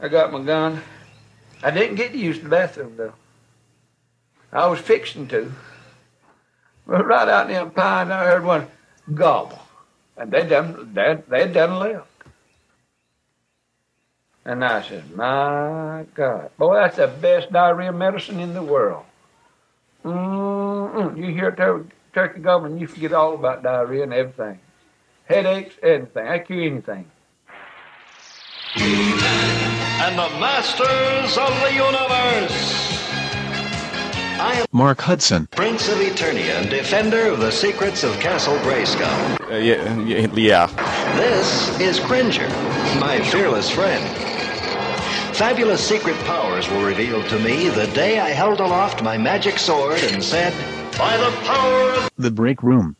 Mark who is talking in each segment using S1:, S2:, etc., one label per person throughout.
S1: I got my gun. I didn't get to use the bathroom, though. I was fixing to. But right out in the pine, I heard one gobble. And they done, they, they done left. And I said, my God. Boy, that's the best diarrhea medicine in the world. Mm-mm. You hear a tur- turkey gobbling, you forget all about diarrhea and everything. Headaches, everything. I cure anything.
S2: and the masters of the universe. I am
S3: Mark Hudson.
S2: Prince of Eternia and defender of the secrets of Castle Grayskull.
S4: Uh, yeah, yeah, yeah.
S2: This is Cringer, my fearless friend. Fabulous secret powers were revealed to me the day I held aloft my magic sword and said, By the power of
S3: The Break Room.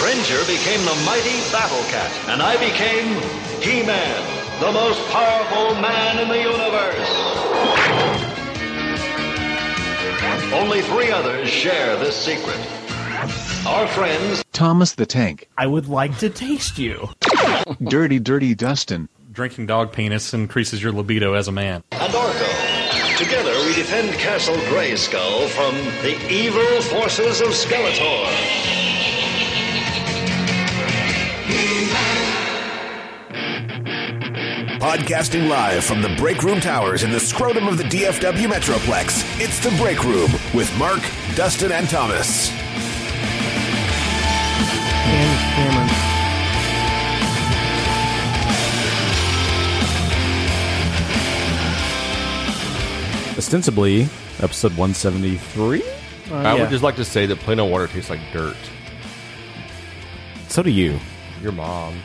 S2: Cringer became the mighty battle cat, and I became He-Man, the most powerful man in the universe. Only three others share this secret. Our friends,
S3: Thomas the Tank.
S5: I would like to taste you.
S3: Dirty Dirty Dustin.
S6: Drinking dog penis increases your libido as a man.
S2: and Orko. Together we defend Castle Grayskull from the evil forces of Skeletor.
S7: Podcasting live from the Break Room Towers in the scrotum of the DFW Metroplex, it's The Break Room with Mark, Dustin, and Thomas.
S4: Ostensibly, episode 173?
S8: Uh,
S6: I
S5: yeah.
S6: would just like to say that plain old water tastes like dirt.
S4: So do you.
S6: Your mom.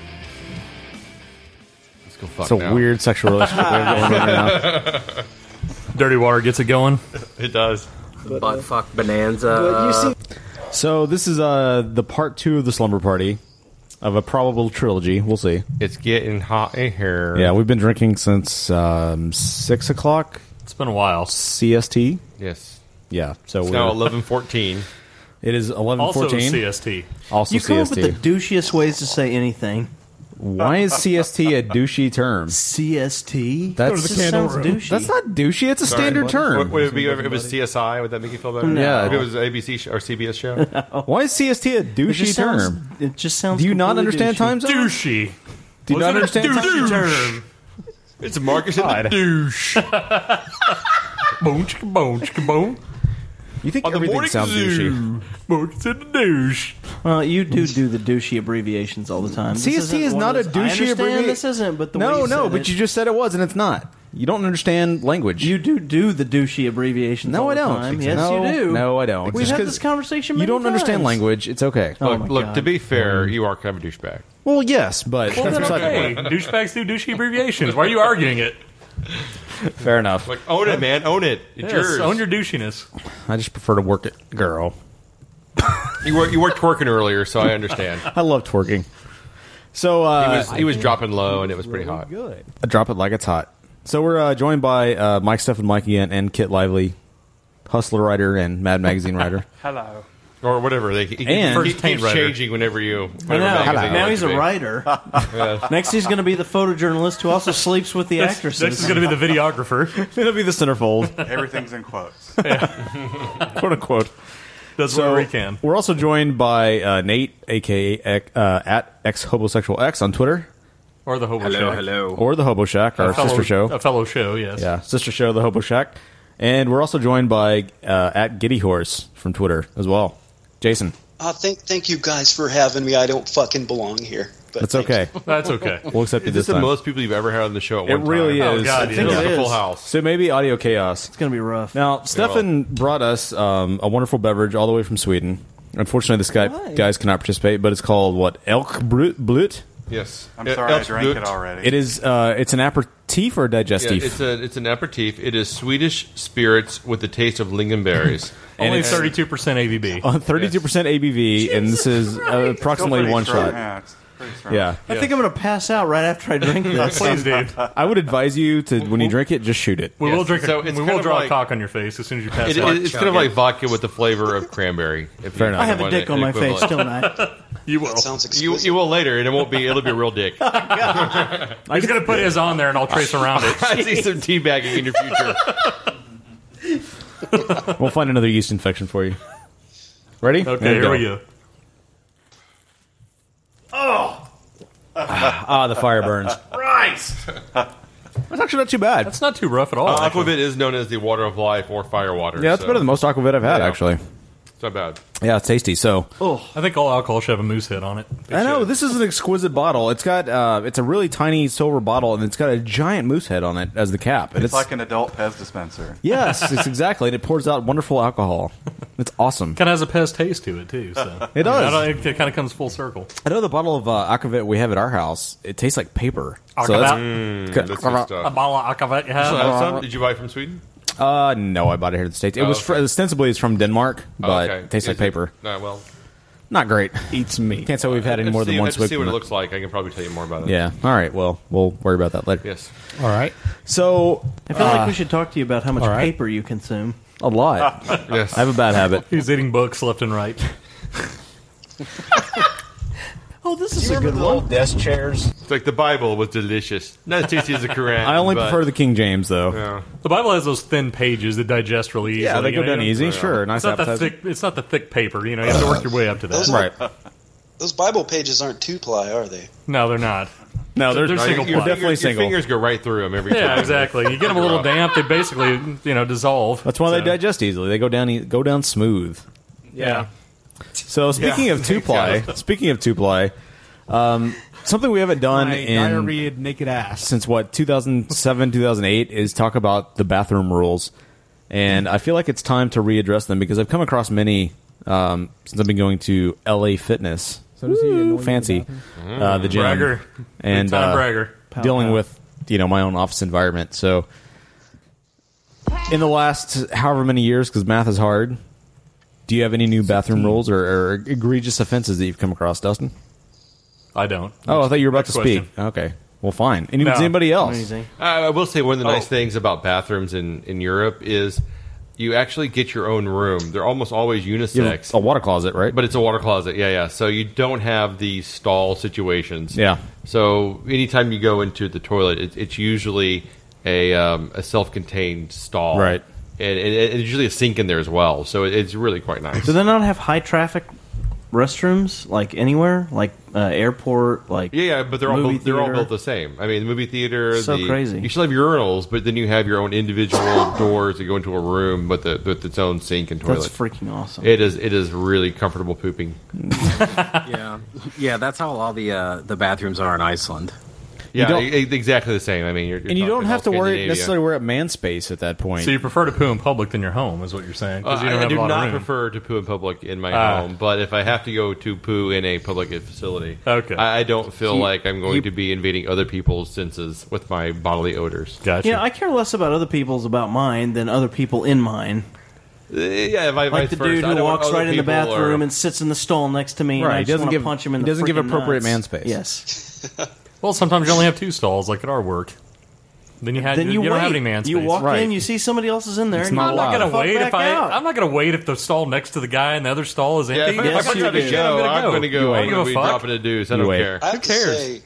S6: Let's go fuck
S4: It's a
S6: now.
S4: weird sexual relationship we have going on right now.
S6: Dirty water gets it going.
S8: It does.
S9: butt fuck bonanza.
S4: So this is uh, the part two of the slumber party of a probable trilogy. We'll see.
S8: It's getting hot in here.
S4: Yeah, we've been drinking since um, six o'clock
S6: It's been a while.
S4: CST.
S8: Yes.
S4: Yeah, so
S8: It's
S4: we're,
S8: now eleven fourteen.
S4: it is eleven
S6: Also
S4: fourteen.
S6: CST.
S4: Also
S5: You come up with the
S4: CST.
S5: douchiest ways to say anything.
S4: Why is CST a douchey term?
S5: CST.
S4: That's
S5: Just sounds douchey.
S4: That's not douchey. It's a standard
S8: Would,
S4: term.
S8: would it be if it was CSI? Would that make you feel better?
S4: No.
S8: If it was ABC sh- or CBS show,
S4: Why is CST a
S5: It just
S4: douchey
S5: sounds-
S4: term?
S5: It just sounds.
S4: Do you not
S5: completely
S4: understand
S5: douchey.
S4: time zone?
S6: Douchey.
S4: Do you not understand time zone?
S6: term.
S8: it's Marcus and the
S6: Douche. Boonch, boonch, boonch.
S4: You think
S6: On the
S4: everything
S6: morning
S4: sounds douchey?
S6: zoo. Marcus and the douche.
S5: Well, you do do the douchey abbreviations all the time. This
S4: CST
S5: isn't
S4: is
S5: one
S4: not a
S5: of those- I
S4: douchey
S5: understand
S4: abbreviation.
S5: This isn't, but the way
S4: no,
S5: you
S4: no,
S5: said
S4: but
S5: it-
S4: you just said it was, and it's not. You don't understand language.
S5: You do do the douchey abbreviations.
S4: no,
S5: all
S4: I
S5: the
S4: don't.
S5: time. Yes,
S4: no,
S5: you do.
S4: No, I don't.
S5: We've
S4: Just
S5: had
S4: 'cause
S5: this conversation.
S4: You
S5: many
S4: don't understand
S5: times.
S4: language. It's okay.
S5: Oh my
S8: look, look,
S5: God.
S8: to be fair, you are kind of a douchebag.
S4: Well, yes, but
S6: Well, then, okay. Douchebags do douchey abbreviations. Why are you arguing it?
S4: fair enough.
S8: Like own it, man, own it. It's
S6: Yes,
S8: yours.
S6: own your douchiness.
S4: I just prefer to work it, girl.
S8: you were you were twerking earlier, so I understand.
S4: I love twerking. So uh,
S8: He was he was dropping low, and it was pretty hot.
S4: I drop it like it's hot. So we're uh, joined by uh, Mike Stefan, Mike again, and Kit Lively, hustler writer and Mad Magazine writer.
S6: Hello.
S8: or whatever. They, he,
S4: And-
S8: he,
S6: First
S8: keeps
S6: taint writer.
S8: changing whenever you.
S5: I know.
S8: Whenever magazine you
S5: Now
S8: want
S5: he's
S8: to
S5: a
S8: be.
S5: writer. Next, he's going to be the photojournalist who also sleeps with the
S6: Next,
S5: actresses.
S6: next is going to be the videographer.
S4: It'll be the centerfold,
S10: Everything's in quotes.
S4: quote unquote.
S6: Does
S4: So
S6: whatever he can.
S4: we're also joined by uh, Nate, aka ec- uh, at ex homosexual x on Twitter,
S6: Or the hobo
S9: hello,
S6: shack.
S9: hello.
S4: or the Hobo Shack, our
S6: A fellow-
S4: sister show.
S6: A fellow show, yes.
S4: Yeah, sister show, the Hobo Shack, and we're also joined by uh, at Giddy Horse from Twitter as well. Jason,
S11: Uh, thank, thank you guys for having me. I don't fucking belong here. But
S4: that's
S11: thank you.
S4: okay.
S6: That's okay.
S4: We'll accept you
S8: Is this
S4: this
S8: the
S4: time.
S8: most people you've ever had on the show at
S4: It
S8: one
S4: really
S8: time? Oh,
S4: is.
S6: God,
S5: I
S6: yeah.
S5: think
S8: It's
S5: it
S8: a
S5: is.
S8: full house.
S4: So maybe audio chaos.
S5: It's going to be rough.
S4: Now, Stefan brought us um, a wonderful beverage all the way from Sweden. Unfortunately, the Skype
S5: Why?
S4: guys cannot participate, but it's called what elk brut. Blut?
S8: Yes.
S10: I'm
S8: Yeah,
S10: sorry, I
S8: it's
S10: drank
S8: good.
S10: it already.
S4: It is. Uh, it's an aperitif or
S8: Yeah,
S4: digestif.
S8: it's a it's an aperitif. It is Swedish spirits with the taste of lingonberries.
S6: Only 32% AVB.
S4: on 32% ABV, and this is uh, approximately
S10: Pretty
S4: one
S10: strong.
S4: shot.
S10: Yeah, it's pretty
S4: Yeah.
S5: I think I'm going to pass out right after I drink this.
S6: Please, Dave.
S4: I would advise you to when you drink it, just shoot it.
S6: We
S8: Yes.
S6: will drink.
S8: So
S6: a,
S8: it's
S6: we
S8: kind
S6: will
S8: of
S6: draw
S8: like-
S6: a cock on your face as soon as you pass
S8: It,
S6: out.
S8: it, it's kind of like vodka with the flavor of cranberry. If Fair
S4: enough.
S5: I have a dick on my face, don't I?
S6: you will.
S11: Sounds
S8: You,
S11: exquisite.
S8: you will later, and it won't be. It'll be a real dick. I
S6: He's gonna put his on there, and I'll trace around it.
S8: see some teabagging in your future.
S4: We'll find another yeast infection for you. Ready?
S6: Okay,
S4: There you
S6: here
S4: go.
S6: we go.
S4: Ah, the fire burns.
S6: Christ,
S4: That's actually not too bad.
S6: that's not too rough at all.
S8: Uh,
S6: actually.
S8: Aquavit is known as the water of life or fire water.
S4: yeah, that's
S8: so
S4: better than most aquavit I've had,
S8: Yeah.
S4: actually.
S8: It's not bad.
S4: Yeah, it's tasty. So
S6: I think all alcohol should have a moose head on it.
S4: I know this is an exquisite bottle. It's got uh, it's a really tiny silver bottle, and it's got a giant moose head on it as the cap. And it's,
S10: It's like an adult Pez dispenser.
S4: yes, it's exactly, and it pours out wonderful alcohol. It's awesome.
S6: Kind of has a pest taste to it too. So
S4: It does.
S6: I don't- It, kind of comes full circle.
S4: I know the bottle of uh, aquavit we have at our house. It tastes like paper. So that's-
S8: Mm, That's good
S6: A
S8: stuff.
S6: bottle of aquavit you have.
S8: So have some? Did you buy it from Sweden?
S4: uh, no, I bought it here in the states. It
S8: Oh,
S4: was fr-
S8: okay.
S4: ostensibly it's from Denmark, but
S8: Oh,
S4: it tastes like
S8: Is
S4: paper.
S8: It, nah, well,
S4: Not great.
S5: Eats me.
S4: Can't say we've had any
S8: I
S4: more
S8: see-
S4: than
S8: I
S4: one
S8: just
S4: swig.
S8: see what
S4: from
S8: it
S4: it.
S8: looks like. I can probably tell you more about it.
S4: Yeah. All right. Well, we'll worry about that later.
S8: Yes.
S5: All right.
S4: So
S5: I feel like we should talk to you about how much
S6: all right.
S5: paper you consume.
S4: a lot.
S8: Yes.
S4: I have a bad habit.
S6: He's eating books left and right.
S5: Oh, this is a good
S11: the
S5: one.
S11: old desk chairs?
S8: It's like the Bible was delicious. Not as tasty as the Quran.
S4: I only
S8: but-
S4: prefer the King James though.
S8: Yeah.
S6: The Bible has those thin pages that digest really easily.
S4: Yeah, they
S6: you
S4: go
S6: know,
S4: down
S6: you don't-
S4: easy. Sure, nice
S6: It's not, the
S4: appetizer.
S6: thick, it's not the thick paper, you know. You have to work your way up to that.
S11: Those-
S4: Right.
S11: Those Bible pages aren't two ply, are they?
S6: No, they're not.
S4: No, they're,
S6: They're
S8: No,
S6: single
S8: your- your
S6: ply.
S4: definitely
S8: fingers-
S4: single.
S8: Your fingers go right through them every time.
S6: Yeah, exactly. You get them a little
S8: They're
S6: damp, they basically, you know, dissolve.
S4: That's why they
S6: So,
S4: digest easily. They go down e- go down smooth.
S6: Yeah.
S4: So speaking of two ply, speaking of two ply, um, something we haven't done in
S5: of naked ass.
S4: since what 2007 2008 is talk about the bathroom rules, and I feel like it's time to readdress them because I've come across many um, since I've been going to LA Fitness. So does he fancy uh, the gym
S6: Mm-hmm. Bragger.
S4: and
S6: Time
S4: uh,
S6: bragger.
S4: dealing with you know my own office environment. So in the last however many years, because math is hard, do you have any new bathroom rules or, or egregious offenses that you've come across, Dustin?
S6: I don't.
S4: Oh, I thought you were about to
S6: next question.
S4: speak. Okay, well, fine. Any,
S6: No.
S4: does anybody else?
S5: Amazing.
S8: Uh, I I will say one of the nice
S6: Oh.
S8: things about bathrooms in, in Europe is you actually get your own room. They're almost always
S4: You have
S8: unisex,
S4: a water closet, right?
S8: but it's a water closet. Yeah, yeah. So you don't have the stall situations.
S4: Yeah.
S8: So anytime you go into the toilet, it, it's usually a um, a self contained stall,
S4: Right.
S8: And, and, and there's usually a sink in there as well. So it, it's really quite nice.
S5: Do they not have high traffic restrooms like anywhere, like uh, airport, like
S8: Yeah, yeah, but they're all
S5: movie
S8: built, they're all
S5: theater?
S8: built the same. I mean, the movie theater.
S5: So
S8: the-
S5: crazy.
S8: You still have urinals, but then you have your own individual doors that go into a room with the, with its own sink and toilet.
S5: That's freaking awesome.
S8: it is it is really comfortable pooping.
S9: Yeah, yeah. That's how all the uh, the bathrooms are in Iceland.
S8: Yeah,
S4: don't-
S8: e- e- exactly the same. I mean, you're, you're
S4: and you
S8: talking
S4: don't have to
S8: all
S4: worry
S8: Scandinavia.
S4: necessarily worry about man space at that point.
S6: So you prefer to poo in public than your home, is what you're saying?
S8: Uh,
S6: Because you don't
S8: I, I
S6: have
S8: do
S6: a lot
S8: not
S6: of room.
S8: prefer to poo in public in my
S6: Ah.
S8: home, but if I have to go to poo in a public facility,
S6: Okay.
S8: I, I don't feel like I'm going
S5: you-
S8: to be invading other people's senses with my bodily odors.
S6: Gotcha.
S5: Yeah, I care less about other people's about mine than other people in mine.
S8: Uh,
S4: Eh,
S8: Yeah, if I,
S5: Like the dude who walks right in the bathroom and sits in the stall next to me. and
S4: Right,
S5: I
S4: he
S5: just
S4: doesn't
S5: wanna
S4: give-
S5: punch him in
S4: he
S5: the
S4: doesn't give
S5: freaking
S4: appropriate
S5: nuts.
S4: man space.
S5: Yes,
S6: well, sometimes you only have two stalls, like at our work. Then you, had,
S5: then you,
S6: you, don't
S5: wait.
S6: have any man space.
S5: You walk
S4: Right.
S5: in, you see somebody else is in there. and
S4: not
S5: you're
S4: allowed.
S5: like,
S6: I'm not
S5: "Fuck
S6: gonna wait if
S5: back
S6: I.
S5: out."
S6: I'm not gonna wait if the stall next to the guy and the other stall is
S8: Yeah,
S6: empty.
S8: if, I- if
S5: Yes,
S8: I
S5: you
S8: try to
S5: do.
S8: go,
S6: I'm
S8: I'm
S6: gonna
S8: going to
S6: go.
S8: go.
S6: You
S8: I'm
S6: ain't
S8: going to
S6: gonna
S8: be
S6: fuck.
S8: dropping a deuce. I
S4: You
S8: don't
S4: ain't.
S8: care.
S11: I have To
S6: cares?
S11: say,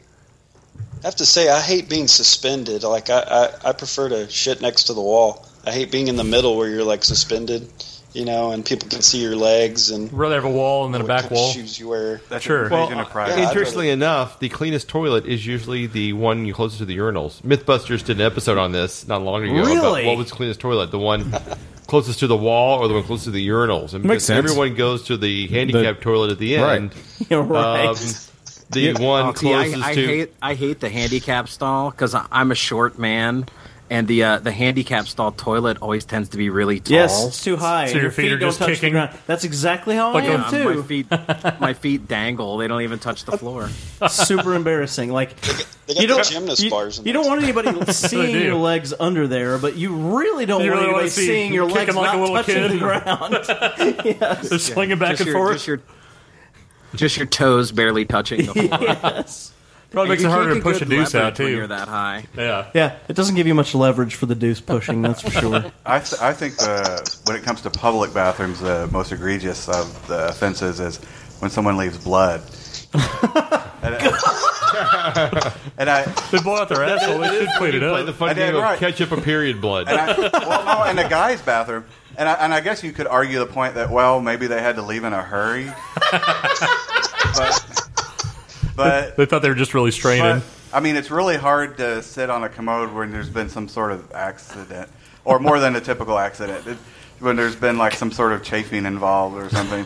S11: I have to say, I hate being suspended. Like I, I, I prefer to shit next to the wall. I hate being in the middle where you're like suspended, you know, and people can see your legs and
S6: I'd rather have a wall and then a
S11: what
S6: back
S11: kind of
S6: wall.
S11: shoes you wear.
S10: That's
S6: Sure.
S10: an invasion
S11: Well,
S10: of privacy.
S11: yeah, I-
S8: Interestingly enough, the cleanest toilet is usually the one you closest to the urinals. MythBusters did an episode on this not long ago about
S5: Really?
S8: what was the cleanest toilet: the one closest to the wall or the one closest to the urinals. And
S4: Makes
S8: because
S4: sense.
S8: Everyone goes to the handicapped toilet at the end.
S5: You're right.
S8: um, the one
S9: Oh, See, I,
S8: closest
S9: I
S8: to
S9: hate I hate the handicap stall because I'm a short man, and the uh, the handicap stall toilet always tends to be really tall.
S5: yes, it's too high.
S6: So
S5: and
S6: your feet are
S5: don't
S6: just
S5: touch
S6: kicking?
S5: The ground. That's exactly how I
S6: Like,
S5: am
S9: Yeah,
S5: too.
S9: my feet my feet dangle; they don't even touch the floor.
S5: super embarrassing. Like
S11: They got
S5: you
S11: the
S5: don't
S11: gymnast
S5: you,
S11: bars. In
S5: you
S11: there.
S5: don't want anybody seeing
S6: do.
S5: your legs under there, but you really don't
S6: You
S5: want
S6: really wanna
S5: anybody
S6: see
S5: seeing your
S6: kicking
S5: legs
S6: like a
S5: not
S6: little
S5: touching the
S6: kid.
S5: ground.
S6: They're slinging back
S9: Just
S6: and
S9: your-
S6: forth.
S9: just your- Just your toes barely touching the floor.
S6: Yes. Probably makes it
S9: You
S6: harder
S9: take
S6: to
S9: a
S6: push
S9: good
S6: a deuce out,
S9: leverage when
S6: too.
S9: You're that high.
S6: Yeah.
S5: Yeah, it doesn't give you much leverage for the deuce pushing, that's for sure.
S10: I, th- I think the, when it comes to public bathrooms, the most egregious of the offenses is when someone leaves blood. and, I, and I
S6: They blow out their asshole. They should clean it up.
S8: Play the fun
S10: I did
S8: game of
S10: right.
S8: catch up a period blood.
S10: and I, well, no, in a guy's bathroom. And I, and I guess you could argue the point that well, maybe they had to leave in a hurry. but, but
S6: they thought they were just really straining.
S10: But, I mean, it's really hard to sit on a commode when there's been some sort of accident, or more than a typical accident, It- when there's been like some sort of chafing involved or something.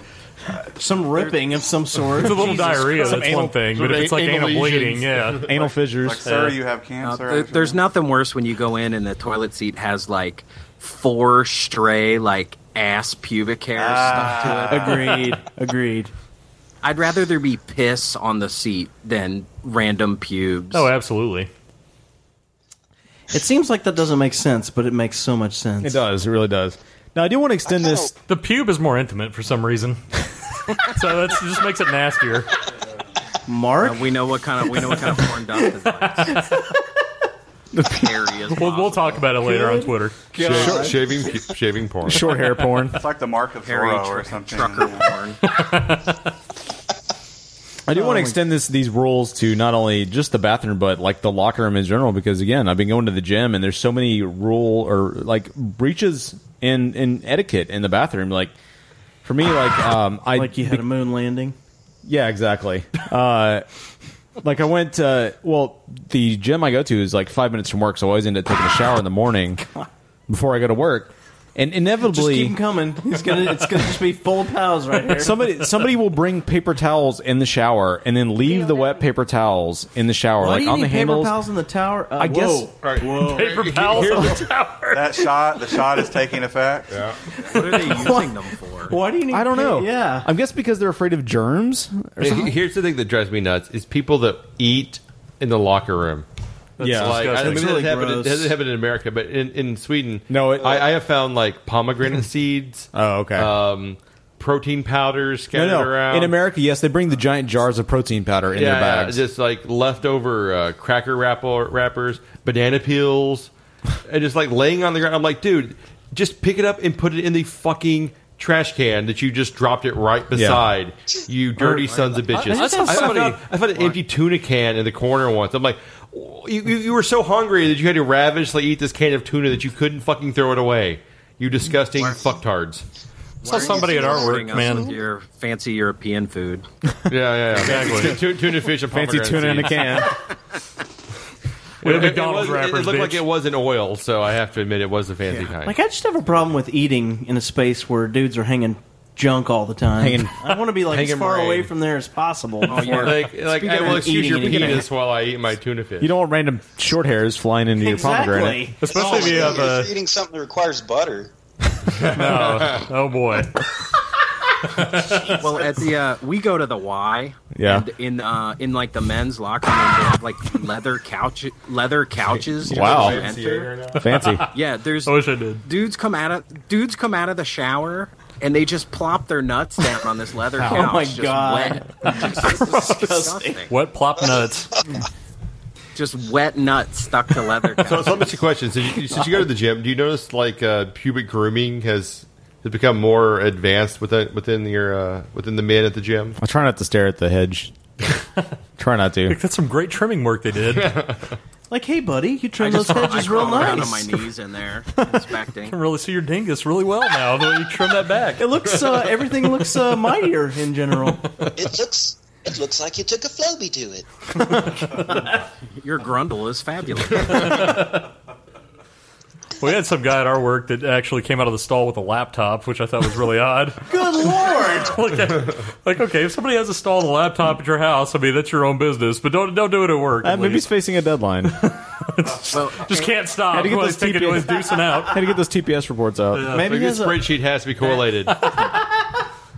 S5: Some ripping of some sort.
S6: It's a little diarrhea,
S5: Christ.
S6: that's Some one anal- thing, but if it's like anal anal bleeding, lesions. yeah. Anal
S4: fissures.
S10: Like, sir, you have cancer.
S9: Uh, there- there's nothing worse when you go in and the toilet seat has like four stray like ass pubic hair
S10: Ah.
S9: stuff to it.
S5: Agreed. Agreed.
S9: I'd rather there be piss on the seat than random pubes.
S6: Oh, absolutely.
S5: It seems like that doesn't make sense, but it makes so much sense. It
S4: does. It really does. Now I do want to extend this.
S6: Oh, The pube is more intimate for some reason, so that just makes it nastier.
S5: Mark,
S7: Uh,
S9: Uh, we know what kind of we know what kind of porn dump is. Hairy as
S6: We'll, we'll talk about it later on Twitter.
S8: Sha- shaving, shaving porn.
S10: It's like the mark of
S9: Hairy
S10: Zorro
S9: tr-
S10: or something.
S9: trucker porn.
S4: I do
S9: Oh,
S4: want to
S9: my
S4: extend this these rules to not only just the bathroom, but like the locker room in general. Because again, I've been going to the gym, and there's so many rule or like breaches in in etiquette in the bathroom. Like for me, like um, I
S5: like you had a moon landing.
S4: yeah, exactly. Uh, like I went. Uh, well, the gym I go to is like five minutes from work, so I always end up taking a shower in the morning before I go to work, and
S5: Just
S4: inevitably
S5: keep 'em coming. It's gonna. It's gonna just be full of pals right here.
S4: somebody somebody will bring paper towels in the shower and then leave the wet paper towels in the shower,
S5: Why
S4: like
S5: do you
S4: on
S5: need
S4: the
S5: paper
S4: handles.
S5: pals in the tower? Uh,
S4: I guess-
S5: Whoa. Whoa.
S6: Paper towels on the tower.
S10: That shot, the shot is taking effect. Yeah.
S9: What are they using them for?
S5: Why do you need?
S4: I don't know.
S5: Yeah.
S4: I guess because they're afraid of germs. Or
S8: Yeah,
S4: something.
S8: he- Here's the thing that drives me nuts: is people that eat in the locker room.
S4: That's Yeah.
S8: like, I
S4: disgusting.
S8: mean,
S4: It's
S8: it
S4: really
S8: doesn't happen- it
S4: gross.
S8: doesn't happen in America, but in, in Sweden,
S4: No, it-
S8: I, I have found like pomegranate seeds.
S4: Oh, okay.
S8: Um, protein powders
S4: No,
S8: scattered
S4: no.
S8: around
S4: In America, yes, they bring the giant jars of protein powder in their bags.
S8: just like leftover uh, cracker wrapper, wrappers, banana peels, and just like laying on the ground. I'm like, dude, just pick it up and put it in the fucking trash can that you just dropped it right beside.
S6: Oh
S8: You dirty sons of bitches.
S5: I- I
S8: I,
S5: think that's
S8: found
S5: fucked
S8: a,
S5: up.
S8: I found an empty tuna can in the corner once. I'm like. You, you, you were so hungry that you had to ravagely eat this can of tuna that you couldn't fucking throw it away. You disgusting fucktards.
S6: Saw somebody at our work,
S9: Rewarding us
S6: man.
S9: with your fancy European food.
S8: Yeah, yeah, yeah.
S6: Exactly.
S8: Tu- Tuna fish and
S4: Fancy
S8: pomegranate
S4: tuna in a
S8: seeds.
S4: can.
S6: We had
S8: It- it
S6: McDonald's
S8: was- it-
S6: wrappers,
S8: It looked
S6: bitch.
S8: like it was an oil, so I have to admit it was a fancy kind.
S5: Like I just have a problem with eating in a space where dudes are hanging junk all the time.
S4: Hanging-
S5: I want to be like as
S8: hanging
S5: far
S8: brain.
S5: away from there as possible.
S6: oh,
S5: before-
S8: like, like
S5: Speaking
S8: I
S5: of
S8: will excuse your
S5: eating, eating.
S8: penis while I eat my tuna fish.
S4: you don't want random short hairs flying into
S5: Exactly.
S4: your pomegranate.
S6: Especially if you have
S11: Oh, you're
S6: a
S11: eating something that requires butter.
S6: no. Oh boy.
S9: Well, at the uh, we go to the Y.
S4: Yeah.
S9: And in uh, in like the men's locker room, they have like leather couch leather couches.
S4: Wow.
S9: when you enter.
S4: Fancy.
S9: Yeah, there's
S6: I wish I did.
S9: dudes come out of dudes come out of the shower and they just plop their nuts down on this leather couch.
S5: Oh my
S9: just
S5: God.
S9: Wet. Just, disgusting.
S6: Wet plop nuts.
S9: Just wet nuts stuck to leather.
S8: So, so let
S9: couches.
S8: me ask you a question. Since you, since you go to the gym, do you notice like uh, pubic grooming has has become more advanced within within your uh, within the men at the gym?
S4: I try not to stare at the hedge. try not to.
S6: That's some great trimming work they did. I
S5: Like, hey, buddy, you
S9: I
S5: trim those
S9: just I
S5: hedges real
S9: crawl around on my
S5: nice.
S9: knees in there, inspecting.
S6: can really see your dingus really well now. The way you trim that back.
S5: It looks uh, everything looks uh, mightier in general.
S12: It looks it looks like you took a Floby to it.
S9: Your grundle is fabulous.
S6: We had some guy at our work that actually came out of the stall with a laptop, which I thought was really odd.
S5: Good lord!
S6: like, like, okay, if somebody has a stall and a laptop at your house, I mean that's your own business, but don't don't do it at work.
S4: Uh,
S6: at
S4: maybe he's
S6: least.
S4: facing a deadline. Had
S9: Well,
S6: Just can't stop.
S4: How do you get
S6: Well,
S4: those
S6: he's taking-
S4: TPS?
S6: he's deucing out.
S4: to get those TPS reports out.
S5: Maybe
S8: Like your
S5: there's
S6: uh,
S5: a,
S8: spreadsheet has to be correlated.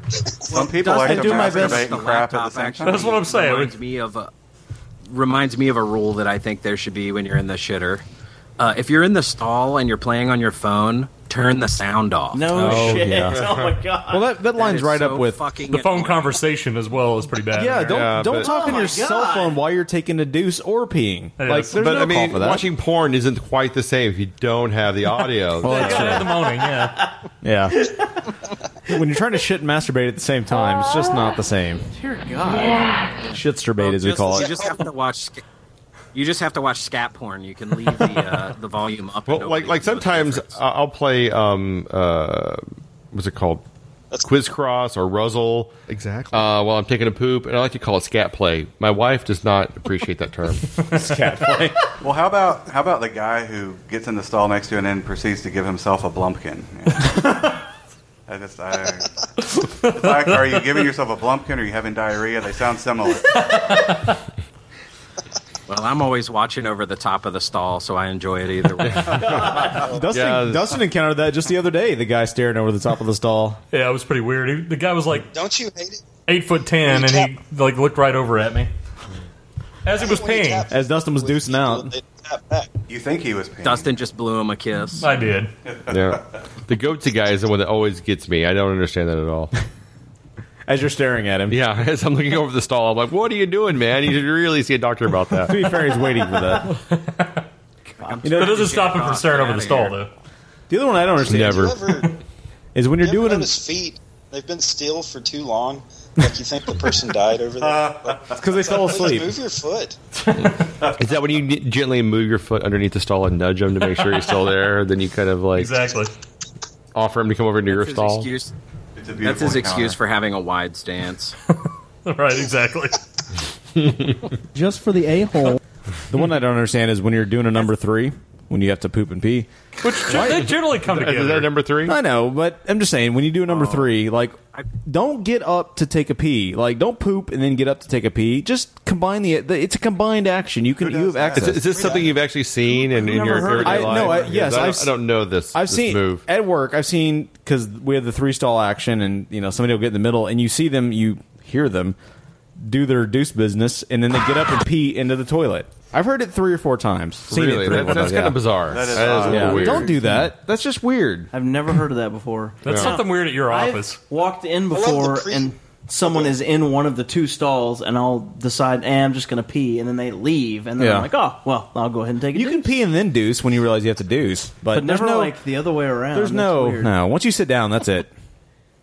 S10: Some people like to
S5: do my best.
S10: masturbate
S9: the
S10: and crap at the
S9: laptop
S10: same
S9: actually
S10: time.
S6: That's what I'm saying.
S9: Reminds me of uh, a reminds me of a rule that I think there should be when you're in the shitter. Uh, if you're in the stall and you're playing on your phone, turn the sound off.
S6: No Oh, shit. yeah. Oh, my
S5: god.
S6: Well, that, that line's
S9: line's is right
S6: right
S9: so
S6: up
S9: up
S6: with
S9: with- fucking
S6: the phone conversation as well is pretty bad.
S4: Yeah,
S6: there.
S4: don't don't talk on
S6: Oh
S4: your
S6: my
S4: cell
S6: God.
S4: phone while you're taking a deuce or peeing.
S8: Yes.
S4: Like, there's
S8: but
S4: no
S8: I mean,
S4: call for that.
S8: watching porn isn't quite the same if you don't have the audio.
S4: Well, that's
S6: Yeah,
S4: true.
S6: the moaning, yeah.
S4: Yeah. when you're trying to shit and masturbate at the same time, it's just not the same.
S5: Dear
S4: Shitsturbate, as we
S9: Just-
S4: call
S9: you
S4: it.
S9: just have to watch. sca- You just have to watch scat porn. You can leave the uh, the volume up.
S8: Well, like like sometimes I- I'll play um uh what's it called Quiz Cross or Ruzzle
S3: exactly
S8: uh, while I'm taking a poop, and I like to call it scat play. My wife does not appreciate that term.
S4: scat play.
S10: Well, how about how about the guy who gets in the stall next to you and then proceeds to give himself a blumpkin? Yeah. I just, I, it's like, are you giving yourself a blumpkin or are you having diarrhea? They sound similar.
S9: Well, I'm always watching over the top of the stall, so I enjoy it either way.
S4: Dustin, Dustin encountered that just the other day. The guy staring over the top of the stall.
S6: Yeah, it was pretty weird. He, the guy was like,
S12: "Don't you hate it?"
S6: Eight foot ten, and he like looked right over at me as it was peeing.
S4: As Dustin was deucing out.
S10: You think he was peeing?
S9: Dustin just blew him a kiss.
S6: I did.
S8: yeah, the goatee guy is the one that always gets me. I don't understand that at all.
S4: As you're staring at him,
S8: yeah. As I'm looking over the stall, I'm like, "What are you doing, man? You should really see a doctor about that."
S4: To be fair, he's waiting for that.
S6: You know, that doesn't stop him from staring over the stall, though.
S4: The other one I don't understand
S6: Never.
S4: is when you're
S12: You ever
S4: doing it
S12: notice feet? They've been still for too long. Like you think the person died over there. Like,
S4: 'cause they fell
S12: please
S4: asleep.
S12: Move your foot.
S8: Is that when you n- gently move your foot underneath the stall and nudge him to make sure he's still there? Then you kind of like
S6: exactly
S8: offer him to come over to your
S9: his
S8: stall.
S9: excuse.
S10: a beautiful
S9: That's his excuse
S10: encounter.
S9: for having a wide stance.
S6: right, exactly.
S4: just for the a hole. The one I don't understand is when you're doing a number three, when you have to poop and pee.
S6: Which they generally come together. Oh.
S8: three?
S4: I know, but I'm just saying when you do a number three, like don't get up to take a pee. Like don't poop and then get up to take a pee. Just combine the. the it's a combined action. You can you have
S8: Is,
S4: access.
S8: is this something you've actually seen in, in
S4: Never
S8: your
S4: heard of
S8: everyday
S4: it. I-
S8: life?
S4: no, I-
S8: Because
S4: yes,
S8: I
S4: I've
S8: don't,
S4: s-
S8: I don't know this.
S4: I've
S8: this
S4: seen
S8: move.
S4: at work. I've seen because we have the three stall action, and you know somebody will get in the middle, and you see them, you hear them do their deuce business, and then they get up and pee into the toilet. I've heard it three or four times. Seen
S8: Really?
S4: it three or four
S8: That- that's
S4: times, yeah.
S8: kinda bizarre. That is That is odd. a little
S4: Yeah.
S8: weird.
S4: Don't do that. That's just weird.
S5: I've never heard of that before.
S6: That's something weird at your
S5: I've
S6: office.
S5: walked in before and someone is in one of the two stalls and I'll decide, eh, I'm just going to pee, and then they leave, and then
S4: Yeah.
S5: I'm like, oh, well, I'll go ahead and take it.
S4: You can pee and then deuce when you realize you have to deuce, but,
S5: But
S4: there's
S5: never
S4: no
S5: like the other way around.
S4: there's
S5: That's
S4: no
S5: weird.
S4: no. Once you sit down, that's it.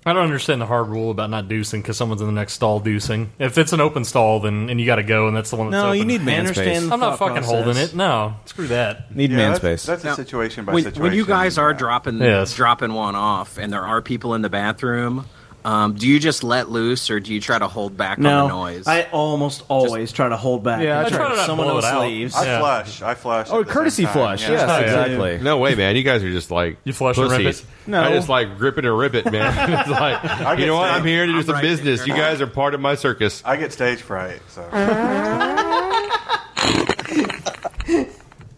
S6: I don't understand the hard rule about not deucing because someone's in the next stall deucing. If it's an open stall, then and you got to go, and that's the one that's
S4: No,
S6: open.
S4: you need man I understand space. the
S6: I'm not
S4: thought
S6: fucking
S4: process.
S6: holding it. No, screw that.
S4: Need
S10: Yeah,
S4: man
S10: that's-
S4: space.
S10: That's
S9: Now,
S10: a situation by
S9: when,
S10: situation.
S9: when you guys are dropping
S10: Yes.
S9: dropping one off, and there are people in the bathroom, um, do you just let loose, or do you try to hold back on
S5: No,
S9: the noise?
S5: I almost always try to hold back.
S9: Yeah, I
S5: until
S9: try to not
S5: someone
S9: blow it
S5: else
S9: out.
S5: leaves.
S10: I flush. I flush.
S5: Oh,
S10: at the
S5: courtesy
S10: same time,
S5: flush,
S10: yeah.
S5: yes,
S10: Yeah.
S5: exactly.
S8: Oh, No way, man. You guys are just like you
S6: Oh, flush and
S8: pussies.
S6: rip it? No.
S8: I just like grip it or rip it, man. it's like
S10: I
S8: you
S10: get
S8: know what?
S10: stage-
S8: I'm here to do
S10: I'm
S8: some
S10: right
S8: business.
S10: there.
S8: You guys are part of my circus.
S10: I get stage fright, so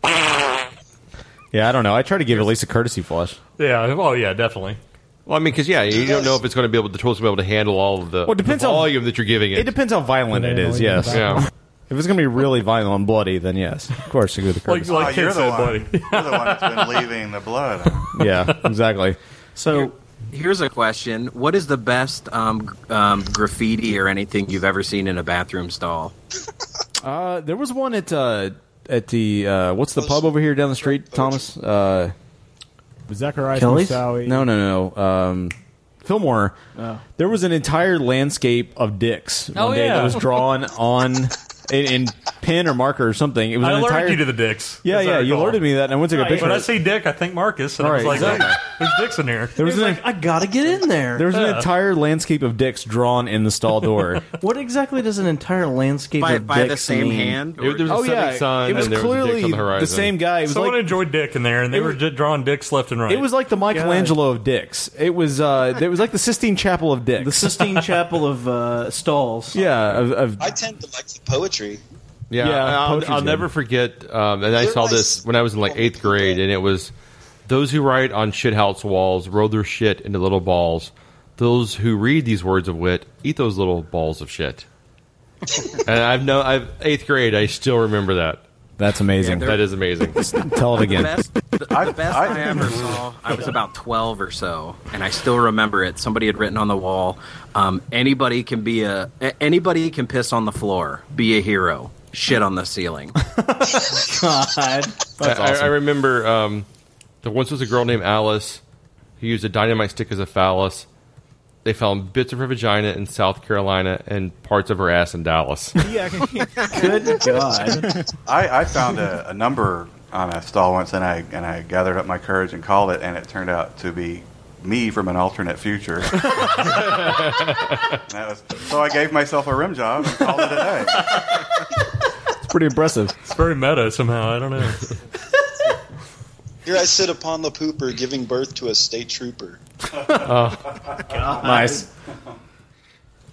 S4: Yeah, I don't know. I try to give at least a courtesy flush.
S6: Yeah. Oh, yeah. Definitely.
S8: Well, I mean, because yeah, you don't know if it's going to be able the tools will be able to handle all of the,
S4: Well, it depends
S8: the
S4: how-
S8: volume that you're giving it.
S4: It depends how violent it is.
S8: Yeah.
S4: Yes. If it's gonna be really violent and bloody, then yes, of course you go to the courtesy.
S10: Oh, you're, the one, you're the one that's been leaving the blood.
S4: yeah, exactly.
S5: So
S9: here's a question: What is the best um, g- um, graffiti or anything you've ever seen in a bathroom stall?
S4: Uh, there was one at uh, at the uh, what's the pub over here down the street, Thomas? Uh,
S13: Zacharias
S4: Kelly's?
S13: Moussaoui.
S4: No, no, no. Um, Fillmore.
S13: Oh.
S4: There was an entire landscape of dicks
S6: Oh,
S4: one day
S6: yeah.
S4: that was drawn on in, in pen or marker or something. It was
S6: I
S4: an
S6: alerted
S4: entire.
S6: you to the dicks.
S4: Yeah,
S6: as I
S4: yeah. You
S6: recall.
S4: alerted me to that, and I went to take a
S6: Yeah,
S4: picture.
S6: When I
S4: of it.
S6: see dick, I think Marcus, and I was
S4: Right,
S6: like,
S4: exactly.
S6: hey, "There's dicks in here."
S4: There was
S6: He
S4: an-
S6: like,
S5: I gotta get in there.
S4: there was an
S6: Yeah.
S4: entire landscape of dicks drawn in the stall door.
S5: What exactly does an entire landscape
S9: By-
S5: of
S9: by the
S5: dicks
S9: same
S5: mean?
S9: hand?
S8: It- there was
S4: Oh,
S8: a setting
S4: yeah,
S8: sun.
S4: it was
S8: and there was a dick
S4: clearly
S8: on
S4: the
S8: the, horizon.
S4: same guy. It was
S6: Someone
S4: like-
S6: enjoyed dick in there, and they were just drawing dicks left and right.
S4: It was like the Michelangelo of dicks. It was uh, it was like the Sistine Chapel of dicks. The
S5: Sistine Chapel of uh, stalls.
S4: Yeah, of, of
S12: I tend to like the poetry.
S8: Yeah,
S4: Yeah,
S8: I'll,
S4: poetry's
S8: I'll
S4: good.
S8: never forget. Um, and I saw this when I was in like eighth grade, and it was those who write on shithouse walls roll their shit into little balls. Those who read these words of wit eat those little balls of shit. and I've no, I've eighth grade. I still remember that.
S4: That's amazing.
S8: Yeah, they're- That is amazing.
S4: Tell it again.
S9: The best, the, the best I, ever saw, I was about 12 or so, and I still remember it. Somebody had written on the wall, um, anybody can be a, a- anybody can piss on the floor, be a hero, shit on the ceiling.
S5: God,
S9: That's
S8: I, I-
S9: awesome.
S8: I remember um, there once was a girl named Alice who used a dynamite stick as a phallus. They found bits of her vagina in South Carolina and parts of her ass in Dallas.
S5: Yeah. Good God.
S10: I, I found a, a number on a stall once, and I and I gathered up my courage and called it, and it turned out to be me from an alternate future. that was, so I gave myself a rim job and called it a day.
S4: It's pretty impressive.
S6: It's very meta somehow. I don't know.
S12: Here I sit upon the pooper, giving birth to a state trooper.
S6: Uh,
S4: Nice.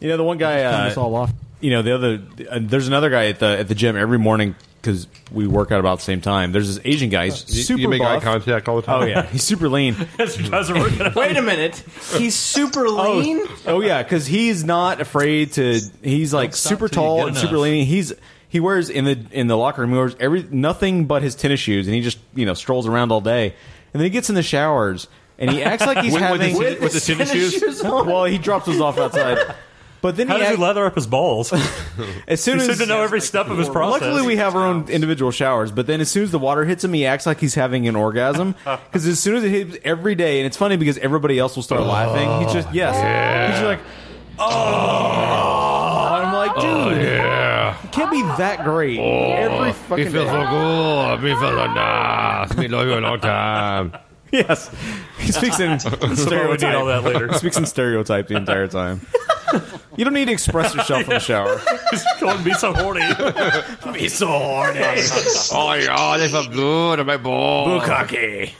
S4: You know the one guy.
S13: Turn
S4: Uh,
S13: this all off.
S4: You know the other. Uh, there's another guy at the at the gym every morning because we work out about the same time. There's this Asian guy. He's
S8: you
S4: super.
S8: make eye
S4: buff.
S8: contact all the time?
S4: Oh yeah, he's super lean.
S5: Wait a minute. He's super lean.
S4: Oh yeah, because he's not afraid to. He's like
S5: stop
S4: super
S5: till you
S4: tall
S5: get
S4: and super
S5: enough.
S4: lean. He's he wears in the in the locker room. He wears every nothing but his tennis shoes, and he just you know strolls around all day. And then he gets in the showers and he acts like he's
S6: With- with
S4: having
S6: his- With with his his tennis tennis shoes? shoes on.
S4: well, he drops those off outside. But then
S6: How
S4: he
S6: does he
S4: act-
S6: leather up his balls?
S4: as soon
S6: he
S4: as
S6: seemed to know every step of his process.
S4: Luckily, we have our own individual showers, but then as soon as the water hits him, he acits like he's having an orgasm. Because as soon as it hits every day, and it's funny because everybody else will start laughing. He's just yes, he's just like, oh, and I'm like, dude,
S8: yeah. Oh,
S4: it can't be that great every fucking day.
S8: good. Me feel so nice. Me love you a long time.
S4: Yes, he speaks in
S8: Sorry, we need
S4: stereotype.
S8: all that later.
S4: He speaks in stereotype the entire time. You don't need to express yourself in the shower.
S6: He's going to be so horny. be so horny.
S8: Oh, yeah, they feel good on my balls.
S6: Bukkake.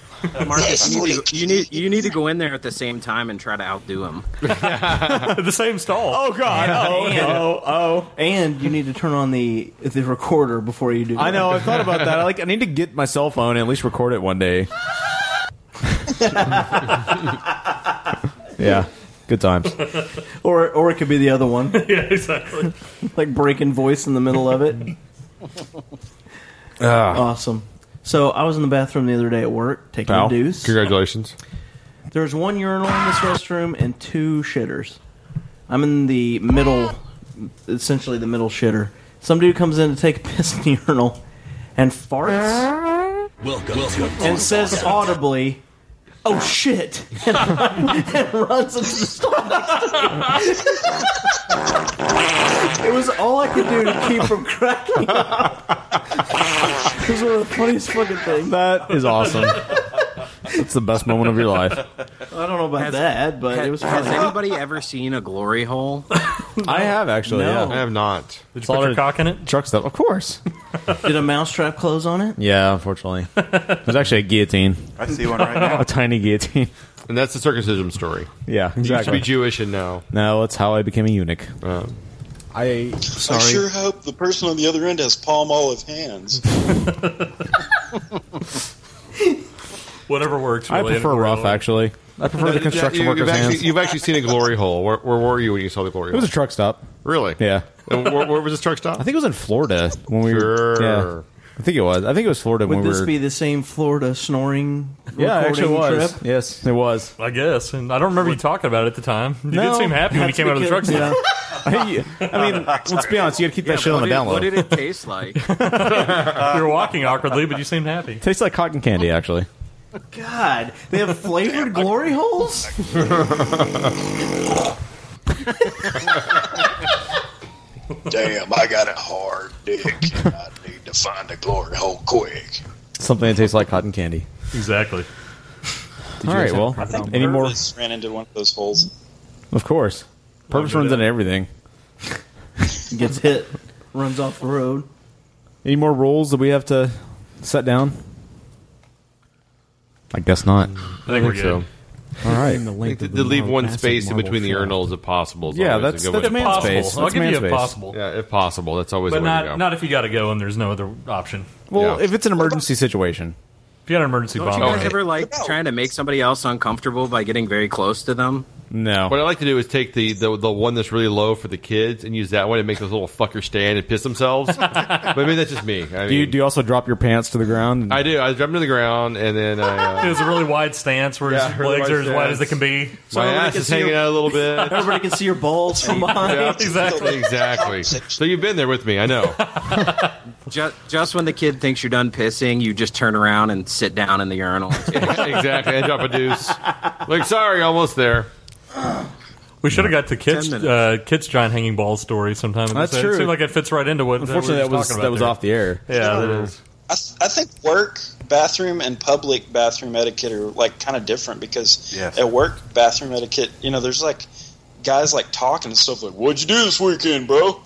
S9: Marcus, you need, to, you need you need to go in there at the same time and try to outdo him.
S6: the same stall.
S4: Oh God!
S9: Oh,
S4: oh, oh!
S5: And you need to turn on the the recorder before you do.
S4: I know.
S5: that.
S4: I thought about that. I like. I need to get my cell phone and at least record it one day. yeah, good times.
S5: or or it could be the other one.
S6: yeah, exactly.
S5: like breaking voice in the middle of it.
S8: Ah.
S5: Awesome. So I was in the bathroom the other day at work taking
S8: Pal,
S5: a deuce.
S8: congratulations.
S5: There's one urinal in this restroom and two shitters. I'm in the middle, essentially the middle shitter. Some dude comes in to take a piss in the urinal and farts
S2: Welcome,
S5: and says audibly, "Oh shit!" and, and runs into the stall next to me. It was all I could do to keep from cracking up. It was one of the funniest fucking things.
S4: That is awesome. It's the best moment of your life.
S5: I don't know about that, but
S9: Has-
S5: it was
S9: Has
S5: funny.
S9: anybody ever seen a glory hole?
S4: I have actually.
S5: No.
S4: Yeah.
S5: I
S8: have not.
S4: Did
S9: you put your cock
S6: in it?
S4: Truck stuff, of course.
S5: Did a mousetrap close on it?
S4: Yeah, unfortunately, it was actually a guillotine.
S10: I see one right now.
S4: a tiny guillotine.
S8: And that's the circumcision story.
S4: Yeah,
S8: You used to
S4: exactly.
S8: be Uh, Jewish and now.
S4: No, it's how I became a eunuch. I
S12: I sure hope the person on the other end has palm olive hands.
S6: Whatever works.
S4: I
S6: Really,
S4: prefer rough actually. I prefer the
S8: Yeah,
S4: construction
S8: you-
S4: workers'
S8: you've actually,
S4: hands.
S8: You've actually seen a glory hole. Where, where were you when you saw the glory
S4: It was a
S8: hole?
S4: truck stop.
S8: really?
S4: Yeah.
S8: And where, where was this truck stop?
S4: I think it was in Florida when we were.
S8: Sure.
S4: Yeah, I think it was. I think it was Florida
S5: Would
S4: when we
S5: this
S4: were.
S5: be the same Florida snoring?
S4: yeah, it actually
S5: recording
S4: was.
S5: Trip?
S4: Yes, it was.
S6: I guess, and I don't remember you talking about it at the time. You
S4: No,
S6: did seem happy when you
S4: that's
S6: came out of the truck.
S4: because-
S6: stop.
S4: I, I mean, let's be honest. You got to keep that shit on the
S9: what did,
S4: down low.
S9: What did it taste like?
S6: you were walking awkwardly, but you seemed happy.
S4: Tastes like cotton candy, actually.
S5: God, they have flavored glory holes.
S12: Damn, I got a hard dick. and I need to find a glory hole quick.
S4: Something that tastes like cotton candy.
S6: Exactly.
S4: All right. Well, any more?
S12: Purvis ran into one of those holes.
S4: Of course. Purpose
S12: Wonder
S4: runs
S12: that.
S4: into everything.
S5: Gets hit, runs off the road.
S4: Any more rules that we have to set down? I guess not.
S6: I think we're good.
S4: All right.
S13: The
S8: I
S13: length
S8: think to,
S13: of
S8: to
S13: the
S8: leave
S13: marble-
S8: one
S13: massive
S8: space in
S13: marble
S8: between the
S13: floor.
S8: urinals if possible. is
S4: Yeah,
S8: always a
S4: that's-
S8: good
S4: that's
S8: way to-
S4: man
S6: Possible.
S4: space.
S6: I'll
S4: That's
S6: give
S4: man
S6: you a
S4: space.
S6: possible.
S8: Yeah, if possible. That's always
S6: But
S8: the way to
S6: not
S8: go.
S6: not if you got to go and there's no other option.
S4: Well, if it's an emergency situation,
S6: If you got an emergency
S9: Don't you
S6: bomb,
S9: guys ever like trying to make somebody else uncomfortable by getting very close to them?
S4: No.
S8: What I like to do is take the, the the one that's really low for the kids and use that one and make those little fuckers stand and piss themselves. but maybe that's just me. I mean,
S4: do you do you also drop your pants to the ground?
S8: I do. I drop them to the ground and then I. Uh,
S6: It was a really wide stance where
S8: Yeah,
S6: his
S8: really
S6: legs
S8: wide
S6: are as wide as they
S8: stance.
S6: can be.
S8: So My everybody ass can is see hanging your- out a little bit.
S5: Everybody can see your balls from behind.
S8: Yeah, exactly. Exactly. So you've been there with me. I know.
S9: Just, just when the kid thinks you're done pissing, you just turn around and sit down in the urinal.
S8: exactly. I drop a deuce. Like, sorry, almost there.
S6: We should have got the kids
S8: Ten
S6: uh, kids giant hanging ball story sometime.
S8: That's
S6: It
S8: true.
S6: seemed like it fits right into what.
S4: Unfortunately,
S6: that, we were
S4: that was-
S6: just talking about
S4: that was
S6: there.
S4: off the air.
S6: Yeah, that is.
S11: I, th- I think work bathroom and public bathroom etiquette are like kind of different because
S10: Yes.
S11: at work bathroom etiquette, you know, there's like guys like talking and stuff like, "What'd you do this weekend, bro?"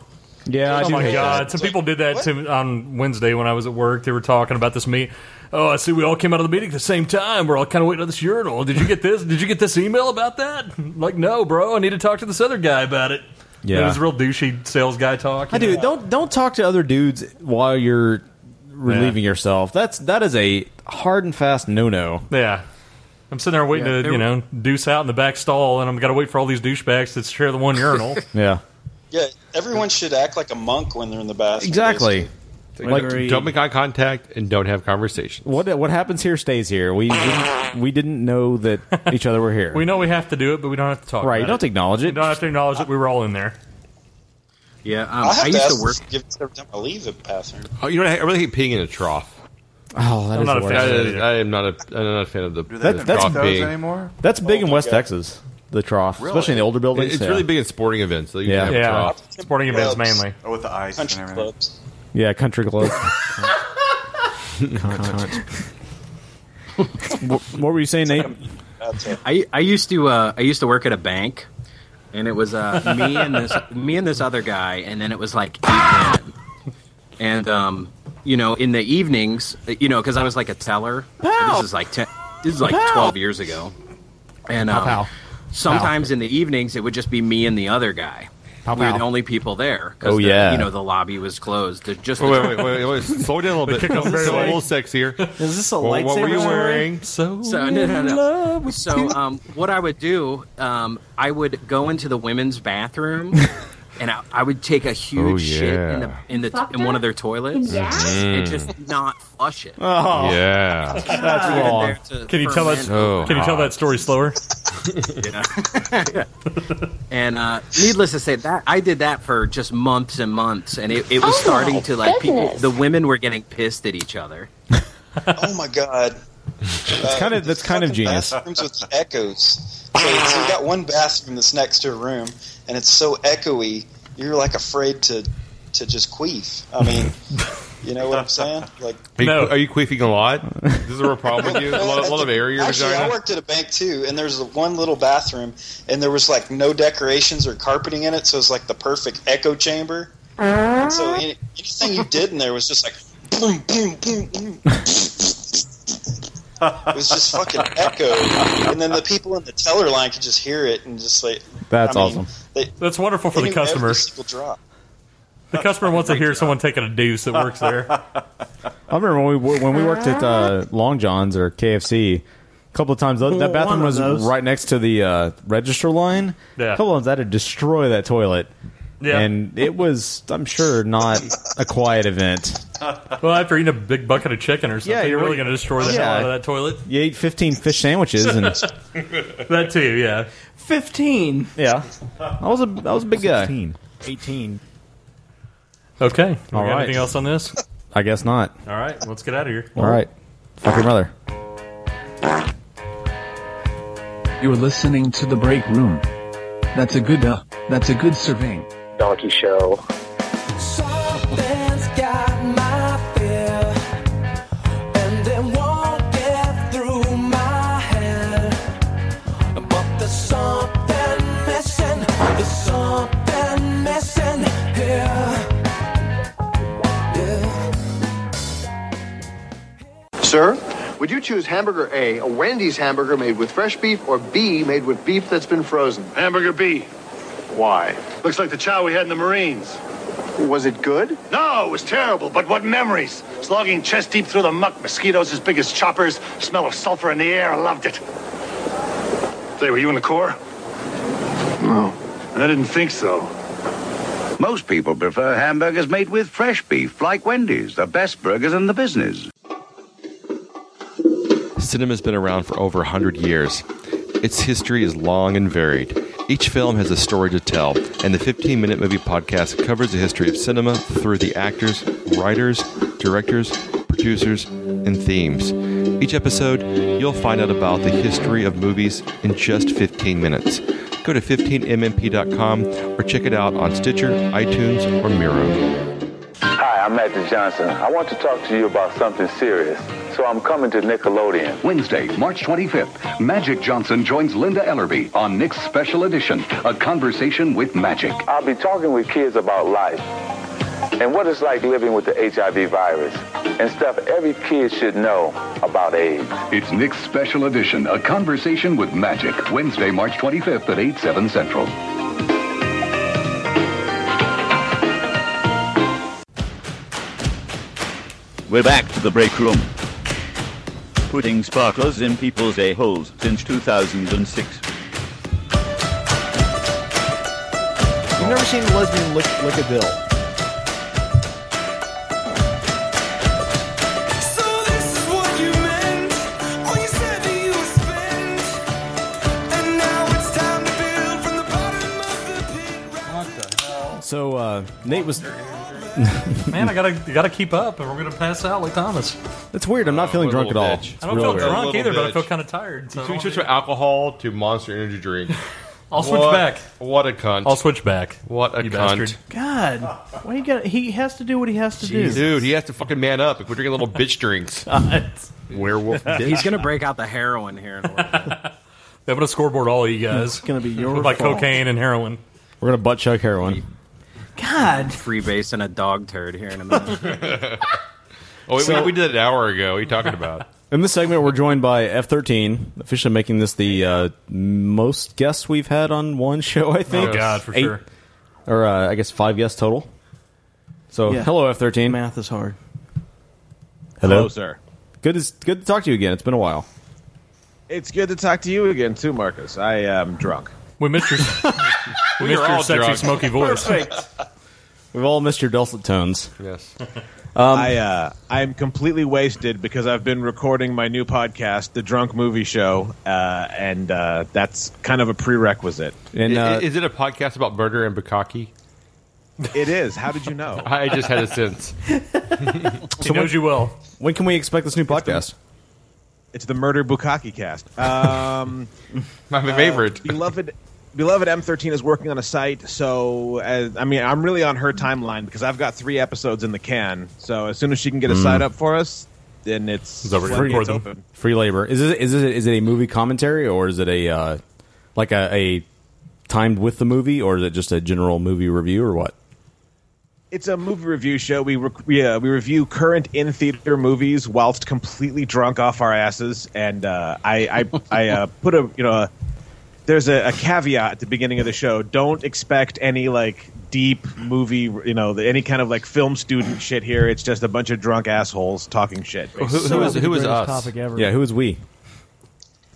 S4: Yeah,
S11: I
S6: oh
S11: do
S6: my
S11: hate
S6: god!
S11: that.
S6: Some people did that to me on Wednesday when I was at work. They were talking about this meet. Oh, I see. We all came out of the meeting at the same time. We're all kind of waiting on this urinal. Did you get this? Did you get this email about that? Like, no, bro. I need to talk to this other guy about it.
S4: Yeah.
S6: it was real douchey sales guy talk.
S4: I
S6: you
S4: do.
S6: know?
S4: Don't don't talk to other dudes while you're relieving yourself. That's that is a hard and fast no no.
S6: Yeah. I'm sitting there waiting
S4: Yeah.
S6: to, you know, deuce out in the back stall, and I'm got to wait for all these douchebags to share the one urinal.
S4: Yeah.
S11: Yeah, everyone should act like a monk when they're in the bathroom.
S8: Like,
S4: Very-
S8: don't make eye contact and don't have conversation.
S4: What what happens here stays here. We didn't, we didn't know that each other were here.
S6: we know we have to do it, but we don't have to talk.
S4: Right,
S6: about
S4: don't acknowledge it.
S6: We don't have to acknowledge that we were all in there.
S9: Yeah, um,
S11: I have
S9: I
S11: to
S9: used
S11: ask
S9: to work.
S11: this give this every time I leave a bathroom.
S8: Oh, you know, what? I really hate peeing in a trough.
S4: Oh, that
S8: I'm
S4: is
S8: not
S4: the
S8: a fan.
S4: worst.
S8: That is- I am not a. I'm not a fan of the.
S4: That-
S8: the
S4: that's
S8: trough
S4: those
S8: being.
S10: anymore?
S4: That's big in West Texas. The trough, especially in the older buildings.
S8: It- It's
S4: yeah.
S8: really big in sporting events. They usually
S4: Yeah.
S8: have a
S4: Yeah.
S8: trough.
S6: Sporting events mainly.
S10: Oh, with the ice and everything.
S4: Yeah, country club. what, what were you saying, Nate?
S9: I, I used to uh, I used to work at a bank, and it was uh, me and this me and this other guy, and then it was like eight women, and um, you know, in the evenings, you know, because I was like a teller. This is like ten, this is like
S14: Pow.
S9: twelve years ago, and
S14: Pow,
S9: um,
S14: pow.
S9: sometimes in the evenings it would just be me and the other guy.
S4: Pow,
S9: we were
S4: pow.
S9: the only people there. 'cause
S4: Oh,
S9: the-
S4: yeah.
S9: you know the lobby was closed. There's just
S8: Wait, wait, wait, wait, wait. Slow down a little bit.
S9: Kick off
S8: This is a
S9: very
S8: little
S9: late.
S8: sexier.
S5: Is this a
S8: What- What were you
S9: lightsaber story?
S8: wearing?
S6: So,
S9: no, no, no. So, um, what I would do, um, I would go into the women's bathroom, and I, I would take a huge
S8: Oh,
S9: shit in the
S8: yeah.
S9: in the in one of their toilets,
S8: Yeah?
S9: and
S8: Mhm.
S9: just not flush it.
S8: Oh. Yeah. That's
S9: Leave it
S8: wrong. Oh,
S9: there to
S6: Can you tell that?
S9: ferment.
S4: Oh.
S6: can you tell that story slower?
S9: Yeah. and uh, needless to say, that I did that for just months and months, and it, it was
S11: Oh,
S9: starting to like people.
S11: goodness.
S9: The women were getting pissed at each other.
S11: oh my god. It's
S4: kind of that's kind of genius.
S11: Bathrooms with the echoes. So, so you got one bathroom that's next to a room, and it's so echoey, you're like afraid to to just queef. I mean, you know what I'm saying? Like,
S8: Are you, are you queefing a lot? This is a real problem with you. A lot, a lot of air in your
S11: Actually, I
S8: vagina.
S11: worked at a bank too, and there's one little bathroom, and there was like no decorations or carpeting in it, so it's like the perfect echo chamber. And so any, anything you did in there was just like boom, boom, boom, boom. it was just fucking echo, and then the people in the teller line could just hear it and just like
S4: That's
S11: I mean,
S4: awesome.
S11: They,
S6: That's wonderful for
S11: they
S6: the
S11: knew every
S6: customer.
S11: single drop.
S6: The customer wants to hear someone taking a deuce that works there.
S4: I remember when we when we worked at uh, Long John's or KFC. A couple of times, tho-
S6: Uh-huh. Well,
S4: that bathroom
S6: one of
S4: was
S6: those.
S4: right next to the uh, register line.
S6: Yeah.
S4: A couple of times, I had to destroy that toilet.
S6: Yeah.
S4: And it was, I'm sure, not a quiet event.
S6: well, after eating a big bucket of chicken or something,
S4: Yeah,
S6: you're,
S4: you're
S6: really
S4: right.
S6: going to destroy the
S4: Yeah.
S6: hell out of that toilet.
S4: You ate 15 fish sandwiches, and
S6: that too, yeah.
S5: Fifteen.
S4: Yeah. I was a I was a big guy.
S5: 18.
S6: Okay.
S4: All
S6: we got
S4: right.
S6: Anything else Oh, on this?
S4: I guess not.
S6: All right, let's get out of here.
S4: All right, fuck your mother.
S15: You're listening to the break room. That's a good uh, that's a good surveying.
S16: Donkey Show.
S14: Something's got my fear, and it won't get through my head. But there's something missing, there's something missing here.
S17: Sir, would you choose hamburger A, a Wendy's hamburger made with fresh beef, or B, made with beef that's been frozen?
S18: Hamburger B.
S17: Why?
S18: Looks like the chow we had in the Marines.
S17: Was it good?
S18: No, it was terrible, but what memories! Slogging chest deep through the muck, mosquitoes as big as choppers, smell of sulfur in the air, I loved it. Say, were you in the Corps? No. I didn't think so.
S16: Most people prefer hamburgers made with fresh beef, like Wendy's, the best burgers in the business.
S8: Cinema's been around for over 100 years. Its history is long and varied. Each film has a story to tell, and the 15 Minute Movie Podcast covers the history of cinema through the actors, writers, directors, producers, and themes. Each episode, you'll find out about the history of movies in just 15 minutes. Go to 15mmp.com or check it out on Stitcher, iTunes, or Miro.
S19: Hi, I'm Matthew Johnson. I want to talk to you about something serious, so I'm coming to Nickelodeon.
S20: Wednesday, March 25th, Magic Johnson joins Linda Ellerby on Nick's Special Edition, A Conversation with Magic.
S19: I'll be talking with kids about life and what it's like living with the HIV virus and stuff every kid should know about AIDS.
S20: It's Nick's Special Edition, A Conversation with Magic, Wednesday, March 25th at 8, 7 Central.
S21: We're back to the break room. Putting sparklers in people's a-holes since 2006.
S4: You've never seen a lesbian lick, lick a dill. So uh, Nate was.
S6: Man, I gotta you gotta keep up, or we're gonna pass out like Thomas.
S4: It's weird. I'm not feeling drunk at all. It's
S6: I don't
S4: real
S6: feel
S4: weird.
S6: drunk either, but I feel kind of tired. So I
S8: So we
S6: don't-
S8: switch from alcohol to monster energy drink.
S6: I'll switch
S8: What-
S6: back.
S8: What a cunt.
S6: I'll switch back.
S8: What a
S6: You
S8: cunt.
S6: bastard.
S5: God, why you got? He has to do what he has to do.
S8: Jeez. Dude, he has to fucking man up and quit drinking little bitch drinks. Werewolf bitch.
S9: He's gonna break out the heroin here. In a little
S6: I'm gonna scoreboard all you guys. It's
S5: gonna be your
S6: like
S9: fault.
S6: cocaine and heroin.
S4: We're gonna butt chug heroin.
S5: God,
S9: freebase and a dog turd here in a minute.
S8: Oh, we,
S4: So-
S8: we did it an hour ago. What are you talking about?
S4: In this segment, we're joined by F13, officially making this the uh, most guests we've had on one show. I think.
S6: Oh, God, for sure.
S4: Or uh, I guess five guests total. So
S5: Yeah.
S4: hello, F13.
S5: Math is hard.
S4: Hello,
S22: Hello, sir.
S4: Good is good to talk to you again. It's been a while.
S22: It's good to talk to you again, too, Marcus. I am drunk.
S6: We missed your,
S22: We are all drunk.
S5: Perfect.
S4: We've all missed your dulcet tones.
S8: Yes.
S4: Um,
S22: I uh, I am completely wasted because I've been recording my new podcast, The Drunk Movie Show, uh, and uh, that's kind of a prerequisite.
S8: And,
S4: uh,
S8: is it a podcast about murder and bukkake?
S22: it is. How did you know?
S8: I just had a sense.
S6: he knows you well.
S4: When can we expect this new podcast?
S22: It's the Murder Bukaki Cast. Um, uh,
S8: My favorite.
S22: beloved. Beloved M13 is working on a site, so as, I mean, I'm really on her timeline because I've got three episodes in the can. So as soon as she can get a
S4: Mm.
S22: site up for us, then it's, well, it's open.
S4: Free labor. Is it is it is it a movie commentary or is it a uh, like a, a timed with the movie or is it just a general movie review or what?
S22: It's a movie review show. We re- we, uh, we review current in theater movies whilst completely drunk off our asses. And uh, I I, I uh, put a you know a, there's a, a caveat at the beginning of the show. Don't expect any like deep movie you know any kind of like film student shit here. It's just a bunch of drunk assholes talking shit.
S8: Who- who So is- who is the greatest us? topic ever. Yeah, who
S4: is we?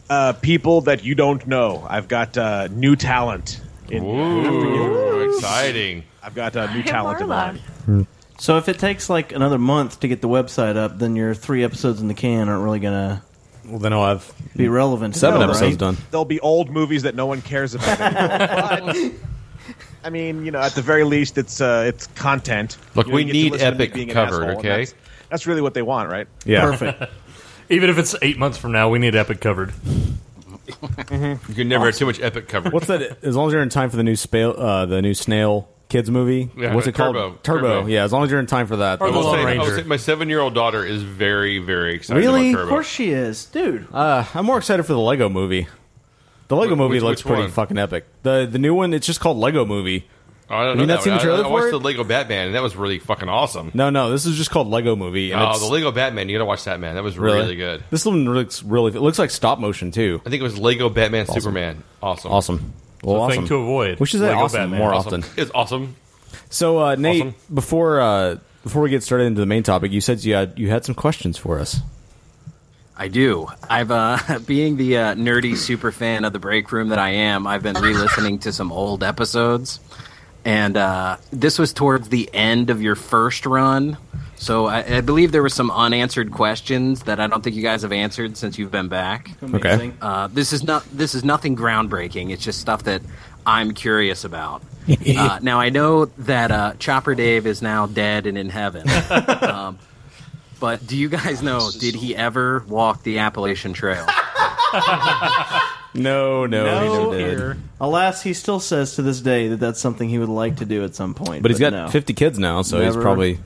S22: Uh, people that you don't know. I've got uh, new talent. In,
S8: Ooh, exciting!
S22: I've got uh, new talent in mind.
S5: So if it takes like another month to get the website up, then your three episodes in the can aren't really gonna.
S4: Well, then I'll have
S8: Mm.
S5: be relevant. to
S4: seven
S5: them,
S4: episodes
S5: right?
S4: done.
S22: There'll be old movies that no one cares about. anymore, but, I mean, you know, at the very least, it's uh, it's content.
S8: Look,
S22: You know,
S8: we
S22: you get to
S8: need
S22: listen to me
S8: epic
S22: being an
S8: covered,
S22: asshole, and
S8: okay?
S22: That's, that's really what they want, right?
S6: Even if it's eight months from now, we need epic covered.
S8: You can never have too much epic coverage.
S4: What's that? As long as you're in time for the new spale, uh, the new snail kids movie.
S8: Yeah,
S4: What's it
S8: Turbo.
S4: called? Turbo.
S8: Turbo.
S4: Yeah, as long as you're in time for that.
S8: I
S4: then-
S8: will say, I will say my seven-year-old daughter is very, very excited.
S4: Really?
S8: About Turbo.
S5: she is, dude.
S4: Uh, I'm more excited for the Lego Movie. The Lego Movie
S8: which-
S4: looks
S8: which
S4: pretty
S8: one?
S4: fucking epic. The the new one, it's just called Lego Movie.
S8: Oh, I don't
S4: Have you
S8: know
S4: not
S8: that
S4: seen
S8: one.
S4: the trailer
S8: I, I
S4: for
S8: watched
S4: it?
S8: the Lego Batman, and that was really fucking awesome.
S4: No, no, this is just called Lego Movie. And
S8: Oh,
S4: it's
S8: the Lego Batman. You gotta watch that man. That was really, good.
S4: This one looks really. It looks like stop motion too.
S8: I think it was Lego Batman
S4: Awesome.
S8: Superman. Awesome.
S4: Awesome. Well,
S8: It's a
S4: awesome.
S8: thing to avoid.
S4: We should say
S8: Lego
S4: awesome
S8: Batman.
S4: more
S8: Awesome.
S4: often.
S8: It's awesome.
S4: So, uh, Nate,
S8: Awesome.
S4: before uh, before we get started into the main topic, you said you had you had some questions for us.
S9: I do. I've uh, being the uh, nerdy super fan of the break room that I am. I've been re-listening to some old episodes, and uh, this was towards the end of your first run. So I, I believe there were some unanswered questions that I don't think you guys have answered since you've been back.
S4: Okay. Amazing.
S9: Uh, this is not. This is nothing groundbreaking. It's just stuff that I'm curious about. uh, now I know that uh, Chopper Dave is now dead and in heaven. um, but do you guys know? Did he ever walk the Appalachian Trail?
S4: No, no,
S5: No
S4: he never did.
S5: Alas, he still says to this day that that's something he would like to do at some point.
S4: But he's got
S5: no.
S4: 50 kids now, so
S5: Never.
S4: he's probably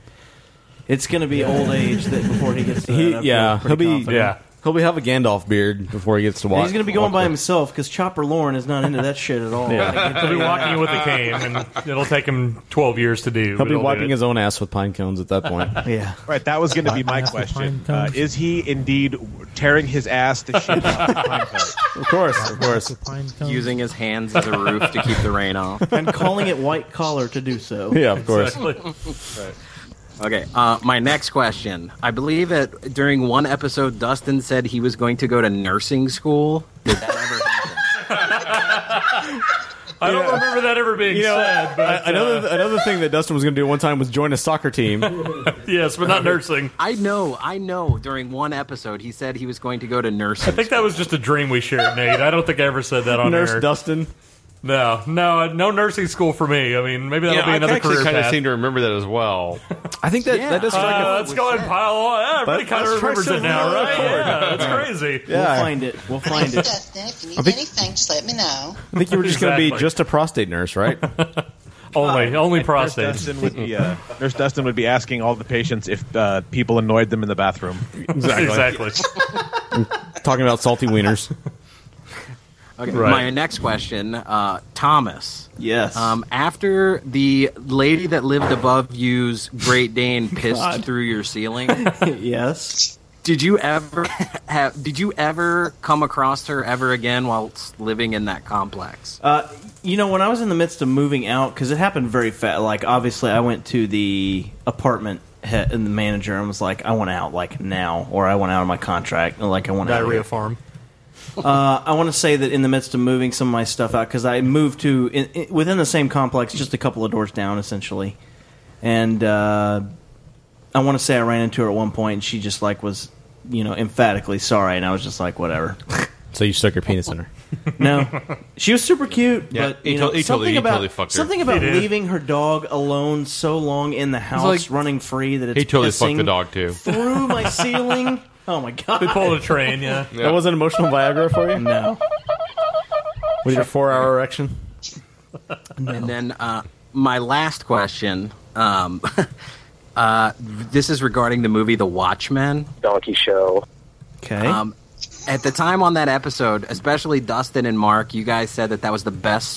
S5: It's going to be old age that before he gets to
S4: he,
S5: that, I feel
S4: yeah
S5: pretty
S4: he'll be
S5: confident.
S4: he'll be have a Gandalf beard before he gets to
S5: And
S4: walk.
S5: he's going to be going by himself because Chopper Lauren is not into that shit at all. I can
S6: Yeah.
S5: tell
S6: He'll be
S5: you that.
S6: walking with a cane, and it'll take him 12 years to do.
S4: He'll
S6: but
S4: be
S6: do
S4: wiping
S6: it.
S4: his own ass with pine cones at that point.
S5: yeah.
S22: Right, that was going to be my
S6: Ass with
S22: question.
S6: pine
S22: Uh,
S6: cones.
S22: is he indeed tearing his ass to shit out of pine cones?
S4: Of course, of course.
S9: Using his hands as a roof to keep the rain off.
S5: and calling it white collar to do so.
S9: Okay, uh, my next question. I believe that during one episode, Dustin said he was going to go to nursing school. Did that ever
S6: I don't remember that ever being
S4: You know,
S6: said. But,
S4: I- another
S6: uh,
S4: another thing that Dustin was going to do one time was join a soccer team.
S6: yes, but not nursing.
S9: I know, I know. During one episode, he said he was going to go to nursing.
S6: I think that was just a dream we shared, Nate. I don't think I ever said that on
S9: Nurse
S6: air.
S4: Dustin.
S6: No, no, no nursing school for me. I mean, maybe that'll
S8: Yeah,
S6: be
S8: I
S6: another
S8: actually
S6: career
S8: kinda
S6: path.
S8: seem to remember that as well.
S4: I think that that does strike
S6: Uh,
S4: a-
S6: let's go ahead and pile on. Yeah, Everybody
S4: That-
S6: kind of
S4: that strikes
S6: remembers
S4: a
S6: it now,
S4: real
S6: right?
S4: chord.
S6: Yeah, that's crazy.
S4: Yeah.
S5: We'll find it. We'll find
S1: Hey,
S5: it.
S1: Dustin, if you need
S4: I think-
S1: anything, just let me know.
S4: I think you were just going to be
S22: Exactly.
S4: just a prostate nurse, right?
S6: only, only
S22: Nurse Dustin would be, uh, Nurse Dustin would be asking all the patients if uh, people annoyed them in the bathroom.
S6: Exactly.
S4: Talking about salty wieners.
S9: Okay.
S4: Right.
S9: My next question, uh, Thomas.
S5: Yes.
S9: Um, after the lady that lived above you's Great Dane pissed
S5: God.
S9: through your ceiling,
S5: yes.
S9: Did you ever have? Did you ever come across her ever again whilst living in that complex?
S5: Uh, you know, when I was in the midst of moving out, because it happened very fast. Like, obviously, I went to the apartment head and the manager and was like, "I want out like now," or "I want out of my contract," and like, "I want out." of
S6: Diarrhea
S5: here."
S6: farm.
S5: Uh, I want to say that in the midst of moving some of my stuff out, because I moved to in, in- within the same complex, just a couple of doors down, essentially. And uh, I want to say I ran into her at one point, and she just like was, you know, emphatically sorry, and I was just like, whatever.
S4: so you stuck your penis in her.
S5: No, she was super cute,
S4: Yeah,
S5: but
S4: he
S5: you know,
S4: totally- he
S5: something
S4: totally- he
S5: about
S4: totally fucked her.
S5: something about
S4: He did.
S5: leaving her dog alone so long in the house,
S8: like-
S5: running free, that it's
S8: He totally fucked the
S5: pissing
S8: dog too.
S5: through my ceiling. Oh my god!
S6: They pulled a train, yeah.
S4: That was an emotional Viagra for you?
S5: No.
S4: With your four hour erection?
S9: And then uh, my last question. Um, uh, this is regarding the movie The Watchmen. Donkey Show.
S5: Okay.
S9: Um, at the time on that episode, especially Dustin and Mark, you guys said that that was the best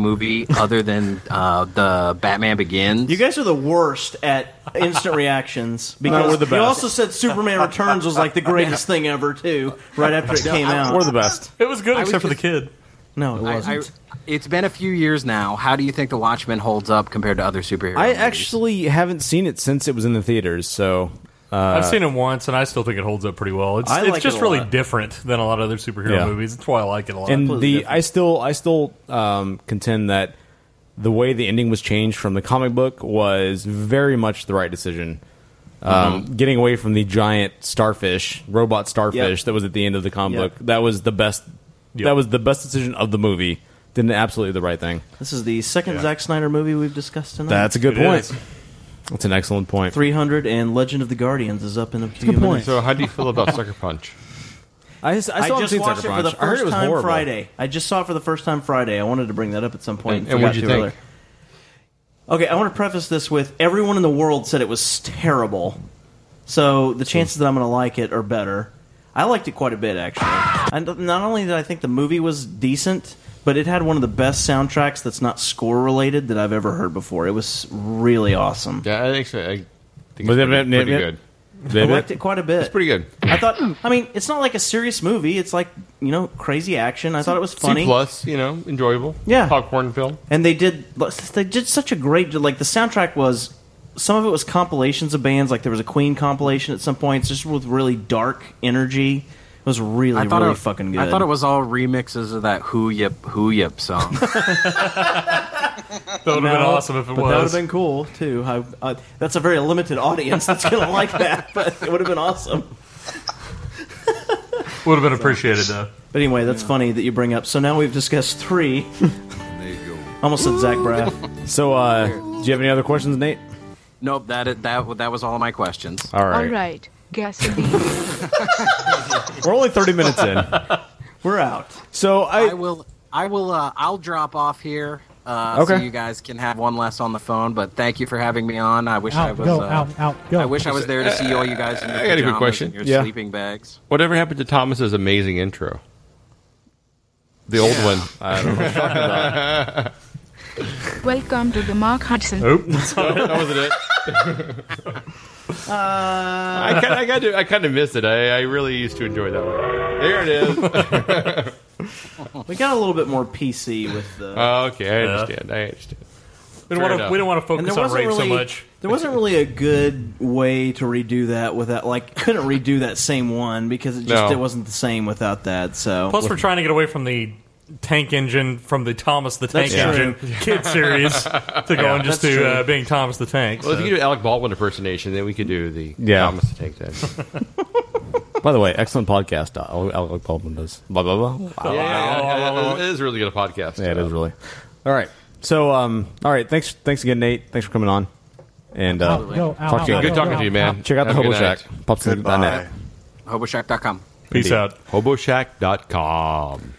S9: movie other than uh, the Batman Begins.
S5: You guys are the worst at instant reactions because
S9: we're the
S5: you
S9: best.
S5: also said Superman Returns was like the greatest thing ever too. Right after it
S9: No,
S5: came
S9: I-
S5: out,
S9: We're the best.
S6: It was good
S9: I was
S6: except for the
S9: just-
S6: kid.
S5: No, it
S9: I- I-
S5: wasn't.
S9: it's been a few years now. How do you think The Watchmen holds up compared to other superheroes?
S4: I actually haven't seen it since it was in the theaters, so. Uh,
S6: I've seen it once, and I still think it holds up pretty well. It's,
S4: I
S6: it's
S4: like
S6: just
S4: it a
S6: really
S4: lot.
S6: different than a lot of other superhero
S4: Yeah.
S6: movies. That's why I like it a lot.
S4: And the I still I still um, contend that the way the ending was changed from the comic book was very much the right decision. Um,
S5: Mm-hmm.
S4: Getting away from the giant starfish, robot starfish that was at the end of the comic
S5: Yep.
S4: book, that was the best. That was the best decision of the movie. Did absolutely the right thing.
S5: This is the second
S4: Yeah.
S5: Zack Snyder movie we've discussed tonight.
S4: That's a good point. That's an excellent point.
S5: Three hundred and Legend of the Guardians is up in a few
S4: good point.
S5: minutes.
S4: So how
S8: do you feel about Sucker Punch?
S4: I, s- I still haven't
S5: just
S4: seen
S5: watched
S4: Sucker
S5: it for the
S4: Punch. I heard
S5: first
S4: it was
S5: time
S4: horrible.
S5: Friday. I just saw it for the first time Friday. I wanted to bring that up at some point
S8: And- and
S5: forgot
S8: what'd you
S5: to
S8: think?
S5: earlier. Okay, I want to preface this with everyone in the world said it was terrible, so the chances that I'm going to like it are better. I liked it quite a bit actually. And not only did I think the movie was decent, but it had one of the best soundtracks that's not score related that I've ever heard before. It was really awesome.
S8: Yeah, I think so. I think
S4: Was
S8: it's
S4: it-
S8: pretty,
S4: it-
S8: pretty
S4: it-
S8: good.
S5: I liked it quite a bit.
S8: It's pretty good.
S5: I thought. I mean, it's not like a serious movie. It's like you know, crazy action. I thought it was funny.
S8: C plus, you know, enjoyable.
S5: Yeah.
S8: popcorn film.
S5: And they did. They did such a great. Like the soundtrack was some of it was compilations of bands. Like there was a Queen compilation at some points, just with really dark energy. It was really,
S9: I thought
S5: really
S9: it,
S5: fucking good.
S9: I thought it was all remixes of that Who Yip Who Yip song.
S6: That would have been awesome if it
S5: but That would
S6: was.
S5: have been cool too. I, I, that's a very limited audience that's gonna like that, but it would have been awesome.
S6: Would have been appreciated though.
S5: But anyway, that's funny that you bring up. So now we've discussed three.
S9: there you go.
S5: Almost said Zach Braff.
S4: So, uh, do you have any other questions, Nate?
S9: Nope that that that was all of my questions.
S4: All
S1: All
S4: right.
S1: right. Gasoline.
S4: We're only 30 minutes in.
S5: We're out.
S4: So I,
S9: will I will uh, I'll drop off here. Uh, So
S4: Okay.
S9: you guys can have one less on the phone, but thank you for having me on. I wish I
S8: Out,
S9: was.
S8: go,
S9: uh,
S8: out, out, go.
S9: I wish I was there to see all you guys. In your
S8: I got a good
S9: pajamas
S8: question.
S9: and Your
S8: Yeah.
S9: sleeping bags.
S8: Whatever happened to Thomas's amazing intro? The old
S9: Yeah.
S8: one.
S9: I don't know what you're talking
S8: about.
S1: Welcome to the Mark Hudson.
S8: Nope. that wasn't it.
S7: Uh,
S8: I kind of, I got to, I kind of missed it. I, I really used to enjoy that one. There it is.
S5: we got a little bit more PC with the.
S8: oh, okay, I understand. I understand.
S6: We don't want to. We don't want to
S5: And
S6: focus
S5: there
S6: on
S5: wasn't
S6: rape so
S5: really-
S6: much.
S5: There wasn't really a good way to redo that without, like, couldn't redo that same one because it just
S6: No.
S5: it wasn't the same without that. So
S6: Plus, we're trying to get away from the tank engine from the Thomas the Tank
S5: That's true.
S6: Engine kid series to
S8: Yeah,
S6: going just
S8: that's
S6: to uh,
S8: true.
S6: being Thomas the Tank.
S8: Well,
S6: so.
S8: if you do Alec Baldwin impersonation, then we could do the
S4: Yeah.
S8: Thomas the Tank Engine.
S4: By the way, excellent podcast. uh, Al- Alec Baldwin does. Blah, blah, blah.
S8: Yeah, yeah, yeah, it is really good a podcast.
S4: Yeah, it is really. All right. So, um, all right. Thanks, thanks again, Nate. Thanks for coming on. And uh,
S9: Absolutely. Go,
S4: talk
S9: out,
S4: to you.
S9: out, Good out, talking out, to you, man. out.
S4: Check out the
S8: Have a
S4: Hobo
S8: good night.
S4: Shack. Popson.net.
S9: Hoboshack.com.
S4: Peace out.
S8: Hoboshack.com.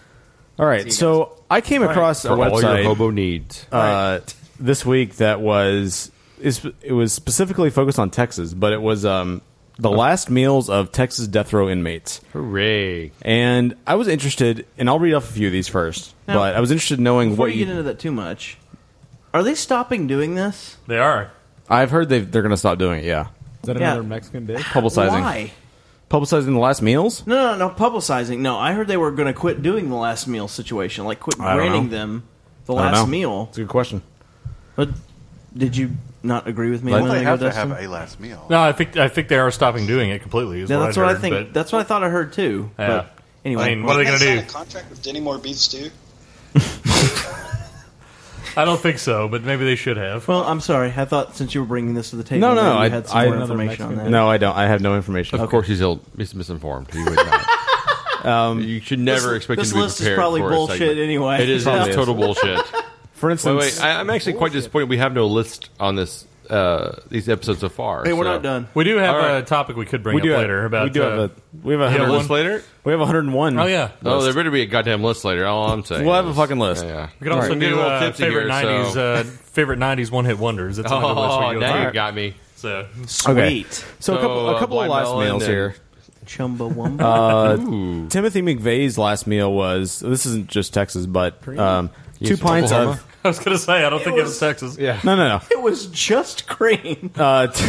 S4: All right. So I came
S8: All right.
S4: across a
S8: For all
S4: website
S8: your hobo needs.
S4: uh, this week that was is it was specifically focused on Texas, but it was um, the last meals of Texas death row inmates.
S8: Hooray!
S4: And I was interested, and I'll read off a few of these first. but I was interested in knowing
S5: Before
S4: what
S5: you,
S4: you.
S5: get into that too much, are they stopping doing this?
S6: They are.
S4: I've heard they they're going to stop doing it. Yeah.
S5: Is that another Yeah.
S13: Mexican dish?
S4: Publicizing.
S5: Why?
S4: Publicizing the last meals?
S5: No, no, no. Publicizing. No, I heard they were going to quit doing the last meal situation, like quit
S4: I don't
S5: granting
S4: know.
S5: them the
S4: I don't
S5: last
S4: know.
S5: meal.
S4: It's a good question.
S5: But did you not agree with me?
S6: Well,
S5: a
S6: they
S5: minute
S6: have
S5: ago,
S6: to have
S5: Dustin?
S6: a No, I think I think they are stopping doing it completely. Is
S5: Yeah,
S6: what
S5: that's
S6: I
S5: what I
S6: heard,
S5: think.
S6: but-
S5: that's what I thought I heard too.
S6: Yeah.
S5: But anyway,
S6: I mean, what are they
S11: Didn't
S6: going
S11: they
S6: to do?
S11: sign A contract with Denny Moore Beef Stew.
S6: I don't think so, but maybe they should have.
S5: Well, I'm sorry. I thought since you were bringing this to the table,
S4: No, no,
S5: that you
S4: I-
S5: had some
S4: I-
S5: more
S4: Another
S5: information on that.
S4: No, I don't. I have no information.
S8: Of course, he's, ill, he's misinformed. He would not.
S4: Um,
S8: you should never
S4: This-
S8: expect
S4: this
S8: him to be
S4: list is
S8: prepared
S4: probably
S8: for a
S4: bullshit
S8: segment.
S4: anyway.
S8: It is
S4: Probably
S8: it's total
S4: is.
S8: bullshit.
S4: For
S8: Wait,
S4: instance-
S8: wait, I, I'm actually quite disappointed. We have no list on this uh, these episodes so far.
S6: Hey, we're
S8: so-
S6: not done. We do have
S8: All
S6: a topic we could bring
S8: We
S6: up
S8: do have-
S6: later about.
S8: we do have
S6: uh,
S8: a- we have a
S6: you
S8: hundred
S6: one?
S8: list later?
S4: We have 101.
S6: Oh yeah.
S8: Oh, there better be a goddamn list later. All I'm saying.
S4: We'll have
S8: is-
S4: a fucking list.
S8: Yeah, yeah.
S6: We could also
S8: I'm getting
S6: do
S8: a little
S6: uh,
S8: tipsy
S6: favorite
S8: here,
S6: '90s,
S8: so-
S6: uh, favorite '90s one-hit wonders. That's another list we
S8: oh,
S6: could go
S8: now
S6: through.
S8: you got me.
S6: So
S4: Okay. So, a couple,
S8: uh,
S4: a couple of
S8: Blind
S4: last
S8: Melon
S4: meals
S8: and-
S4: here.
S5: Chumbawamba.
S4: Uh, Timothy McVeigh's last meal was this isn't just Texas, but um, two pints of
S6: I was going to say I don't think it was
S5: was-
S6: Texas. Yeah.
S4: no, no, no.
S5: It was just cream.
S4: Uh, t-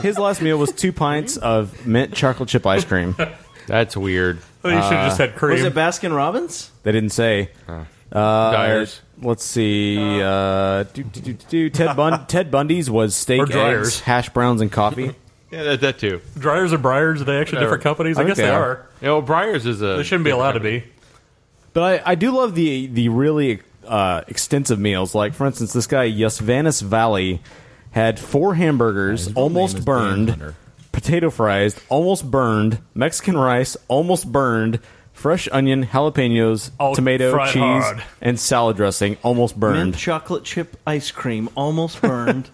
S4: his last meal was two pints of mint chocolate chip ice cream. Uh,
S8: That's weird.
S6: Well, Oh, you should've just had cream.
S5: Was it Baskin Robbins?
S4: They didn't say. Uh,
S8: Dyers.
S4: Let's see. Uh, do, do, do, do, Ted, Bund- Ted Bundy's was
S6: Or
S4: steak,
S6: Dreyer's.
S4: eggs, hash browns, and coffee.
S8: Yeah, that, that too.
S6: Dryers or Briars? Are they actually different companies? I, guess they are.
S8: You know, Briars is a.
S6: They shouldn't be allowed to be.
S4: But I, I do love the the really uh, extensive meals. Like for instance, this guy Yusvanis Valley had four hamburgers, almost burned, potato fries, almost burned, Mexican rice, almost burned, fresh onion, jalapenos,
S5: All
S4: tomato,
S5: fried
S4: cheese,
S5: hard.
S4: and salad dressing, almost burned.
S5: Mint chocolate chip ice cream, almost burned.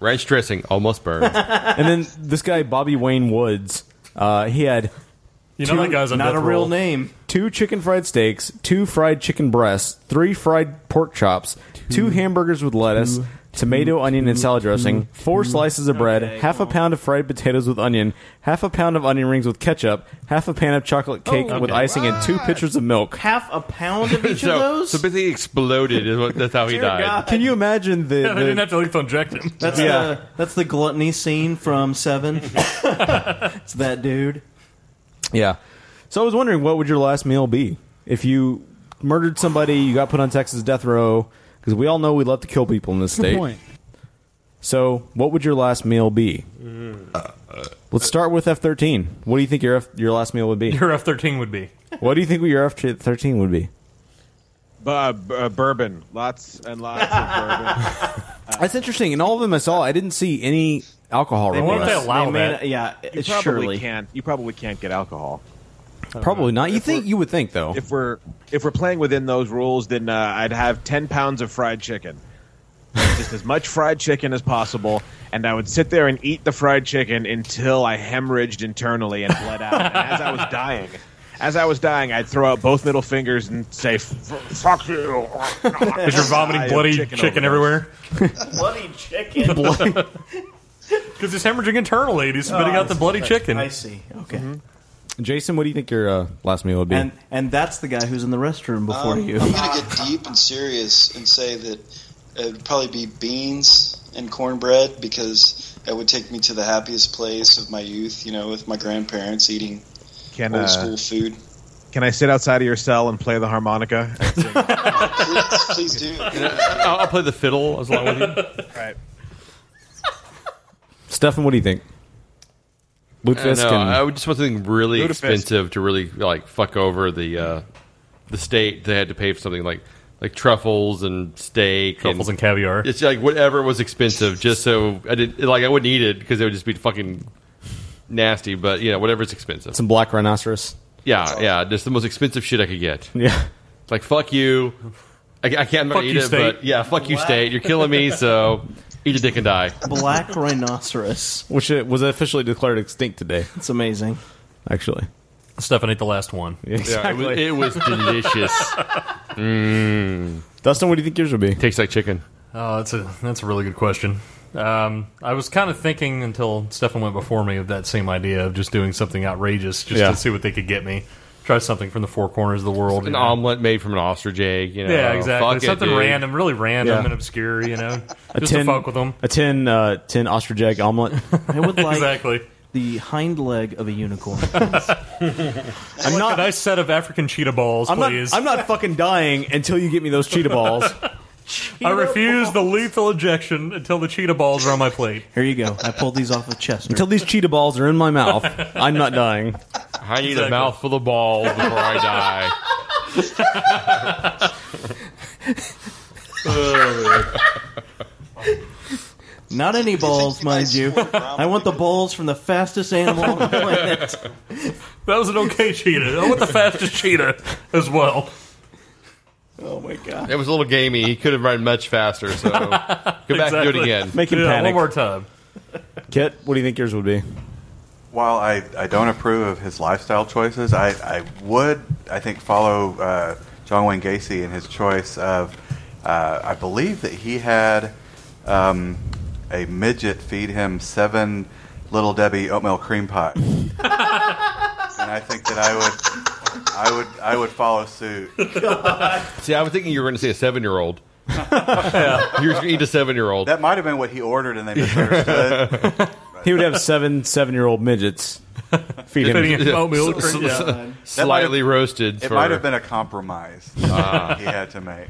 S8: Ranch dressing almost burned.
S4: and then this guy Bobby Wayne Woods, uh, he had
S6: You know that guy's on
S5: not
S6: death
S5: a real
S6: row.
S5: name.
S4: two chicken fried steaks, two fried chicken breasts, three fried pork chops, two, hamburgers with lettuce, tomato, onion, and salad dressing, four slices of bread, half a pound of fried potatoes with onion, half a pound of onion rings with ketchup, half a pan of chocolate cake
S5: Oh,
S4: with
S5: okay.
S4: icing, and two pitchers of milk.
S5: Half a pound of each
S8: so,
S5: of those.
S8: so basically, he exploded. Is what, that's how he
S5: Dear
S8: died.
S5: God.
S4: Can you imagine the?
S6: Yeah, they
S4: the-
S6: didn't have to lethal inject him.
S5: That's the that's the gluttony scene from Seven. it's that dude.
S4: yeah. So I was wondering, what would your last meal be if you murdered somebody, you got put on Texas death row? Because we all know we love to kill people in this
S13: Good
S4: state.
S13: point.
S4: So, what would your last meal be? Let's start with F thirteen. What do you think your F, your last meal would be?
S6: Your F thirteen would be.
S4: What do you think your F thirteen would be?
S22: Bu- uh, b- uh, bourbon, lots and lots of bourbon.
S4: That's interesting. In all of them I saw, I didn't see any alcohol. requests.
S22: you probably can't. You probably can't get alcohol.
S6: Oh.
S4: Probably not. You think you would think though.
S22: If we're if we're playing within those rules, then uh, I'd have ten pounds of fried chicken, just as much fried chicken as possible, and I would sit there and eat the fried chicken until I hemorrhaged internally and bled out. and as I was dying, as I was dying, I'd throw out both middle fingers and say, "F- "Fuck you!"
S6: Because you're vomiting
S22: I have
S6: bloody
S22: chicken
S6: chicken,
S22: overdose.
S6: everywhere.
S5: bloody chicken.
S6: Because he's hemorrhaging internally and he's spitting
S5: Oh,
S6: out the bloody
S5: I-
S6: chicken.
S5: I see. Okay.
S6: Mm-hmm.
S4: Jason, what do you think your uh, last meal would be?
S5: And and that's the guy who's in the restroom before
S11: Um,
S5: you.
S11: I'm going to get deep and serious and say that it would probably be beans and cornbread because that would take me to the happiest place of my youth, you know, with my grandparents eating
S22: Can
S11: old
S22: uh,
S11: school food.
S22: can I sit outside of your cell and play the harmonica?
S11: please, please do.
S8: I'll, I'll play the fiddle as long with you.
S22: Right.
S4: Stefan, what do you think? Lutefisk
S8: I, don't know.
S4: and-
S8: Uh, I would just want something really
S4: Lutefisk.
S8: expensive to really like fuck over the uh, the state. They had to pay for something like like truffles and steak,
S6: Truffles and caviar.
S8: It's like whatever was expensive, just so I did like I wouldn't eat it because it would just be fucking nasty. But you know, whatever's expensive.
S4: Some black rhinoceros.
S8: Yeah, yeah, just the most expensive shit I could get.
S4: Yeah.
S8: like fuck you. I, I can't I'm not
S6: Fuck
S8: gonna eat
S6: you,
S8: it,
S6: state.
S8: but yeah, fuck you,
S6: Black-
S8: state. You're killing me, so eat a dick and die.
S5: Black rhinoceros.
S4: Which it was officially declared extinct today.
S5: It's amazing.
S4: Actually,
S6: Stefan ate the last one.
S8: Exactly. it was delicious. Mm.
S4: Dustin, what do you think yours would be?
S8: Tastes like chicken.
S6: Oh, that's a that's a really good question. Um, I was kind of thinking until Stefan went before me of that same idea of just doing something outrageous just
S8: Yeah.
S6: to see what they could get me. Try something from the four corners of the world.
S8: An
S6: you know.
S8: omelet made from an ostrich egg. You know,
S6: yeah, exactly.
S8: Fuck it,
S6: something
S8: dude.
S6: random, really random
S4: Yeah.
S6: and obscure. You know,
S4: a
S6: just
S4: tin,
S6: to fuck with them.
S4: A tin, uh, tin ostrich egg omelet.
S5: I would like
S6: exactly.
S5: the hind leg of a unicorn.
S6: I'm not a nice set of African cheetah balls,
S4: I'm not,
S6: please.
S4: I'm not fucking dying until you get me those cheetah balls.
S6: I refuse the lethal injection until the cheetah balls are on my plate.
S5: Here you go. I pulled these off of Chester.
S4: until these cheetah balls are in my mouth, I'm not dying.
S8: I need
S6: Exactly.
S8: a mouthful of balls before I die.
S6: Oh,
S5: Not any balls, mind you. I want the balls from the fastest animal on the planet.
S6: That was an okay cheetah. I want the fastest cheetah as well.
S5: Oh my god.
S8: It was a little gamey. He could have run much faster. So go back and do it
S6: Exactly.
S8: again.
S4: Make him
S6: Yeah,
S4: panic.
S6: one more time.
S4: Kit, what do you think yours would be?
S10: While I, I don't approve of his lifestyle choices, I, I would, I think, follow uh, John Wayne Gacy in his choice of, uh, I believe that he had um, a midget feed him seven Little Debbie oatmeal cream pies. and I think that I would, I would, I would follow suit.
S8: See, I was thinking you were going to say a seven-year-old. You're going to eat a seven-year-old.
S10: That might have been what he ordered, and they misunderstood.
S4: He would have seven seven-year-old midgets feed him.
S6: Feeding him oatmeal.
S8: S-
S6: cream-
S8: s-
S6: yeah.
S8: Slightly roasted.
S10: It
S8: for-
S10: might have been a compromise
S8: Ah.
S10: he had to make.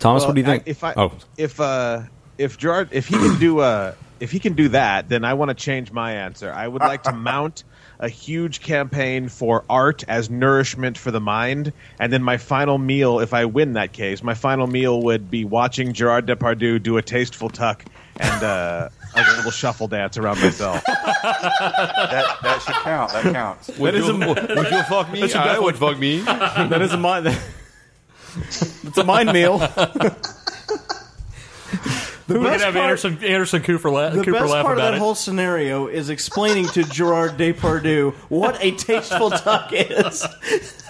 S4: Thomas, what do you
S22: Well,
S4: think?
S22: I- If I,
S4: oh,
S22: if uh, if Gerard, if he can do uh, if he can do that, then I want to change my answer. I would like to mount a huge campaign for art as nourishment for the mind, and then my final meal, if I win that case, my final meal would be watching Gerard Depardieu do a tasteful tuck and uh, a little shuffle dance around myself.
S10: That, that should count. That counts.
S4: That
S8: Would,
S4: is
S8: you,
S4: a-
S8: would you fuck me?
S4: That's a
S8: I
S4: definite-
S8: would fuck me.
S4: that is a mind. It's a mind meal.
S6: We could
S5: best
S6: have
S5: part-
S6: Anderson Anderson Cooper, la-
S5: The
S6: Cooper
S5: best
S6: laugh
S5: part of
S6: about
S5: that
S6: it.
S5: whole scenario is explaining to Gerard Depardieu what a tasteful tuck is.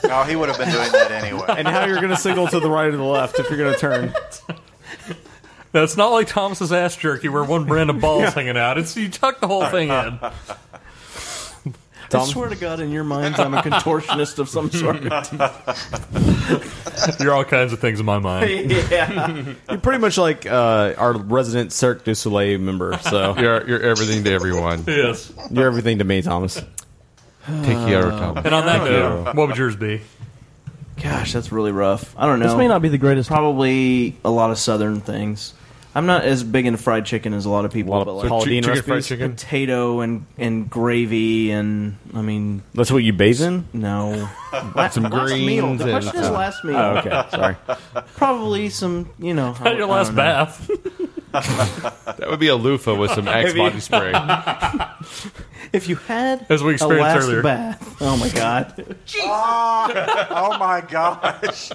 S10: No, he would have been doing that anyway.
S4: and how you're going to signal to the right or the left if you're going to turn.
S6: No, it's not like Thomas's ass jerky where one brand of balls hanging out. It's you tuck the whole thing
S4: Uh,
S6: in.
S5: I swear to God, in your minds, I'm a contortionist of some sort.
S6: You're all kinds of things in my mind.
S5: yeah.
S4: You're pretty much like uh, our resident Cirque du Soleil member, so
S8: You're, you're everything to everyone.
S6: Yes.
S4: you're everything to me, Thomas. Uh,
S8: Take care, Thomas.
S6: And on that note, what would yours be?
S5: Gosh, that's really rough. I don't know.
S15: This may not be the greatest.
S5: Probably a lot of southern things. I'm not as big into fried chicken as a lot of people. but like
S4: So Paula chi- Deen chicken recipes? fried chicken?
S5: potato and and gravy and I mean
S4: that's what you bathe in.
S5: No,
S4: Lots of
S5: Last
S4: greens
S5: meal. The
S4: and-
S5: question is last meal.
S4: Oh, okay. Sorry.
S5: Probably some, you know.
S6: Had your last bath.
S8: That would be a loofah with some Axe
S5: If you-
S8: body spray.
S5: if you had
S8: As we
S5: a
S8: experienced
S5: last
S8: earlier.
S5: bath. Oh my god.
S10: Oh, oh my gosh.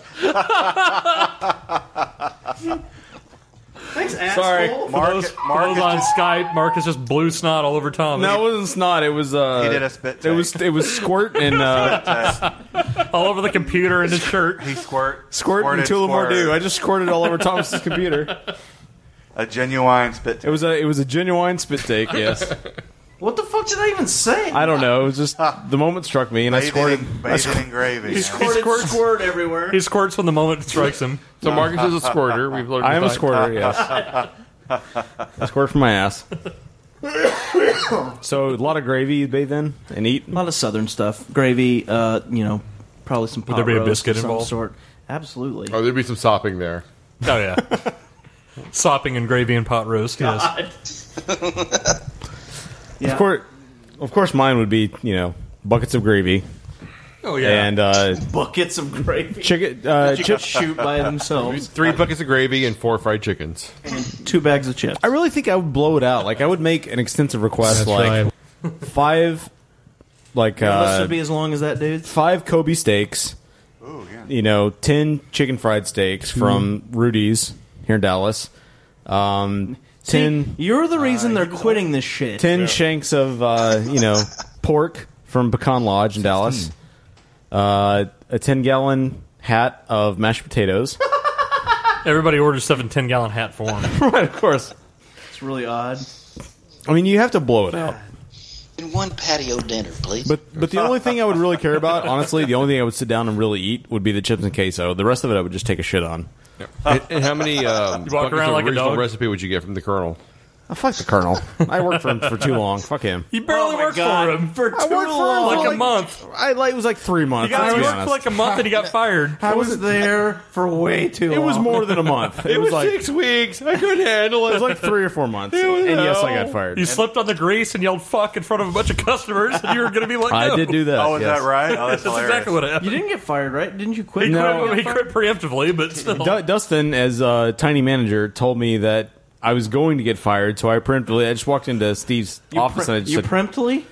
S5: Thanks,
S6: Sorry, for those, for those on Skype, Marcus just blew snot all over Tom.
S4: No, it wasn't snot. It was uh,
S6: He did a spit
S4: It was it was squirt and uh,
S6: all over the computer and his shirt.
S10: He squirt,
S4: squirt and
S10: Squirted,
S4: Tula
S10: squirt.
S4: Mordu. I just squirted all over Thomas's computer.
S10: A genuine spit.
S4: It was a it was a genuine spit take. Yes.
S5: What the fuck did I even say?
S4: I don't know. It was just the moment struck me, and I squirted. I squ-
S10: gravy.
S5: He squirted squirt everywhere.
S6: He squirts when the moment strikes him.
S8: So Marcus is a squirter. We've learned.
S4: I am a
S8: tonight.
S4: squirter. Yes. I squirt from my ass. So a lot of gravy you bathe in and eat. A
S5: lot of southern stuff. Gravy, uh, you know, probably some. Pot
S8: there be a
S5: roast of
S8: biscuit
S5: some
S8: involved?
S5: Sort. Absolutely.
S8: Oh, there'd be some sopping there.
S6: Oh yeah, sopping and gravy and pot roast.
S7: Oh,
S6: Yes.
S4: Of course, of course, mine would be you know buckets of gravy.
S5: Oh, yeah.
S4: and uh,
S5: Buckets of gravy.
S4: Chicken- uh,
S5: That you can
S4: chip-
S5: shoot by themselves.
S8: Three buckets of gravy and four fried chickens.
S5: Two bags of chips.
S4: I really think I would blow it out. Like I would make an extensive request,
S5: That's
S4: like five, like
S5: Yeah, this
S4: uh,
S5: should be as long as that, dude.
S4: five Kobe steaks. You know, ten chicken fried steaks from Rudy's here in Dallas. Um, ten,
S5: You're the reason they're quitting this shit.
S4: 10 shanks of uh, you know pork from Pecan Lodge in Dallas. Uh, a ten gallon hat of mashed potatoes.
S6: Everybody orders seven ten gallon hat for him.
S4: right, of course.
S5: It's really odd.
S4: I mean, you have to blow it out.
S11: In one patio dinner, please.
S4: But but the only thing I would really care about, honestly, the only thing I would sit down and really eat would be the chips and queso. The rest of it, I would just take a shit on.
S8: And, and how many um,
S4: You walk
S8: buckets
S4: around
S8: of
S4: like a
S8: original
S4: dog?
S8: recipe would you get from the Colonel?
S4: Oh, fuck the colonel. I worked for him for too long. Fuck him.
S6: You barely
S8: Oh
S6: worked
S4: God.
S6: for him
S5: for
S6: too long, like, a month.
S4: I like, it was like three
S6: You
S4: months.
S6: guys
S4: let's be
S6: worked for
S4: honest.
S6: like a month and he got fired.
S5: I was there for way too
S4: It was
S5: long.
S4: more than a month. It,
S5: It was
S4: like
S5: six
S8: weeks. I couldn't handle
S4: it. It was like three or four months.
S6: It was
S4: and yes, I
S6: hell.
S4: got fired.
S6: You slipped on the grease and yelled "fuck" in front of a bunch of customers, and you were going to be let
S4: I
S6: go.
S4: did do that, Oh, is yes. that right? Oh, that's hilarious.
S6: exactly what happened.
S5: You didn't get fired, right? Didn't you quit?
S6: He,
S4: No.
S6: quit, he quit preemptively, but still.
S4: Oh, Du- Dustin, as a tiny manager, told me that I was going to get fired, so I preemptively I just walked into Steve's office and I just
S8: you
S4: said,
S5: preemptively.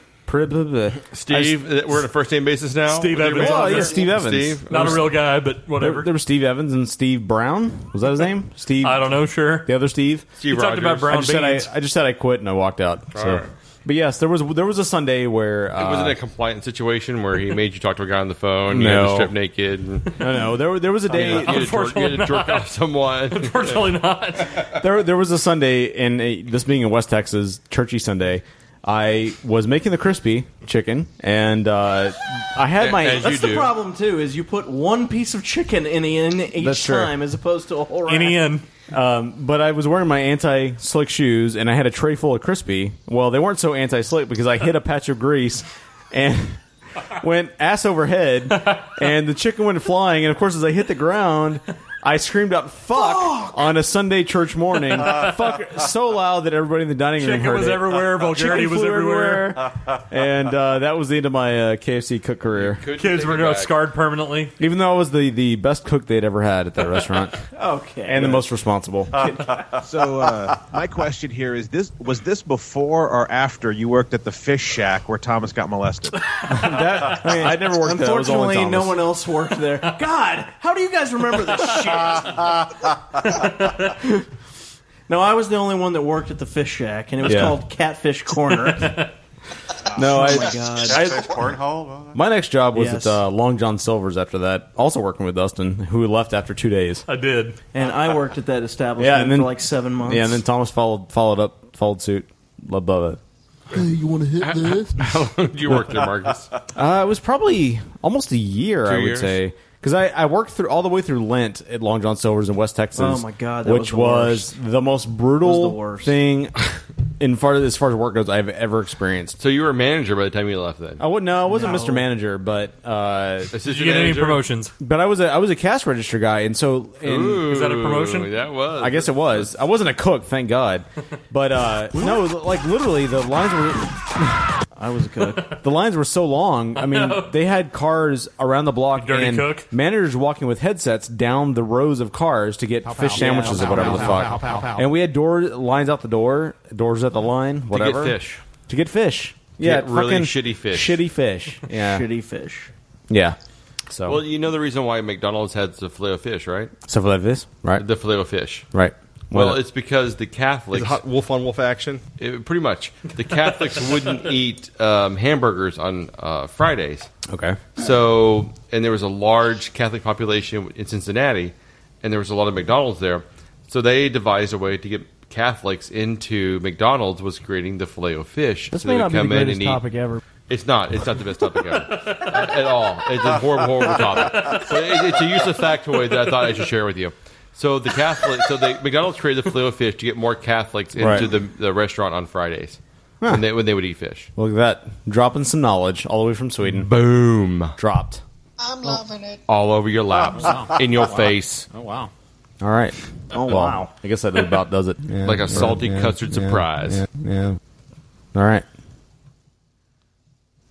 S8: Steve, uh, we're on a first name basis now.
S6: Steve
S8: With
S6: Evans.
S8: everybody
S4: Well,
S8: out
S4: oh, yeah,
S8: there?
S4: Steve Evans.
S8: Steve.
S6: Not a real guy, but
S4: There,
S6: whatever.
S4: there was Steve Evans and Steve Brown. Was that his name? Steve. I
S6: don't know. Sure.
S4: The other Steve.
S6: Steve You talked about Rogers. brown
S4: I just, said
S6: beans.
S4: I, I just said I quit and I walked out. So.
S8: All right.
S4: But yes, there was there was a Sunday where
S8: It
S4: uh,
S8: wasn't a compliant situation where he made you talk to a guy on the phone, you
S4: No.
S8: had to strip naked. And,
S4: No, no, there- there was a day-
S8: You had to- you had to jerk- you had to jerk off someone.
S6: Unfortunately not.
S4: there there was a Sunday in a, this being in West Texas, churchy Sunday. I was making the crispy chicken and uh, I had my
S5: That's the problem too. Is you put one piece of chicken in the end each
S4: That's true.
S5: time, as opposed to a whole rack.
S4: Um, but I was wearing my anti slick shoes and I had a tray full of crispy. Well, they weren't so anti slick because I hit a patch of grease and went ass overhead, and the chicken went flying. And of course, as I hit the ground, I screamed out "fuck" on a Sunday church morning, "fuck" so loud that everybody in the dining room
S6: Chicken
S4: heard
S6: was
S4: it. Uh,
S6: everywhere. Vulgarity
S4: Chicken
S6: was
S4: flew
S6: everywhere.
S4: and uh, that was the end of my uh, KFC cook career.
S6: Kids were
S4: back.
S6: scarred permanently.
S4: Even though I was the, the best cook they'd ever had at that restaurant,
S5: Okay.
S4: and the most responsible.
S22: so uh, my question here is this was this before or after you worked at the fish shack where Thomas got molested?
S4: that, I never worked
S22: there. It was only
S5: Unfortunately, no
S22: Thomas.
S5: one else worked there. God, how do you guys remember this shit? no, I was the only one that worked at the fish shack, and it was
S4: Yeah.
S5: called Catfish Corner.
S4: No,
S5: oh
S4: I-
S5: my god,
S10: Catfish cornhole? Well,
S4: My next job was
S5: Yes.
S4: at uh, Long John Silver's after that, also working with Dustin, who left after two days.
S6: I did,
S5: and I worked at that establishment
S4: Yeah, and then
S5: for like seven months.
S4: Yeah, and then Thomas followed followed up, followed suit, above it.
S5: hey, you want to hit this?
S8: How long did you work there, Marcus?
S4: Uh, it was probably almost a year,
S8: Two
S4: I would
S8: years?
S4: say, because I, I worked through all the way through Lent at Long John Silver's in West Texas.
S5: Oh my God, that was
S4: which
S5: the
S4: was the, most brutal
S5: worst.
S4: thing in far as far as work goes I've ever experienced.
S8: So you were a manager by the time you left, then.
S4: I would no, I wasn't
S8: No.
S4: Mr. Manager, but uh,
S8: Did you get any manager? promotions?
S4: But I was a I was a cash register guy, and so in,
S8: Ooh, Is that a promotion? that was.
S4: I guess it was. I wasn't a cook, thank God. But uh, no, like literally the lines were. I
S5: was a cook.
S4: the lines were so long. I mean,
S6: know.
S4: they had cars around the block
S6: Dirty
S4: and
S6: cook.
S4: managers walking with headsets down the rows of cars to get
S6: Pow, pow.
S4: fish sandwiches
S6: Yeah,
S4: or whatever
S6: pow,
S4: the
S6: pow,
S4: fuck.
S6: pow, pow, pow.
S4: And we had door lines out the door, doors at the line, whatever.
S8: fish.
S4: To get fish.
S8: To
S4: Yeah,
S8: get really
S4: fucking
S8: shitty fish.
S4: Shitty fish. Yeah.
S5: Shitty fish.
S4: Yeah. So
S8: Well, you know the reason why McDonald's had the filet of fish, right?
S4: stuff like this, right?
S8: The filet of fish.
S4: Right.
S8: Well,
S4: Well,
S8: it's because the Catholics
S4: Is it hot
S8: wolf on wolf action. pretty much, the Catholics wouldn't eat um, hamburgers on uh, Fridays.
S4: Okay.
S8: So, and there was a large Catholic population in Cincinnati, and there was a lot of McDonald's there. So they devised a way to get Catholics into McDonald's was creating the filet of fish.
S3: This
S8: so
S3: may
S8: they
S3: not
S8: would
S3: be the
S8: come in
S3: greatest
S8: and eat-
S3: topic ever.
S8: It's not. It's not the best topic ever Uh, at all. It's a horrible, horrible topic. But it, it's a useless factoid that I thought I should share with you. So the Catholic, so they McDonald's created the filet of fish to get more Catholics into
S4: Right.
S8: the, the restaurant on Fridays
S4: Huh.
S8: when they when they would eat fish.
S4: look at that. Dropping some knowledge all the way from Sweden. Boom. Dropped.
S11: I'm loving it.
S8: all over your laps,
S4: Wow.
S8: in your
S4: Wow.
S8: face.
S4: Oh wow. All right.
S8: Oh,
S4: Well,
S8: wow.
S4: I guess that about does it. Yeah,
S8: Like a
S4: yeah,
S8: salty
S4: yeah,
S8: custard
S4: yeah,
S8: surprise.
S4: Yeah, yeah. All right.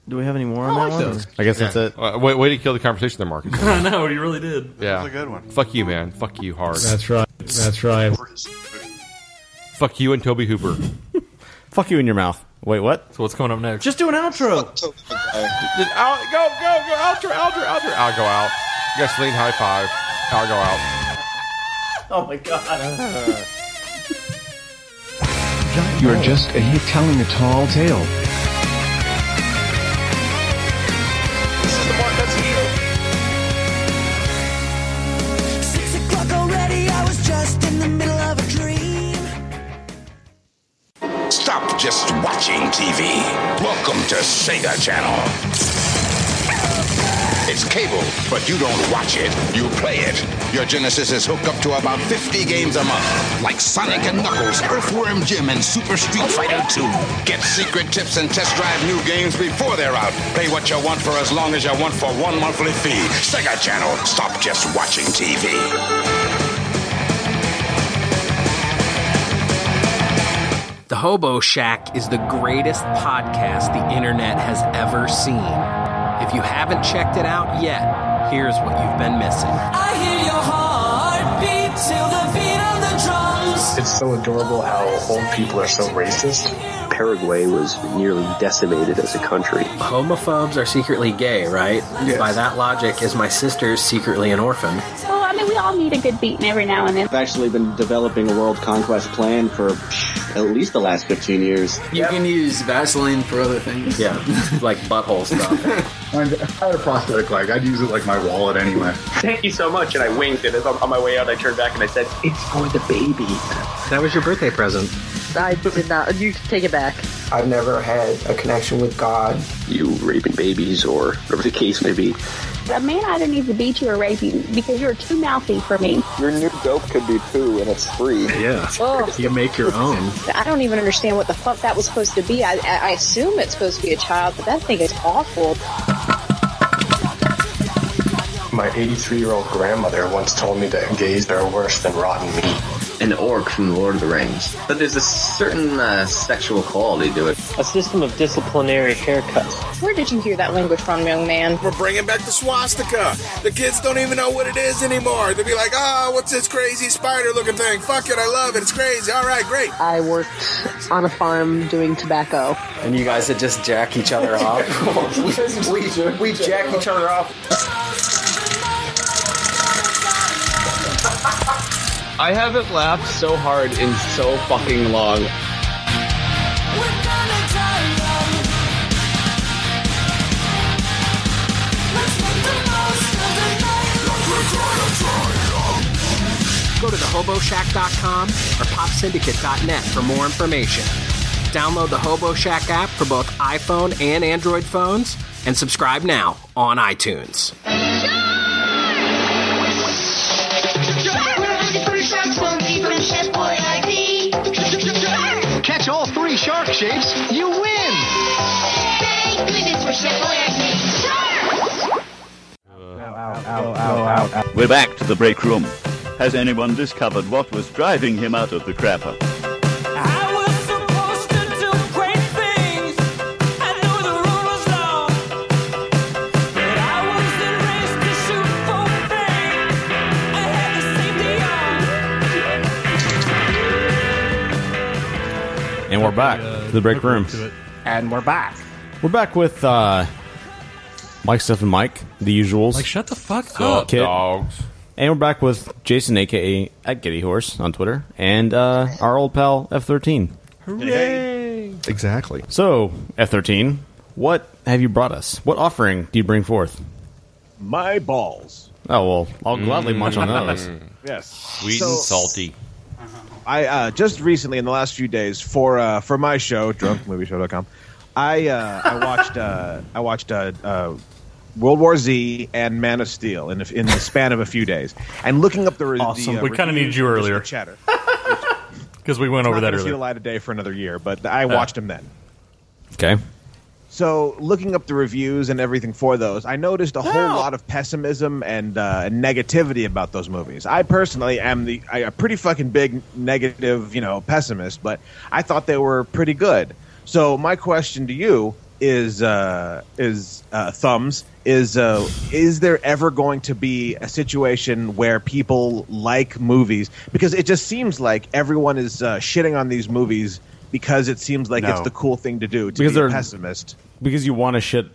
S5: Do we have any more on that one? or-
S4: I guess that's it.
S8: Uh, way, way to kill the conversation there, Marcus.
S6: I know you really did.
S8: Yeah, that's a good one. Fuck you, man. Fuck you hard.
S13: That's right. That's right.
S8: Fuck you and Toby Hooper.
S4: Fuck you in your mouth. Wait, what?
S6: So what's coming up next?
S5: Just do an outro.
S8: out, go, go, go. Outro, outro, outro. I'll go out. Gasoline high five. I'll go out.
S5: Oh my god.
S15: You're just a hit telling a tall tale.
S14: Six o'clock already, I was just in the middle of a dream.
S12: Stop just watching TV. Welcome to Sega Channel. It's cable, but you don't watch it, you play it. Your Genesis is hooked up to about 50 games a month, like Sonic and Knuckles, Earthworm Jim, and Super Street Fighter 2. Get secret tips and test drive new games before they're out. Pay what you want for as long as you want for one monthly fee. Sega Channel, stop just watching TV.
S9: The Hobo Shack is the greatest podcast the internet has ever seen. If you haven't checked it out yet, here's what you've been missing.
S14: I hear your heartbeat till the beat of the drums.
S7: It's so adorable how old people are so racist. Paraguay was nearly decimated as a country.
S9: Homophobes are secretly gay, right? By that logic, is my sister secretly an orphan?
S23: Well, I mean, we all need a good beating every now and then.
S7: I've actually been developing a world conquest plan for psh, at least the last 15 years.
S9: You can use Vaseline for other things. Yeah, like butthole stuff.
S24: I had a prosthetic leg. I'd use it like my wallet anyway.
S7: Thank you so much. And I winked, and as I'm on my way out, I turned back and I said, It's for the baby.
S9: that was your birthday present.
S25: I did not. You can take it back.
S7: I've never had a connection with God. You raping babies or whatever the case may be.
S25: A man either needs to beat you or rape you because you're too mouthy for me.
S12: Your new dope could be poo, and it's free.
S7: Yeah.
S25: Ugh.
S7: You make your own.
S25: I don't even understand what the fuck that was supposed to be. I, I I assume it's supposed to be a child, but that thing is awful.
S7: My 83 year old grandmother once told me that gays are worse than rotten meat. An orc from the Lord of the Rings. But there's a certain uh, sexual quality to it. A system of disciplinary haircuts.
S25: Where did you hear that language from, young man?
S26: We're bringing back the swastika. The kids don't even know what it is anymore. They'll be like, oh, what's this crazy spider looking thing? Fuck it, I love it. It's crazy. All right, great.
S25: I worked on a farm doing tobacco.
S9: And you guys would just jack each other
S7: off. we, we jack each other off. I haven't laughed so hard in so fucking long.
S9: Go to thehoboshack.com or popsyndicate.net for more information. Download the Hobo Shack app for both iPhone and Android phones and subscribe now on iTunes.
S14: Catch all three
S2: shark shapes, you win! Thank goodness for Chef
S21: We're back to the break room. Has anyone discovered what was driving him out of the crapper?
S4: And we're back to the break room.
S5: And we're back.
S4: We're back with uh, Mike, Steph, and Mike, the usuals.
S6: Like, shut the fuck
S4: Oh,
S6: up,
S4: Kit. And we're back with Jason, aka at Giddy Horse on Twitter, and uh, our old pal F13.
S6: Hooray!
S4: Exactly. So, F13, what have you brought us? What offering do you bring forth?
S22: My balls.
S4: Oh well, I'll gladly munch on those.
S22: Yes.
S8: Sweet
S22: So-
S8: and salty.
S22: I uh, just recently in the last few days for uh, for my show drunkmovieshow.com I uh, I watched uh, I watched uh, uh, World War Z and Man of Steel in in the span of a few days and looking up the re-
S6: Awesome.
S22: the, uh,
S6: we kind of needed you
S22: reviews,
S6: earlier.
S22: Chatter.
S6: Because we went
S22: it's
S6: over
S22: not
S6: that
S22: gonna See
S6: earlier.
S22: the light of day for another year, but I watched them then.
S4: Okay.
S22: So, looking up the reviews and everything for those, I noticed a whole lot of pessimism and uh, and negativity about those movies. I personally am the I, a pretty fucking big negative, you know, pessimist, but I thought they were pretty good. So, my question to you is uh, is uh, thumbs is uh, is there ever going to be a situation where people like movies because it just seems like everyone is uh, shitting on these movies because it seems like
S4: No.
S22: it's the cool thing to do to
S4: Because
S22: be a
S4: they're-
S22: pessimist.
S4: Because you want to shit.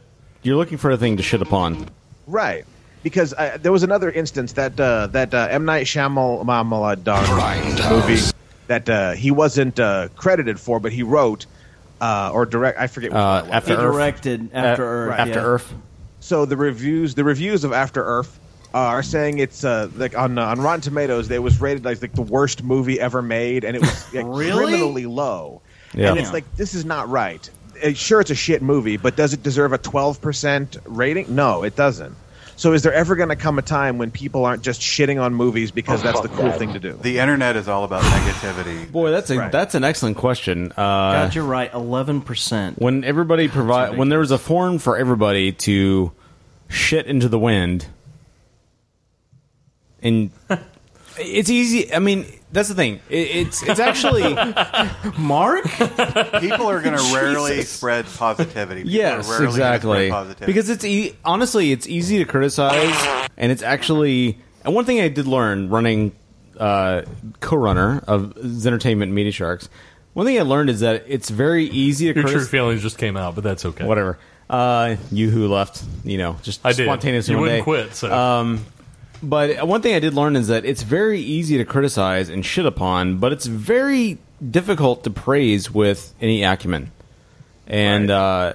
S4: You're looking for a thing to shit upon.
S22: Right. Because uh, there was another instance that uh, that uh, M Night Shyamalan movie that uh, he wasn't uh, credited for, but he wrote uh, or direct. I forget. Which
S4: Uh,
S22: one it was.
S4: after Earth. Uh, After Earth.
S22: So the reviews, the reviews of After Earth are saying it's uh, like on uh, on Rotten Tomatoes, it was rated as like the worst movie ever made, and it was like,
S5: Really?
S22: criminally low.
S4: Yeah.
S22: And it's like this is not right. Uh, Sure, it's a shit movie, but does it deserve a twelve percent rating? No, it doesn't. So is there ever going to come a time when people aren't just shitting on movies because that's the cool
S10: Oh,
S22: thing to do?
S10: The internet is all about negativity.
S4: Boy, that's a
S22: Right.
S4: that's an excellent question. Uh,
S5: God, you're right. Eleven percent.
S4: When everybody provide when there was a forum for everybody to shit into the wind, and it's easy. I mean, that's the thing. It, it's it's actually
S5: Mark.
S10: People are going to rarely spread positivity. People
S4: yes,
S10: are rarely gonna spread
S4: exactly.
S10: positivity.
S4: Because it's e- honestly, it's easy to criticize, and it's actually and one thing I did learn running uh, co-runner of Entertainment Media Sharks. One thing I learned is that it's very easy to
S6: Your true
S4: criticize.
S6: feelings just came out, but that's okay.
S4: Whatever. Uh, you who left, you know, just
S6: I did.
S4: spontaneously
S6: You
S4: one
S6: wouldn't
S4: day.
S6: quit, so-
S4: Um, but one thing I did learn is that it's very easy to criticize and shit upon, but it's very difficult to praise with any acumen. And uh,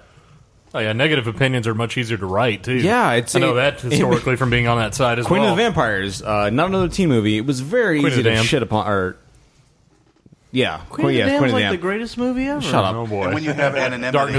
S6: Oh yeah, negative opinions are much easier to write too.
S4: Yeah, it's-
S6: I know that historically from being on that side as
S4: Queen
S6: well.
S4: of the Vampires, uh, not another teen movie. It was very
S6: Queen of
S4: easy
S6: the
S4: to
S6: Damned.
S4: shit upon. Or yeah,
S5: Queen of
S4: yeah,
S5: the Damned's
S4: Queen of the
S5: like the
S4: Damned.
S5: greatest movie ever.
S4: Shut
S6: Oh,
S4: up.
S10: And when you have anonymity,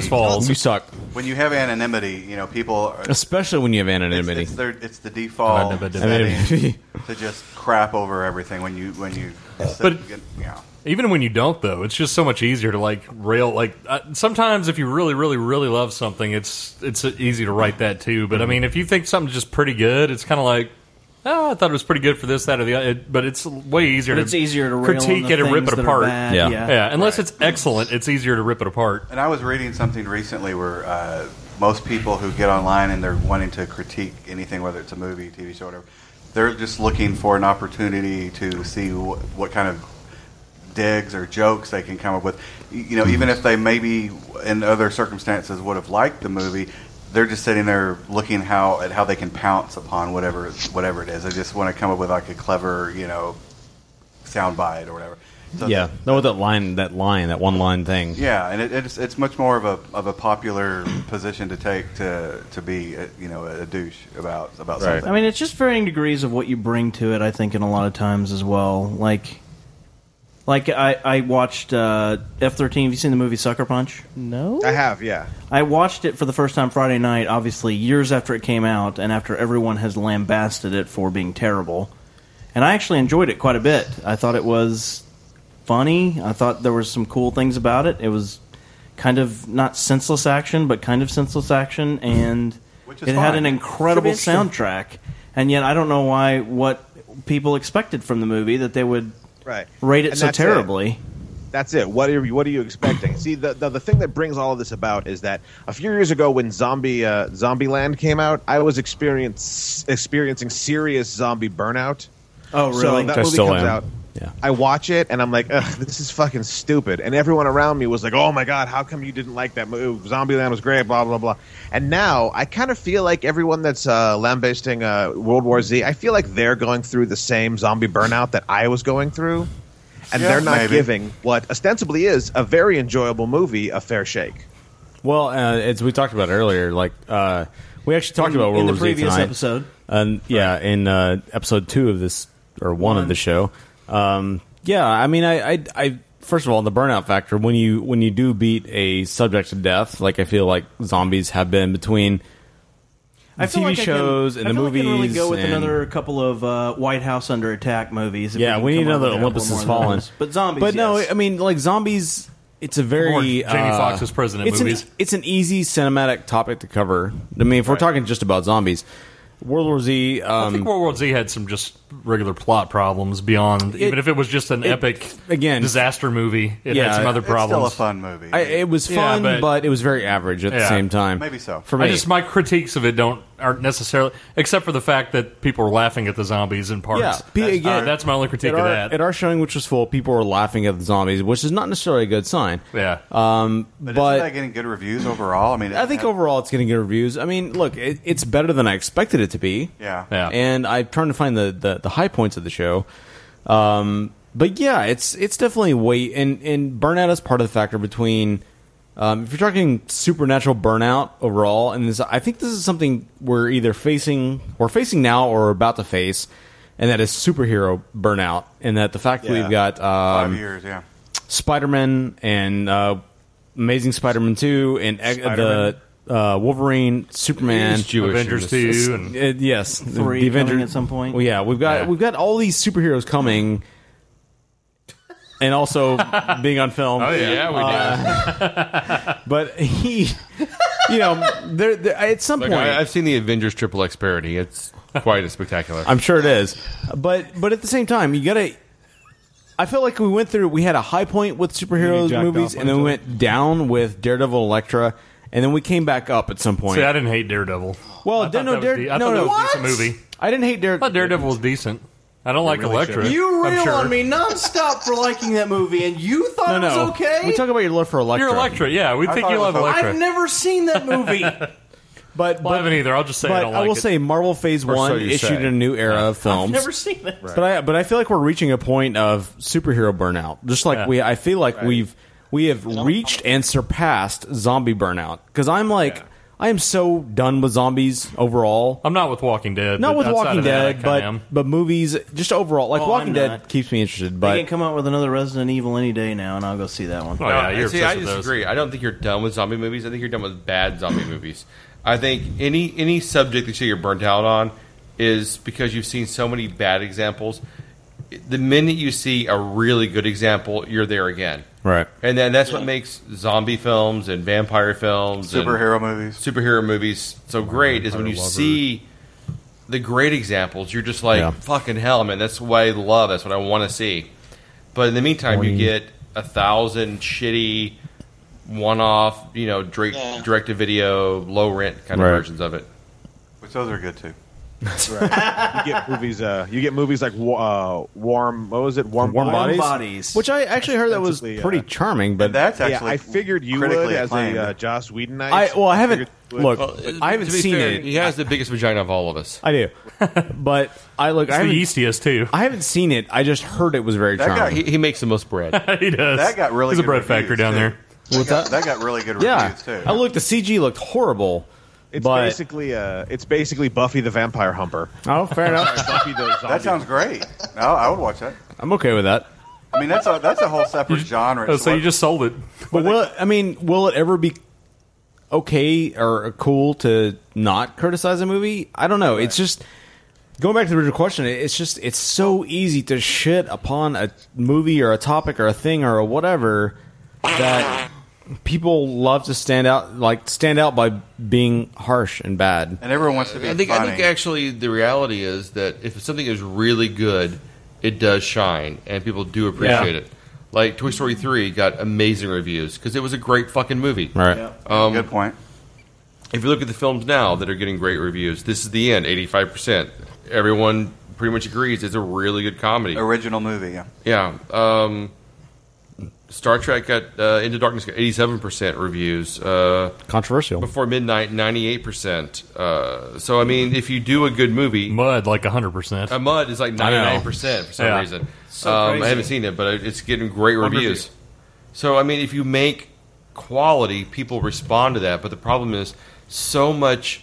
S4: You suck.
S10: When you have anonymity, you know people. Are,
S4: Especially when you have anonymity.
S10: it's, their, it's the default
S4: Anonymity.
S10: setting to just crap over everything when you when you.
S6: But-
S10: yeah.
S6: Even when you don't, though, it's just so much easier to like rail. Like uh, sometimes, if you really, really, really love something, it's it's easy to write that too.
S10: Mm-hmm.
S6: But I mean, if you think something's just pretty good, it's kind of like, oh, I thought it was pretty good for this, that, or the other. It- but it's way easier.
S5: But
S6: to
S5: it's easier to rail on
S6: critique
S5: the
S6: it and rip
S5: things
S6: it
S5: that are
S6: apart.
S5: bad, Yeah. yeah.
S6: Unless it's excellent, it's easier to rip it apart.
S10: And I was reading something recently where uh, most people who get online and they're wanting to critique anything, whether it's a movie, TV show, whatever, they're just looking for an opportunity to see wh- what kind of digs or jokes they can come up with. Y- You know, even if they maybe in other circumstances would have liked the movie, they're just sitting there looking how at how they can pounce upon whatever whatever it is. They just want to come up with like a clever, you know, soundbite or whatever. So
S4: yeah, no, with that line, that line, that one line thing.
S10: yeah, and it, it's it's much more of a of a popular position to take to to be a, you know a douche about about something.
S5: I mean, it's just varying degrees of what you bring to it. I think in a lot of times as well. Like, like I I watched uh, F thirteen. Have you seen the movie Sucker Punch? No,
S22: I have, yeah.
S5: I watched it for the first time Friday night. Obviously, years after it came out, and after everyone has lambasted it for being terrible. And I actually enjoyed it quite a bit. I thought it was funny. I thought there were some cool things about it. It was kind of not senseless action, but kind of senseless action, and
S10: is
S5: it had
S10: fine.
S5: an incredible
S10: Should be interesting.
S5: soundtrack. And yet, I don't know why what people expected from the movie that they would
S22: Right.
S5: rate it
S22: And
S5: so
S22: that's it.
S5: terribly.
S22: That's it. What are you, what are you expecting? See, the, the the thing that brings all of this about is that a few years ago, when Zombie uh, Zombieland came out, I was experience experiencing serious zombie burnout.
S5: Oh,
S22: So
S5: really?
S22: that
S5: I
S22: movie
S5: still
S22: comes
S5: am.
S22: out. Yeah. I watch it and I'm like, Ugh, this is fucking stupid. And everyone around me was like, oh my god, how come you didn't like that movie? Zombieland was great, blah blah blah. And now I kind of feel like everyone that's uh, lambasting uh, World War Z, I feel like they're going through the same zombie burnout that I was going through, and
S10: Yeah,
S22: they're not
S10: maybe.
S22: giving what ostensibly is a very enjoyable movie a fair shake.
S4: Well, uh, as we talked about earlier, like uh, we actually talked
S22: In-
S4: about World
S22: in the
S4: War Z
S22: previous
S4: tonight.
S22: episode.
S4: and yeah, in uh, episode two of this or one, of the show. Um, yeah, I mean, I, I, I, first of all, the burnout factor when you when you do beat a subject to death, like I feel like zombies have been between the
S5: I feel
S4: TV
S5: like I can-
S4: shows
S5: I
S4: and the
S5: feel
S4: movies.
S5: Like I can really go with
S4: and-
S5: another couple of uh, White House under attack movies. if
S4: yeah,
S5: can
S4: we need
S5: come up
S4: another
S5: with a couple
S4: Olympus
S5: more
S4: Has
S5: of those.
S4: Fallen,
S5: But zombies.
S4: But no,
S5: yes.
S4: I mean, like zombies. It's a very
S6: Or Jamie
S4: uh,
S6: Foxx as president
S4: It's
S6: movies.
S4: An, it's an easy cinematic topic to cover. I mean, if we're talking just about zombies, World War Z. Um,
S6: I think World War Z had some just regular plot problems beyond, even if it was just an
S4: it-
S6: epic
S4: again
S6: disaster movie. It
S4: yeah,
S6: had some other
S4: it's still a
S6: problems.
S10: fun movie.
S4: I, it was
S6: Yeah,
S4: fun,
S6: but-
S4: but, it was very average at the
S6: Yeah.
S4: same time. For me,
S6: I just my critiques of it don't aren't necessarily except for the fact that people were laughing at the zombies in parts.
S4: Yeah, be-
S6: that's,
S4: again-
S6: uh, that's my only critique
S4: at
S6: of
S4: our,
S6: that.
S4: At our showing, which was full, people were laughing at the zombies, which is not necessarily a good sign.
S6: Yeah.
S4: Um,
S10: But,
S4: but
S10: isn't that getting good reviews overall? I mean,
S4: I think overall it's getting good reviews. I mean, look, it, it's better than I expected it to be.
S10: Yeah.
S6: Yeah.
S4: And I'm trying to find the, the, the high points of the show. Um, but yeah, it's it's definitely weight and and burnout is part of the factor between. Um, if you're talking supernatural burnout overall, and this, I think this is something we're either facing, we're facing now, or about to face, and that is superhero burnout, and that the fact that
S10: Yeah.
S4: we've got um,
S10: five years, yeah.
S4: Spider-Man and uh, Amazing Spider-Man 2 and X-
S10: Spider-Man.
S4: the uh, Wolverine, Superman,
S6: He's Jewish Avengers and this- 2 and-
S4: Uh, yes, the-
S5: Three
S4: the
S5: coming
S4: Avenger-
S5: at some point.
S4: Well, yeah, we've got
S6: Yeah.
S4: we've got all these superheroes coming, and also being on film.
S6: Oh, yeah. Yeah, we
S4: Uh, but he, you know, there, there at some
S8: Look,
S4: point,
S8: I, I've seen the Avengers Triple X parody. It's quite a spectacular.
S4: I'm sure it is. But but at the same time, you gotta. I feel like we went through. We had a high point with superheroes
S6: jacked
S4: movies,
S6: off
S4: and then
S6: onto
S4: we
S6: it.
S4: went down with Daredevil, Elektra, and then we came back up at some point.
S6: See, I didn't hate Daredevil.
S4: Well,
S6: I
S4: Oh,
S6: thought
S4: didn't-
S6: that
S4: no,
S6: was
S4: Dare-
S6: de- I
S4: no,
S6: thought that
S4: no.
S6: was a decent
S4: What?
S6: movie.
S4: I didn't hate Daredevil.
S6: I thought Daredevil was decent. I don't like Elektra.
S5: You
S6: I'm
S5: rail
S6: sure.
S5: on me nonstop for liking that movie, and you thought
S6: No,
S5: it was
S6: no.
S5: okay.
S4: We talk about your love for Elektra.
S6: You're Elektra, yeah. We
S4: I
S6: think
S4: thought
S6: you
S4: it
S6: love
S4: was okay.
S6: Elektra.
S5: I've never seen that movie.
S4: but,
S6: well, I haven't either. I'll just say I
S4: but
S6: don't
S4: I
S6: like
S4: will
S6: it.
S4: say, Marvel Phase
S6: Or so
S4: One
S6: you
S4: issued
S6: say.
S4: a new era of films.
S5: never seen it.
S4: But I but I feel like we're reaching a point of superhero burnout. Just like we, I feel like we've we have reached and surpassed zombie burnout. Because I'm like, I am so done with zombies overall.
S6: I'm not with Walking Dead.
S4: Not
S6: but
S4: with
S6: outside
S4: Walking
S6: of that, I
S4: Dead,
S6: kinda
S4: but
S6: am.
S4: but movies just overall. Like
S5: Oh,
S4: Walking
S5: I'm
S4: Dead
S5: not.
S4: keeps me interested,
S5: they
S4: but
S5: can come out with another Resident Evil any day now, and I'll go see that one.
S6: Oh,
S8: No, see, I disagree. I don't think you're done with zombie movies. I think you're done with bad zombie movies. I think any any subject that you're burnt out on is because you've seen so many bad examples. The minute you see a really good example, you're there again.
S4: Right.
S8: And then that's what makes zombie films and vampire films, and
S10: Superhero movies,
S8: superhero movies so great is when you
S10: Vampire lover.
S8: see the great examples. You're just like
S10: Yeah.
S8: fucking hell, man. That's what I love. That's what I want to see. But in the meantime, you
S10: Boing.
S8: get a thousand shitty one-off, you know, direct direct to video, low rent kind of
S22: Right.
S8: versions of it.
S10: which those are good too.
S22: you get movies. Uh, you get movies like wa- uh, warm. What was it? Warm,
S4: Warm Bodies?
S22: Which
S4: I actually heard that was
S22: uh,
S4: pretty charming. But
S10: that's
S22: yeah, I figured you would
S10: critically
S22: as
S10: acclaimed.
S22: a uh, Joss Whedon.
S4: I well I haven't look I haven't
S8: To be
S4: seen
S8: fair,
S4: it.
S8: He has the biggest vagina of all of us.
S4: I do, but I look.
S8: It's
S4: I
S8: the
S4: haven't-
S8: yeastiest, too.
S4: I haven't seen it. I just heard it was very
S8: That guy-
S4: charming.
S8: he, he makes the most bread.
S6: he does.
S10: That got really
S6: He's a
S10: good
S6: bread
S10: reviews,
S6: factory down
S10: too.
S6: there.
S10: That got, that got really good reviews
S4: yeah,
S10: too.
S4: I looked. The CG looked horrible.
S22: It's
S4: but
S22: basically uh, it's basically Buffy the Vampire Humper.
S4: oh, fair enough.
S22: Buffy the
S10: that sounds great. No, I would watch that.
S4: I'm okay with that.
S10: I mean, that's a that's a whole separate genre.
S6: Oh, so you just sold it.
S4: But will it, I mean, will it ever be okay or cool to not criticize a movie? I don't know. It's just going back to the original question. it- It's just it's so easy to shit upon a movie or a topic or a thing or a whatever that people love to stand out, like stand out by being harsh and bad.
S10: And everyone wants to be
S8: I think I
S10: funny.
S8: think actually the reality is that if something is really good, it does shine and people do appreciate
S4: Yeah.
S8: it. Like Toy Story three got amazing reviews because it was a great fucking movie.
S4: Right.
S8: Um,
S10: Good point.
S8: If you look at the films now that are getting great reviews, this is the end. Eighty five percent. Everyone pretty much agrees it's a really good comedy.
S10: Original movie, yeah.
S8: Yeah. Um, Star Trek got uh, Into Darkness got eighty seven percent reviews. Uh,
S4: Controversial.
S8: before midnight, ninety eight percent. Uh, So I mean, if you do a good movie,
S6: Mud like hundred percent.
S8: A Mud is like
S6: I
S8: ninety
S6: know.
S8: nine percent for some
S6: Yeah.
S8: reason.
S6: So
S8: um, I
S6: crazy.
S8: haven't seen it, but it's getting great
S6: One
S8: reviews. So I mean, if you make quality, people respond to that. But the problem is, so much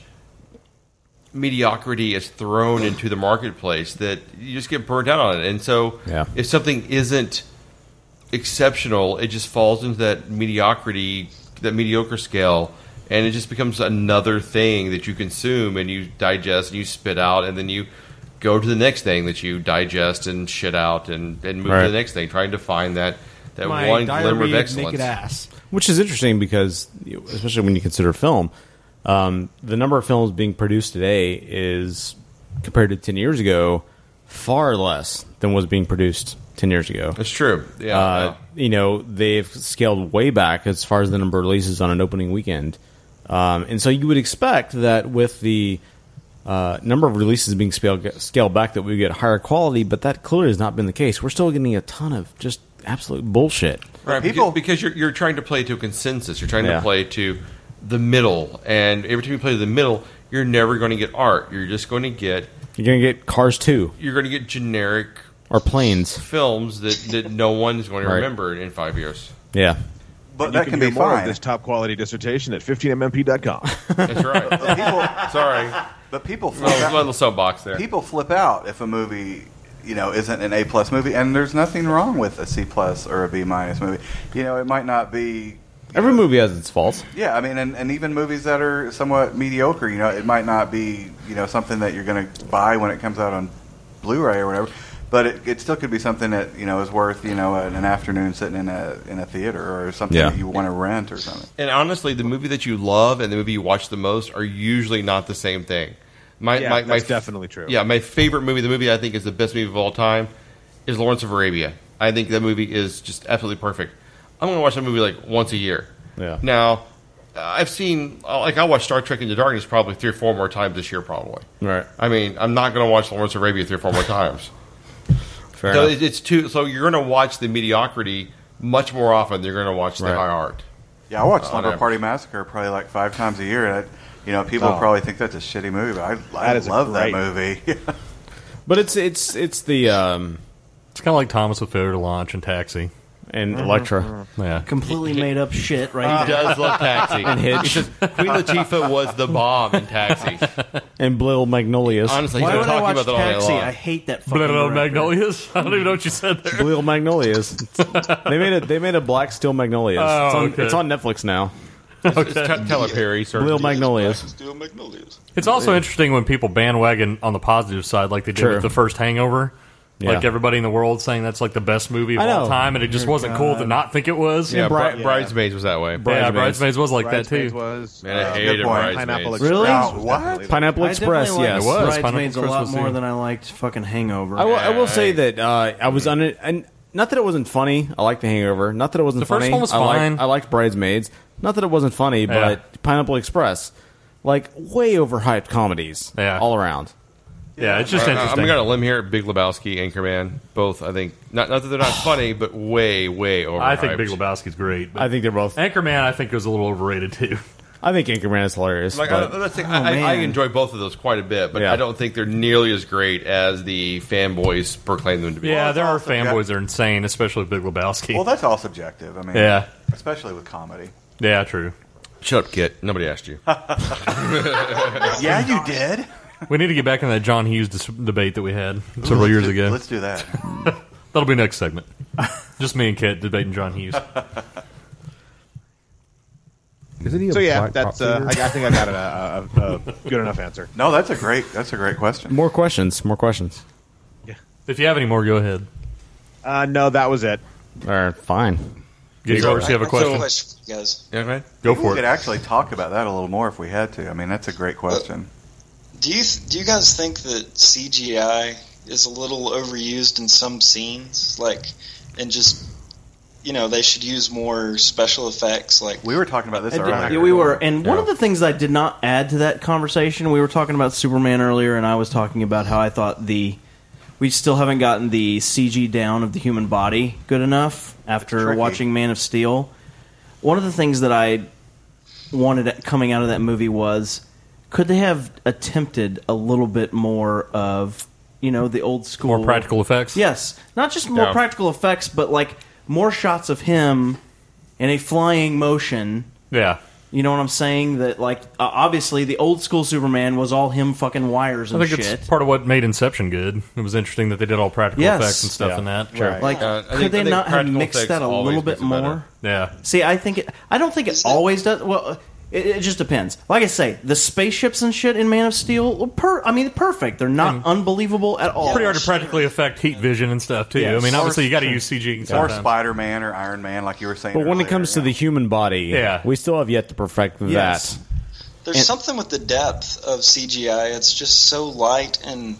S8: mediocrity is thrown into the marketplace that you just get burnt out on it. And so,
S4: Yeah.
S8: if something isn't exceptional, it just falls into that mediocrity, that mediocre scale, and it just becomes another thing that you consume and you digest and you spit out, and then you go to the next thing that you digest and shit out and, and move
S4: Right.
S8: to the next thing, trying to find that, that
S3: My
S8: one glimmer
S3: diary
S8: of
S3: of
S8: excellence.
S3: naked ass.
S4: Which is interesting because, you- especially when you consider film, um, the number of films being produced today is, compared to 10 years ago, far less than was being produced 10 years ago.
S8: That's true. Yeah.
S4: Uh, You know, they've scaled way back as far as the number of releases on an opening weekend. Um, and so you would expect that with the uh, number of releases being scaled, scaled back, that we get higher quality, but that clearly has not been the case. We're still getting a ton of just absolute bullshit.
S8: Right, people because, you're you're trying to play to a consensus. You're trying
S4: Yeah.
S8: to play to the middle, and every time you play to the middle, you're never going to get art. You're just going to get
S4: You're going to get Cars 2
S8: you're going to get generic
S4: or Planes.
S8: films that, that no one's going to
S4: Right.
S8: remember in five years.
S4: Yeah.
S10: But
S22: And
S10: that
S22: you
S10: can
S22: hear
S10: be
S22: more
S10: fine.
S22: of this top quality dissertation at 15mmp.com.
S8: That's right. Sorry,
S10: but people
S8: flip out. little soapbox there.
S10: People flip out if a movie, you know, isn't an A plus movie, and there's nothing wrong with a C plus or a B minus movie. You know, it might not be.
S4: Every movie has its faults.
S10: Yeah, I mean, and, and even movies that are somewhat mediocre, you know, it might not be, you know, something that you're going to buy when it comes out on Blu-ray or whatever. But it, it still could be something that you know is worth you know an, an afternoon sitting in a in a theater or something
S8: Yeah.
S10: that you want to rent or something.
S8: And honestly, the movie that you love and the movie you watch the most are usually not the same thing. My,
S22: Yeah,
S8: my, my
S22: that's definitely true.
S8: Yeah, my favorite movie, the movie I think is the best movie of all time, is Lawrence of Arabia. I think that movie is just absolutely perfect. I'm going to watch that movie like once a year.
S4: Yeah.
S8: Now, uh, I've seen like I watched Star Trek Into Darkness probably three or four more times this year, probably.
S4: Right.
S8: I mean, I'm not going to watch Lawrence of Arabia three or four more times.
S4: Fair
S8: so
S4: enough.
S8: it- it's too. So you're going to watch the mediocrity much more often than you're going to watch the
S10: Right.
S8: high art.
S10: Yeah, I watch
S8: On
S10: Slumber
S8: average.
S10: Party Massacre probably like five times a year. And I, you know, people
S4: Oh.
S10: probably think that's a shitty movie, but I, I
S4: That is a
S10: love that
S4: great-
S10: movie.
S4: But it's it's it's the um,
S6: it's kind of like Thomas with failure to launch and taxi
S4: and
S5: Electra.
S6: Yeah,
S5: Mm-hmm. Completely made up shit, right?
S8: He
S5: there.
S8: does love Taxi.
S4: And Hitch.
S8: He says, Queen Latifah was the bomb in Taxi.
S4: and Blil Magnolias.
S8: Honestly,
S5: Why
S8: he's been
S5: would I
S8: talking
S5: watch
S8: about that all day
S5: Taxi?
S8: long.
S5: I hate that fucking
S6: Blood
S5: director.
S6: Magnolias. I don't even know what you said there.
S4: Blil Magnolias. they made a they made a Black Steel Magnolias.
S6: Oh,
S4: it's, on,
S6: okay.
S4: it's on Netflix now.
S8: It's Tyler Perry, sir.
S4: Blil Magnolias.
S6: It's also interesting when people bandwagon on the positive side, like they did
S4: Sure.
S6: with the first Hangover.
S4: Yeah.
S6: Like everybody in the world saying that's like the best movie of
S4: I
S6: all
S4: know.
S6: time, and it just
S4: Dear
S6: wasn't cool
S4: God.
S6: to not think it was.
S8: Yeah, Bri- Bridesmaids was that way.
S6: Yeah, Bridesmaids was like that too.
S22: Bridesmaids was,
S8: Man, I
S22: uh,
S8: hated
S22: good point.
S8: Bridesmaids.
S22: Pineapple Express
S8: Really?
S22: was
S8: What?
S22: definitely-
S4: Pineapple
S5: I
S4: Express,
S5: definitely liked
S4: yes. It was.
S5: Bridesmaids a
S4: Pineapple
S5: lot
S4: Express was
S5: more
S4: good.
S5: than I liked fucking Hangover.
S4: I will, I will say that uh, I was on it, and not that it wasn't funny. I like The Hangover. Not that it wasn't
S6: The first
S4: funny.
S6: one was
S4: I liked-
S6: fine.
S4: I liked Bridesmaids. Not that it wasn't funny, but Pineapple Express, like way overhyped comedies, all around.
S6: Yeah, it's just
S8: Uh,
S6: interesting.
S8: I'm going to limb here. Big Lebowski, Anchorman, both. I think not. Not that they're not funny, but way, way over.
S6: I think Big Lebowski's great. but
S4: I think they're both.
S6: Anchorman, I think was a little overrated too.
S4: I think Anchorman is hilarious.
S8: Like
S4: but-
S8: I, that's
S10: Oh,
S22: Oh,
S8: the thing, I, I, I enjoy both of those quite a bit, but
S4: Yeah.
S8: I don't think they're nearly as great as the fanboys proclaim them to be.
S6: Yeah, there are fanboys that are insane, especially Big Lebowski.
S10: well, that's all subjective. I mean,
S6: Yeah.
S10: especially with comedy.
S6: yeah, true.
S8: Shut up, Kit. Nobody asked you.
S10: yeah, you did.
S6: We need to get back into that John Hughes dis- debate that we had several years ago.
S10: Let's do that.
S6: That'll be next segment. Just me and Kit debating John Hughes.
S22: So yeah, that's. Uh, I, I think I got a, a, a good enough answer.
S10: No, that's a great. That's a great question.
S4: more questions. More questions.
S6: If you have any more, go ahead.
S22: Uh, no, that was it.
S4: All right, fine.
S8: Gage Roberts, you have a question?
S22: uh,
S11: guys.
S8: Yeah, man.
S10: Go for it. We could actually talk about that a little more if we had to. I mean, that's a great question.
S11: Do you do you guys think that CGI is a little overused in some scenes, like, and just you know they should use more special effects? Like
S10: we were talking about this
S5: I did- yeah, we were. And one of the things I did not add to that conversation, we were talking about Superman earlier, and I was talking about how I thought the we still haven't gotten the CG down of the human body good enough after
S3: tricky.
S5: watching Man of Steel. One of the things that I wanted at- coming out of that movie was could they have attempted a little bit more of you know the old school
S6: More practical effects?
S5: Yes, not just more
S6: Yeah.
S5: practical effects, but like more shots of him in a flying motion.
S6: Yeah.
S5: You know what I'm saying? That like uh, obviously the old school Superman was all him fucking wires
S6: I
S5: and
S6: think
S5: shit.
S6: it's part of what made Inception good. It was interesting that they did all practical
S5: Yes.
S6: effects and stuff in that.
S5: Like,
S4: Uh,
S5: could they not have mixed that a little bit more?
S6: Yeah.
S5: See, I think it, I don't think it always does. Well, it, it just depends. Like I say, the spaceships and shit in Man of Steel, well, per, I mean, perfect. They're not
S6: Mm.
S5: unbelievable at all.
S6: Pretty hard to practically affect heat vision and stuff too.
S5: Yes.
S6: I mean,
S5: Or-
S6: obviously you got to use CG. and
S10: or
S6: stuff.
S10: Spider Man or Iron Man, like you were saying.
S4: But when it comes to the human body,
S10: Yeah.
S4: we still have yet to perfect
S10: Yes.
S4: that.
S11: There's something with the depth of CGI. It's just so light and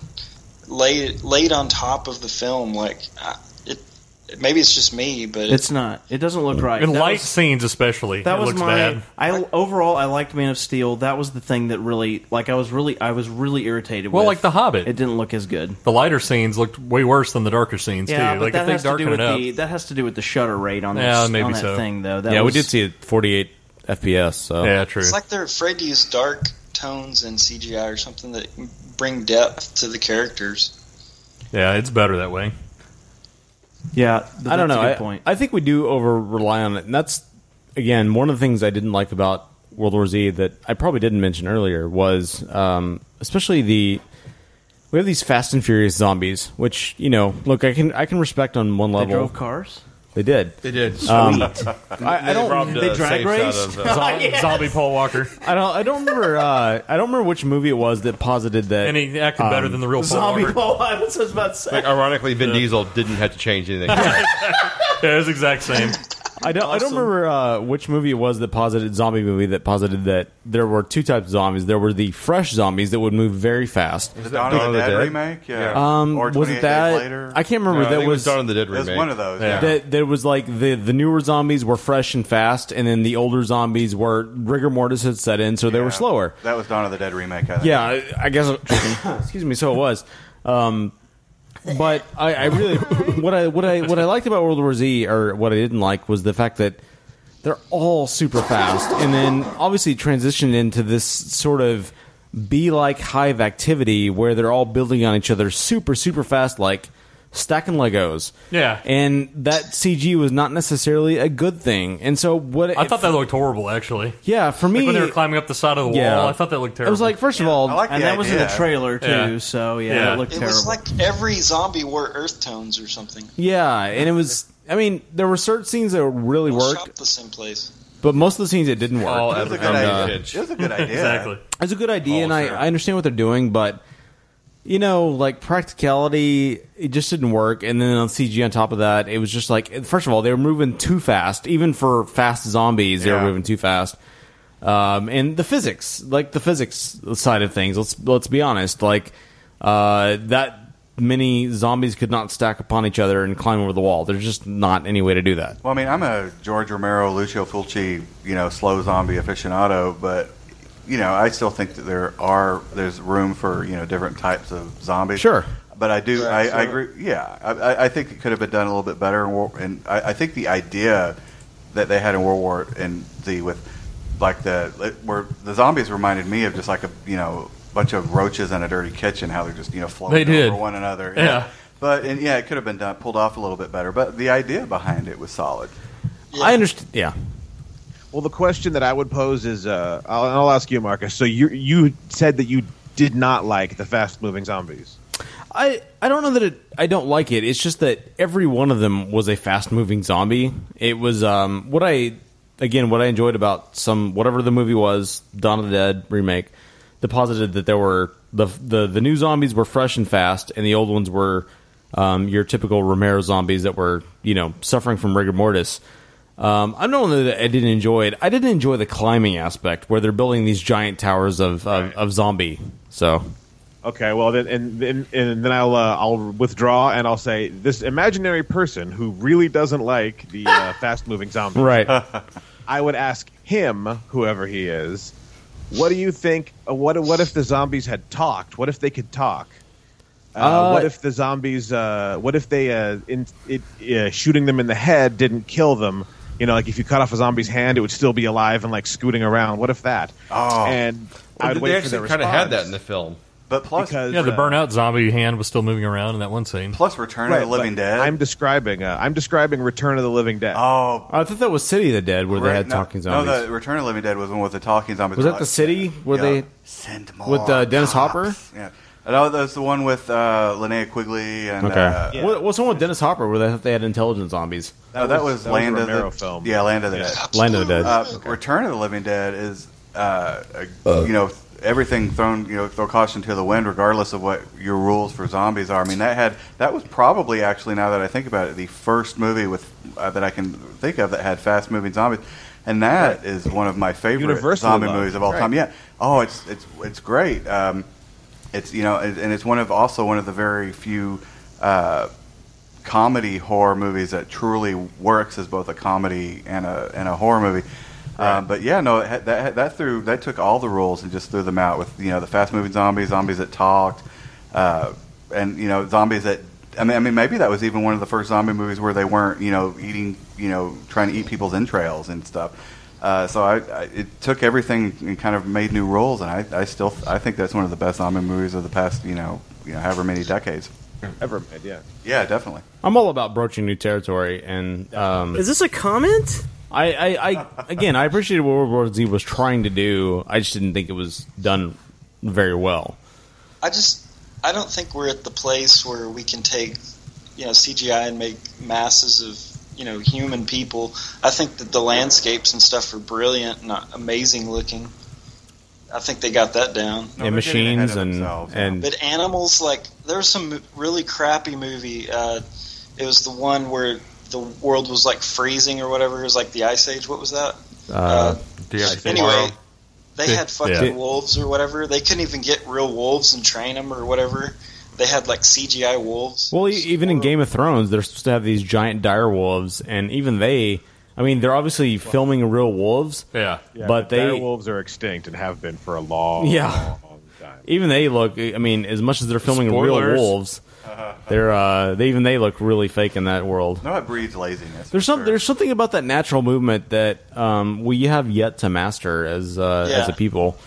S11: laid laid on top of the film. Like I- it, maybe it's just me, but
S5: It's not. It doesn't look right.
S6: In
S5: That
S6: light
S5: was-
S6: scenes, especially,
S5: that
S6: it
S5: was
S6: looks
S5: my.
S6: bad.
S5: I overall I liked Man of Steel. That was the thing that really like I was really I was really irritated.
S6: Well,
S5: with.
S6: like The Hobbit, it
S5: didn't look as good.
S6: The lighter scenes looked way worse than the darker scenes
S5: yeah,
S6: too.
S5: but
S6: Like
S5: that
S6: if
S5: has
S6: they
S5: to
S6: darken
S5: do with
S6: it up,
S5: the that has to do with the shutter rate on
S6: Yeah,
S5: that,
S6: maybe
S5: on that
S6: so.
S5: thing though. That
S4: yeah,
S5: was,
S4: we did see it 48 FPS. So
S6: Yeah, true.
S11: It's like they're afraid to use dark tones in CGI or something that bring depth to the characters.
S6: yeah, it's better that way.
S5: Yeah,
S4: I don't know.
S11: that's a
S4: I,
S11: good point.
S4: I think we do over rely on it, and that's again one of the things I didn't like about World War Z that I probably didn't mention earlier was um, especially the we have these Fast and Furious zombies, which you know, look, I can I can respect on one
S5: They
S4: level.
S5: drove cars.
S4: They did.
S8: They did.
S4: Um,
S8: I, I don't.
S4: They drag raced?
S6: Zom- Zombie Paul Walker.
S4: I don't. I don't remember. Uh, I don't remember which movie it was that posited that. um,
S6: And he acted better than the real Paul
S5: Zombie
S6: Walker.
S5: Paul. I was just about to say.
S8: Like, ironically, Vin Diesel didn't have to change anything.
S6: Yeah, it was exact same.
S4: I don't. I don't remember uh, which movie it was that posited zombie movie that posited that there were two types of zombies. There were the fresh zombies that would move very fast.
S10: Was it Dawn of the Dead remake? Yeah.
S4: Um,
S10: Or
S4: was
S10: 28
S4: it that?
S10: Days Later?
S4: I can't remember.
S10: No, I
S4: that
S10: think it
S4: was,
S10: was Dawn of the Dead It was remake. one of those, yeah.
S4: That that was like the the newer zombies were fresh and fast, and then the older zombies were rigor mortis had set in, so they were slower.
S10: That was Dawn of the Dead remake. I think.
S4: Yeah, I, I guess. excuse me. So it was. Um, but I, I really what I what I what I liked about World War Z or what I didn't like was the fact that they're all super fast, and then obviously transitioned into this sort of bee-like hive activity where they're all building on each other super super fast, like stacking Legos.
S6: Yeah.
S4: and that CG was not necessarily a good thing, and so what
S6: I thought that looked horrible, actually.
S5: Uh,
S4: Yeah, for me,
S6: like when they were climbing up the side of the wall,
S4: Yeah.
S6: I thought that looked
S4: I
S6: terrible.
S4: was like, first of all,
S5: and that was in the trailer too.
S6: Yeah.
S5: So Oh, yeah,
S6: Yeah.
S5: it looked
S11: It
S5: terrible.
S11: was like every zombie wore earth tones or something.
S4: Yeah, and it was. I mean, there were certain scenes that really worked,
S11: The same place.
S4: but most of the scenes it didn't work.
S8: All
S4: It
S8: It
S4: was
S8: was
S4: a
S8: a
S4: good
S8: good
S4: idea,
S8: idea. It was a good idea. Exactly.
S4: and I, I understand what they're doing, but you know, like practicality, it just didn't work. And then on CG on top of that, it was just like, first of all, they were moving too fast, even for fast zombies. They were
S6: Yeah.
S4: moving too fast. Um, and the physics, like the physics side of things, let's let's be honest, like uh, that many zombies could not stack upon each other and climb over the wall. There's just not any way to do that.
S10: Well, I mean, I'm a George Romero, Lucio Fulci, you know, slow zombie aficionado, but you know, I still think that there are there's room for you know different types of zombies.
S4: Sure.
S10: But I do, I,
S4: sure.
S10: I agree. Yeah, I- I, I think it could have been done a little bit better, and, wo- and I, I think the idea that they had in World War and Z with like the it- where the zombies reminded me of just like a you know bunch of roaches in a dirty kitchen, how they're just you know flowing
S6: They did.
S10: over one another.
S6: Yeah.
S10: But and yeah, it could have been done pulled off a little bit better, but the idea behind it was solid.
S4: I understand. Yeah.
S22: Well, the question that I would pose is, uh, I'll, I'll ask you, Marcus. So you you said that you did not like the fast moving zombies.
S4: I I don't know that it, I don't like it. It's just that every one of them was a fast moving zombie. It was um what I again what I enjoyed about some whatever the movie was Dawn of the Dead remake deposited that there were the the the new zombies were fresh and fast and the old ones were um, your typical Romero zombies that were you know suffering from rigor mortis. Um, I don't know that I didn't enjoy it. I didn't enjoy the climbing aspect where they're building these giant towers of of, of zombie. So
S22: Okay, well then, and then, and then I'll uh, I'll withdraw and I'll say this imaginary person who really doesn't like the uh, fast moving zombies.
S4: Right.
S22: I would ask him, whoever he is, what do you think? Uh, what what if the zombies had talked? What if they could talk? Uh,
S4: Uh,
S22: what if the zombies? Uh, what if they uh, in, it, uh, shooting them in the head didn't kill them? You know, like if you cut off a zombie's hand, it would still be alive and like scooting around. What if that?
S10: Oh,
S22: and
S8: Well,
S22: I'd
S8: they
S22: wait for
S8: actually
S22: their
S8: kinda had that
S22: response.
S8: in the film.
S10: But plus,
S6: yeah, the burnout zombie hand was still moving around in that one scene.
S10: Plus, Return
S22: Right, but I'm describing. Uh, I'm describing Return of the Living Dead.
S10: Oh,
S4: I thought that was City of the Dead where they
S10: Right,
S4: had
S10: no,
S4: talking zombies.
S10: No, the Return of the Living Dead was the one with the talking zombies.
S4: was that the city where
S10: Yeah.
S4: they
S10: Send
S4: with uh, Dennis Hopper?
S10: Yeah. No, that's the one with uh, Linnea Quigley and
S4: Okay.
S10: uh,
S4: What, what's the one with Dennis Hopper where they thought they had intelligent zombies?
S10: No, that was, Land of the Yeah, Land of the Dead.
S4: Land of the Dead.
S10: Uh, Return of the Living Dead is uh, a, you know everything thrown you know throw caution to the wind regardless of what your rules for zombies are. I mean that had that was probably actually now that I think about it the first movie with uh, that I can think of that had fast moving zombies. And that is one of my favorite
S22: Universally
S10: zombie
S22: loved.
S10: movies of all
S22: Right.
S10: time. Yeah. Oh, it's it's it's great. Um, it's you know, and and it's one of also one of the very few uh, comedy horror movies that truly works as both a comedy and a and a horror movie. Um, but yeah, no, it had- that had- that threw that took all the rules and just threw them out with you know the fast moving zombies, zombies that talked, uh, and you know zombies that. I mean, I mean, maybe that was even one of the first zombie movies where they weren't, you know, eating, you know, trying to eat people's entrails and stuff. Uh, so I, I, it took everything and kind of made new rules, and I, I still, I think that's one of the best zombie movies of the past, you know, you know, however many decades.
S22: Ever made, yeah.
S10: Yeah, definitely.
S4: I'm all about broaching new territory, and um,
S3: Is this a comment?
S4: I, I, I again, I appreciated what World War Z was trying to do. I just didn't think it was done very well.
S11: I just I don't think we're at the place where we can take you know CGI and make masses of you know human people. I think that the landscapes and stuff are brilliant and amazing looking. I think they got that down.
S4: and machines and and
S11: But animals, like there's some really crappy movie. Uh, it was the one where the world was like freezing or whatever. It was like the Ice Age. What was that?
S4: uh,
S11: anyway, they
S4: Yeah.
S11: had fucking
S4: Yeah.
S11: wolves or whatever. They couldn't even get real wolves and train them or whatever. They had like CGI wolves.
S4: Well, e- even in Game of Thrones, they're supposed to have these giant dire wolves, and even they, I mean, they're obviously filming real wolves.
S22: Yeah,
S4: but
S22: the dire
S4: they,
S22: wolves are extinct and have been for a long,
S4: yeah, even they look. I mean, as much as they're filming real
S22: Spoilers.
S4: wolves,
S10: Uh-huh.
S4: they're uh, they even they look really fake in that world.
S10: No, it breeds laziness.
S4: There's some there's something about that natural movement that um, we have yet to master as uh,
S5: Yeah.
S4: as a people.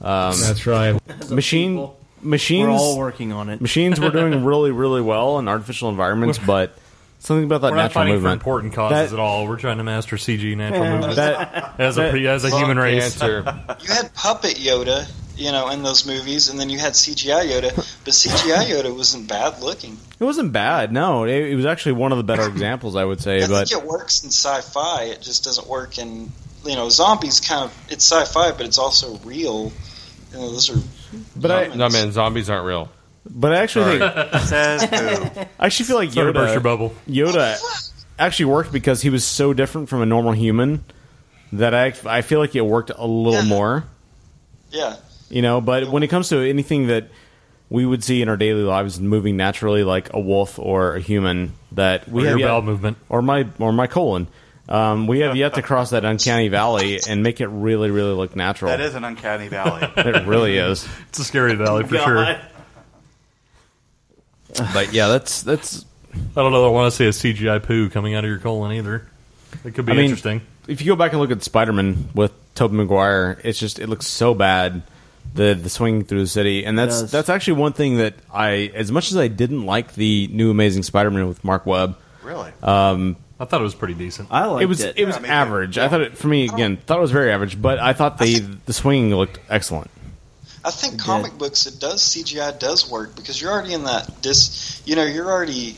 S4: Um,
S5: That's right. As a
S4: Machine
S5: people.
S4: machines
S5: We're all working on it.
S4: Machines were doing really really well in artificial environments, but something about that
S6: We're not
S4: natural
S6: fighting
S4: movement.
S6: for important causes
S4: That-
S6: at all. We're trying to master CG natural
S4: Yeah.
S6: movements
S4: That-
S6: as a
S4: that-
S6: pre as a
S4: Wrong
S6: human race.
S4: answer.
S11: You had puppet Yoda, you know, in those movies, and then you had CGI Yoda, but CGI Yoda wasn't bad looking.
S4: it wasn't bad. No, it, it was actually one of the better examples I would say.
S11: I
S4: But
S11: think it works in sci-fi. It just doesn't work in you know zombies. Kind of it's sci-fi, but it's also real. You know, those are
S4: but I
S8: no man, zombies aren't real.
S4: but I actually
S8: Sorry.
S4: think I actually feel like
S8: Sorry to
S4: Yoda.
S8: burst your bubble.
S4: Yoda actually worked because he was so different from a normal human that I I feel like it worked a little more.
S11: yeah.
S4: You know, but when it comes to anything that we would see in our daily lives moving naturally, like a wolf or a human, that we
S6: Or
S4: have
S6: your
S4: yet-
S6: bowel movement.
S4: or my or my colon, um, we have yet to cross that uncanny valley and make it really, really look natural.
S10: That is an uncanny valley.
S4: It really is.
S6: It's a scary valley for sure.
S4: But yeah, that's that's.
S6: I don't know. that I want to see a CGI poo coming out of your colon either. It could be
S4: I mean,
S6: interesting.
S4: If you go back and look at Spider Man with Tobey Maguire, it's just it looks so bad. The the swinging through the city, and that's
S6: does.
S4: that's actually one thing that I, as much as I didn't like the new Amazing Spider Man with Mark Webb,
S10: Really?
S4: um,
S6: I thought it was pretty decent.
S5: I
S4: it was it was average. I thought it for me again thought it was very average, but I thought the the swinging looked excellent.
S11: I think comic books it does CGI does work because you're already in that dis you know you're already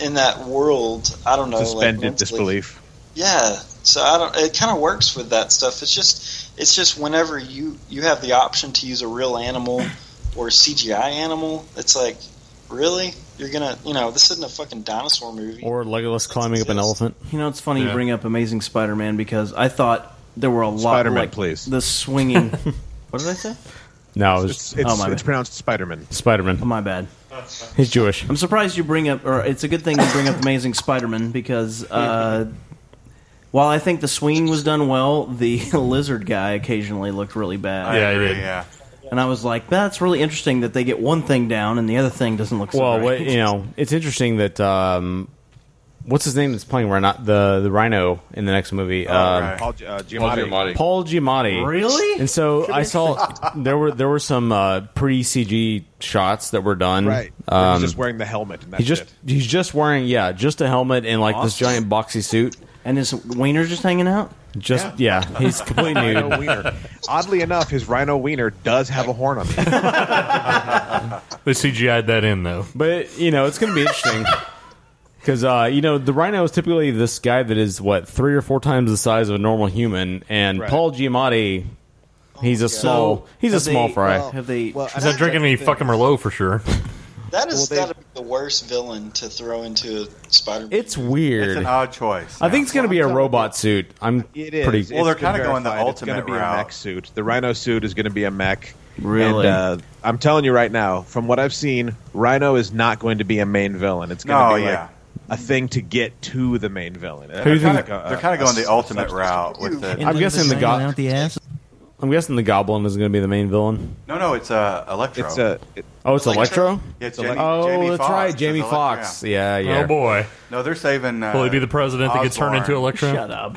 S11: in that world. I don't know like,
S22: suspended
S11: mentally.
S22: disbelief.
S11: Yeah, so I don't. It kind of works with that stuff. It's just it's just whenever you you have the option to use a real animal or CGI animal, it's like really You're gonna, you know, this isn't a fucking dinosaur movie.
S4: Or Legolas climbing up an elephant.
S5: You know, it's funny you
S4: Yeah.
S5: bring up Amazing Spider-Man because I thought there were a lot
S4: Spider-Man,
S5: like please. the swinging. what did I say?
S4: No, it was,
S5: It's- Oh, my it's bad.
S22: pronounced Spider-Man.
S4: Spider-Man.
S5: my bad.
S4: He's Jewish.
S5: I'm surprised you bring up, or it's a good thing you bring up Amazing Spider-Man because uh, while I think the swinging was done well, the lizard guy occasionally looked really bad.
S6: I Yeah, he agree, did.
S10: Yeah.
S5: And I was like, that's really interesting that they get one thing down and the other thing doesn't look. So
S4: Well,
S5: great.
S4: what, you know, it's interesting that um, what's his name that's playing right now, the the Rhino in the next movie. um,
S22: right. Paul, uh, Giamatti.
S4: Paul Giamatti.
S22: Really?
S4: And so I saw there were there were some uh, pre CG shots that were done.
S22: Right.
S4: Um,
S22: he's just wearing the helmet, and that's
S4: he's just
S22: it.
S4: he's just wearing yeah just a helmet and like this giant boxy suit.
S5: And his wiener's just hanging out.
S4: Just yeah, he's completely nude.
S22: Rhino wiener. Oddly enough, his rhino wiener does have a horn on it.
S6: They CGI'd that in though.
S4: But you know, it's going to be interesting because uh, you know the rhino is typically this guy that is what three or four times the size of a normal human, and
S6: Right. Oh,
S4: Paul Giamatti, he's a small he's a
S6: have
S4: small
S6: they-
S4: fry.
S6: well,
S5: have they?
S6: Well, He's not drinking any fucking Merlot for sure.
S11: That has got to be the worst villain to throw into a Spider-Man.
S4: It's weird.
S11: It's an
S10: odd choice.
S4: I think it's going to be a robot suit. I'm
S22: It is.
S4: pretty.
S22: It's been verified. It's gonna be a mech suit. The Rhino suit is going to be a mech.
S4: Really?
S22: And, uh, I'm telling you right now, from what I've seen, Rhino is not going to be a main villain. It's going
S10: No,
S22: to be
S10: yeah.
S22: like a thing to get to the main villain.
S10: Who do you think- they're kinda uh, going the ultimate route with the-
S4: I'm guessing the
S10: Hanging
S4: go- I'm guessing the Goblin is going to be the main villain.
S10: No, no, it's uh, Electro.
S4: It's, uh, it- Oh, it's Electro?
S10: Yeah, it's
S4: Elec-
S10: Jamie,
S4: Oh,
S10: Jamie
S4: that's
S10: Foxx
S4: right,
S10: is
S4: Jamie
S10: Elec-
S4: Foxx. Yeah, yeah.
S6: Oh, boy.
S10: No, they're saving. Uh, Uh-huh.
S6: Will he be the president that gets turned into Electro?
S5: Shut up.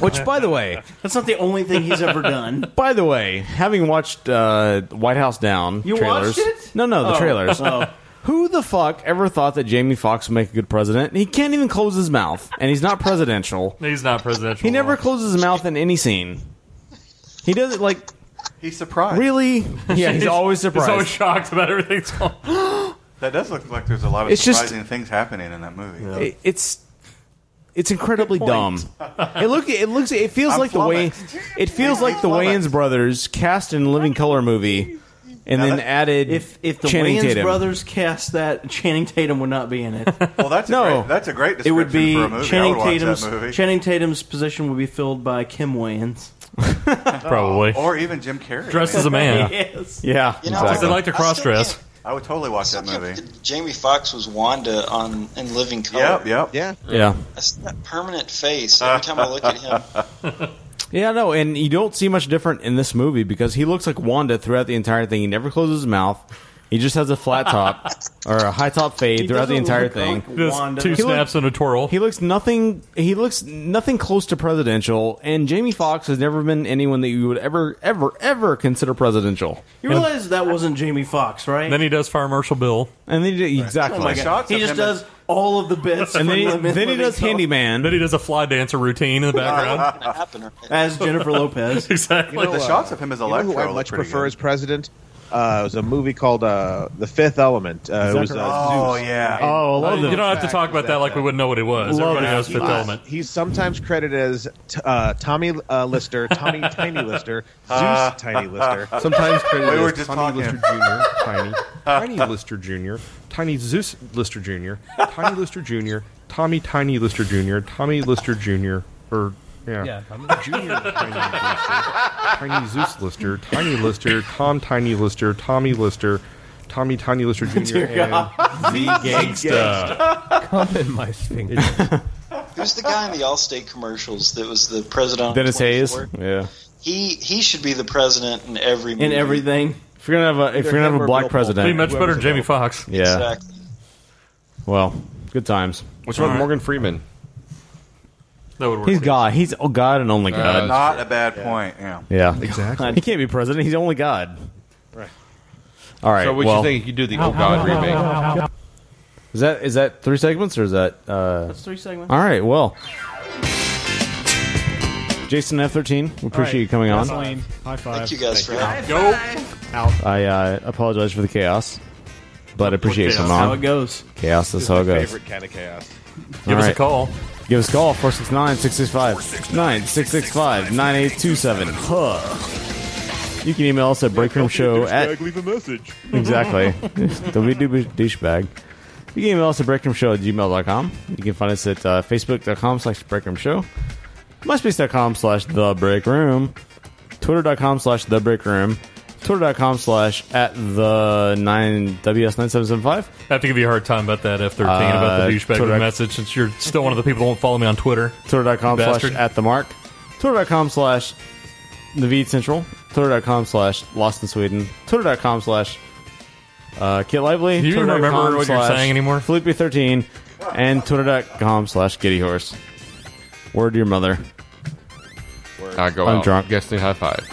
S4: Which, by the way,
S5: that's not the only thing he's ever done.
S4: By the way, having watched uh, White House Down
S5: You
S4: trailers,
S5: watched it?
S4: no, no, the
S5: Oh.
S4: trailers.
S5: Oh.
S4: Who the fuck ever thought that Jamie Foxx would make a good president? He can't even close his mouth, and he's not presidential.
S6: He's not presidential.
S4: He never closes his mouth in any scene. He does it like
S10: he's surprised.
S4: Really? Yeah, he's always surprised.
S6: He's always shocked about everything that's going.
S10: That does look like there's a lot of
S4: It's just-
S10: surprising things happening in that movie.
S4: It- it's it's incredibly
S10: Good
S4: dumb.
S10: point.
S4: It look it looks it feels
S10: I'm
S4: like the way it feels like the Wayans brothers cast in a Living Color movie and then added
S5: If if the
S4: Channing
S5: Wayans
S4: Tatum.
S5: brothers cast that, Channing Tatum would not be in it.
S10: Well, that's
S5: No.
S10: a great, that's a great
S5: it
S10: description
S5: would be
S10: for a movie. I
S5: Channing
S10: would watch that
S5: Tatum's
S10: movie.
S5: Channing Tatum's position would be filled by Kim Wayans.
S6: Probably.
S10: or even Jim Carrey
S6: Dressed as a man.
S5: yes.
S4: Yeah,
S11: You know, exactly.
S6: They like to
S11: I still
S6: cross dress.
S10: I would totally watch that movie.
S11: Jamie Foxx was Wanda on in Living Color.
S10: Yep, yep,
S22: yeah,
S4: Yeah.
S11: That's that permanent face. Every time I look at him,
S4: Yeah, no, and you don't see much different in this movie because he looks like Wanda throughout the entire thing. He never closes his mouth. He just has a flat top or a high top fade
S6: He
S4: throughout the
S6: doesn't
S4: entire
S6: look
S4: thing.
S6: like Just Wanda. two snaps
S4: and a twirl. He looks nothing. He looks nothing close to presidential. And Jamie Foxx has never been anyone that you would ever, ever, ever consider presidential.
S5: You realize that wasn't Jamie Foxx, right?
S6: Then he does Fire Marshal Bill.
S4: And then he, exactly.
S5: Oh my God. He just does all of the bits.
S6: And
S5: from
S6: then he-
S5: Living-
S6: then he does
S5: Living Color.
S4: handyman.
S6: Then he does a fly dancer routine in the background.
S5: As Jennifer Lopez.
S6: exactly.
S22: You know, uh, you know who I much prefer as president. Uh, it was a movie called uh, The Fifth Element. Uh, it was, uh,
S10: Oh
S22: Zeus.
S10: yeah.
S22: Oh, I love
S6: You
S22: the
S6: don't have to
S22: fact
S6: talk about
S22: that-
S6: that like we wouldn't know what it was.
S22: Love
S6: Everybody
S22: that.
S6: knows Fifth
S22: He's-
S6: Element.
S22: He's sometimes credited as t- uh, Tommy uh, Lister, Tommy Tiny Lister, Zeus
S6: Uh,
S22: Tiny Lister.
S6: sometimes credited
S22: We were
S6: as
S22: just
S6: Tommy
S22: talking.
S6: Lister
S22: Jr.
S8: Tiny, Tiny Lister Jr., Tiny Zeus Lister Jr., Tiny Lister Jr., Tommy Tiny Lister Jr., Tommy Lister Jr., or yeah,
S6: I'm
S8: junior. Tiny Zeus Lister, Tiny Lister, Tom Tiny Lister, Tommy Lister, Tommy Tiny Lister Jr.,
S2: Dear
S8: and
S2: God.
S8: the
S2: Gangsta.
S8: Gangsta. Come in my sphincter.
S11: who's the guy in the Allstate commercials that was the president? on
S4: Dennis Hayes.
S11: 24?
S4: Yeah.
S11: He he should be the president in every movie.
S4: If you're gonna have a if
S11: They're
S4: you're gonna have
S11: never
S4: a black
S11: available.
S4: president,
S11: Be much better than Jamie
S6: Foxx.
S4: Yeah.
S11: Exactly.
S4: Well, good times.
S8: What's wrong with Morgan Freeman?
S6: That would
S4: He's God. He's oh God and
S8: Uh,
S4: only God.
S10: Not a bad point. Yeah.
S4: Yeah,
S8: Exactly.
S4: He can't be president. He's only God.
S10: Right.
S4: All right.
S8: So what
S4: well,
S8: you think you do the Oh God remake?
S4: Is that is that three segments or is that? Uh,
S5: That's three segments.
S4: All right. Well, Jason F thirteen. We appreciate you coming on.
S13: Gasoline. High five.
S11: Thank you guys for having
S6: Go.
S13: Out.
S4: I uh, apologize for the chaos, but I appreciate you
S5: Chaos.
S4: coming on.
S5: How it goes.
S4: Chaos. That's how it goes.
S22: Favorite kind of chaos.
S4: All right.
S6: call.
S4: Give us a call 469 665 9665 9827. Huh. You can email us at breakroomshow at
S22: leave a message.
S4: Exactly. Don't be a douche- douchebag. You can email us at breakroomshow at gmail.com. You can find us at uh, facebook.com slash breakroomshow, myspace.com slash the break room, twitter.com slash the break room, twitter.com slash at the 9 WS9775.
S6: I have to give you a hard time about that F13,
S4: Uh,
S6: about the douchebag with
S4: Twitter-
S6: the message, since you're still one of the people who won't follow me on Twitter.
S4: Twitter.com slash
S6: Bastard.
S4: at the mark. Twitter.com slash Naveed Central. Twitter.com slash Lost in Sweden. Twitter.com slash uh, Kit Lively.
S6: Do you even
S4: Twitter.com
S6: remember what you're
S4: slash
S6: saying anymore?
S4: Felipe13. And Twitter.com slash Giddy Horse. Word to your mother.
S8: I go
S4: I'm
S8: out.
S4: drunk.
S8: Guessing high five.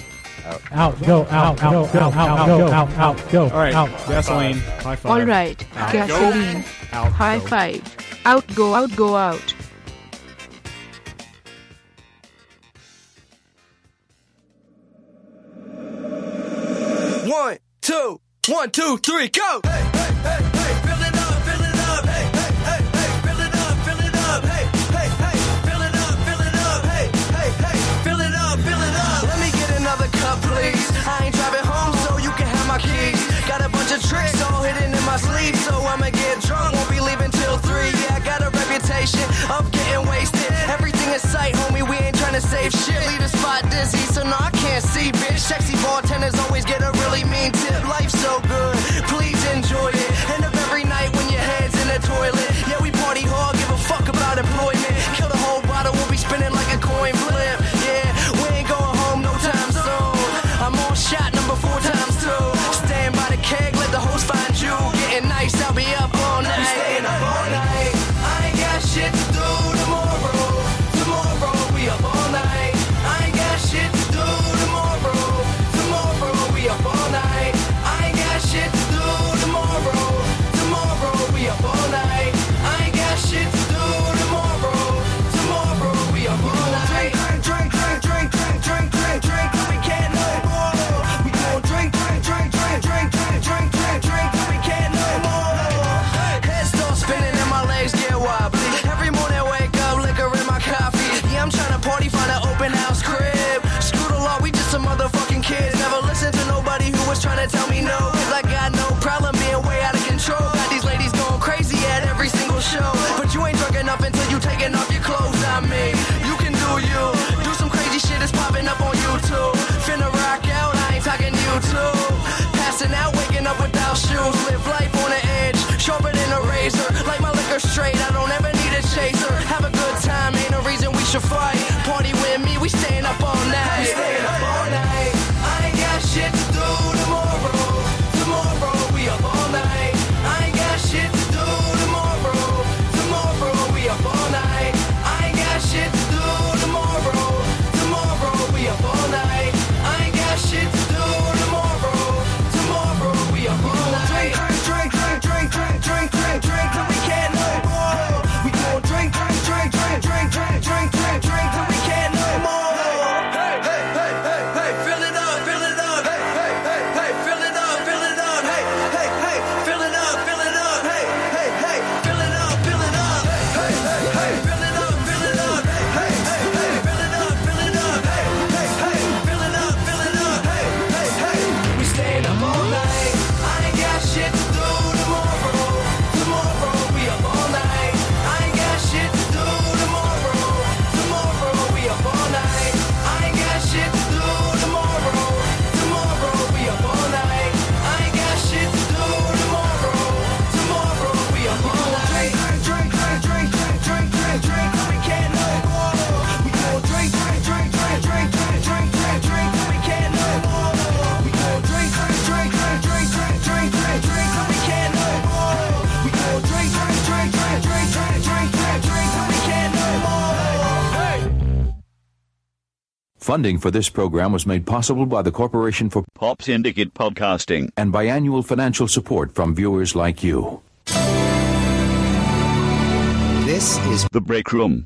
S13: Out, go, out, out, go, out, out, go, out, out, go. All right, out.
S4: gasoline. High
S13: five.
S1: All right. Gasoline. High five. Out go out go out.
S3: One, two, one, two, three, go! Hey, hey, hey, hey, fill it up, fill it up, hey, hey, hey, hey, fill it up, fill it up, hey, hey, hey, fill it up, fill it up, hey, hey, hey, fill it up, fill it up. Let me get another cup, please. I ain't driving home, so you can have my keys. Got a bunch of tricks all hidden in my sleeve, so I'ma get drunk, won't be leaving till three. Yeah, I got a reputation of getting wasted. Everything in sight, homie, we ain't trying to save shit. Leave the spot dizzy, so now I can't see, bitch. Sexy bartenders always get a really mean tip. Life's so good, please enjoy it. End up every night when your head's in the toilet. Yeah, we party hard, give a fuck about employment. Kill the whole bottle, we'll be spinning like a coin flip. Yeah, we ain't going home no time soon. I'm on shot number four times two. Stand by the keg, let the host find you. Getting nice, I'll be up all night. I'm staying up all night. I ain't got shit to do tomorrow. Tomorrow we up all night. I ain't got shit to do tomorrow. Tomorrow we up all night. I ain't got shit to do tomorrow. Tomorrow we up all night. I ain't got shit to do tomorrow. Tomorrow we up all night. Drink, drink, drink, drink, drink, drink, drink, drink. We can't no more. We gon' drink, drink, drink, drink, drink, drink, drink, drink, drink. We can't no more. Head start spinning and my legs get wobbly. Every morning I wake up, liquor in my coffee. Yeah, I'm tryna party, find an open house crib. Screw the law, we just some motherfucking kids. Never listen to nobody who was tryna tell me no. Cause I got no problem being way out of control. Got these ladies going crazy at every single show. But you ain't drunk enough until you taking off your clothes, I mean. You can do you. Do some crazy shit that's popping up on YouTube. Finna rock out, I ain't talking YouTube. Passing out, waking up without shoes. Live life on the edge, sharper than a razor. Like my liquor straight, I don't ever need a chaser. Have a good time, ain't no reason we should fight. Party with me, we staying up all night. Staying up all night. I ain't got shit to do tomorrow. Tomorrow we up all night. I ain't got shit to do tomorrow. Tomorrow we up all night. I ain't got shit to do tomorrow. Tomorrow we up all night. I ain't got shit to do tomorrow. Tomorrow we up all night. Drink, drink, drink, drink, drink, drink, drink, drink till we can't no more. We gon' drink, drink, drink, drink, drink, drink, drink, drink, drink till we can't no more. Hey, hey, hey, hey, hey, fill it up, fill it up. Hey, hey, hey, hey, fill it up, fill it up. Hey, hey, hey, fill it up, fill it up. Hey, hey, hey, fill it up, fill it up. Hey, hey, hey, hey, fill it up, fill it up. Hey, hey, hey, hey, fill it up, fill it up. Hey, hey, hey, fill it up, fill it up. Hey, hey, hey, we staying up all night. I ain't got shit to do tomorrow. Tomorrow we up all night. I ain't got shit to do tomorrow. Tomorrow we up all night. I ain't got shit to do tomorrow. Tomorrow we up all night. I ain't got shit to do tomorrow. Tomorrow we up all night. Drink, drink, drink, drink, drink, drink, drink, drink. We can't no more. We gon' drink, drink, drink, drink, drink, drink, drink, drink, drink. We can't no more. We gon' drink, drink, drink, drink, drink, drink, drink, drink, drink. We can't no more. We gon' drink, drink, drink, drink, drink, drink, drink, drink, drink. We can't no more. Hey.
S16: Funding for this program was made possible by the Corporation for
S21: Pop Syndicate Podcasting.
S16: and by annual financial support from viewers like you.
S21: This is The Break Room.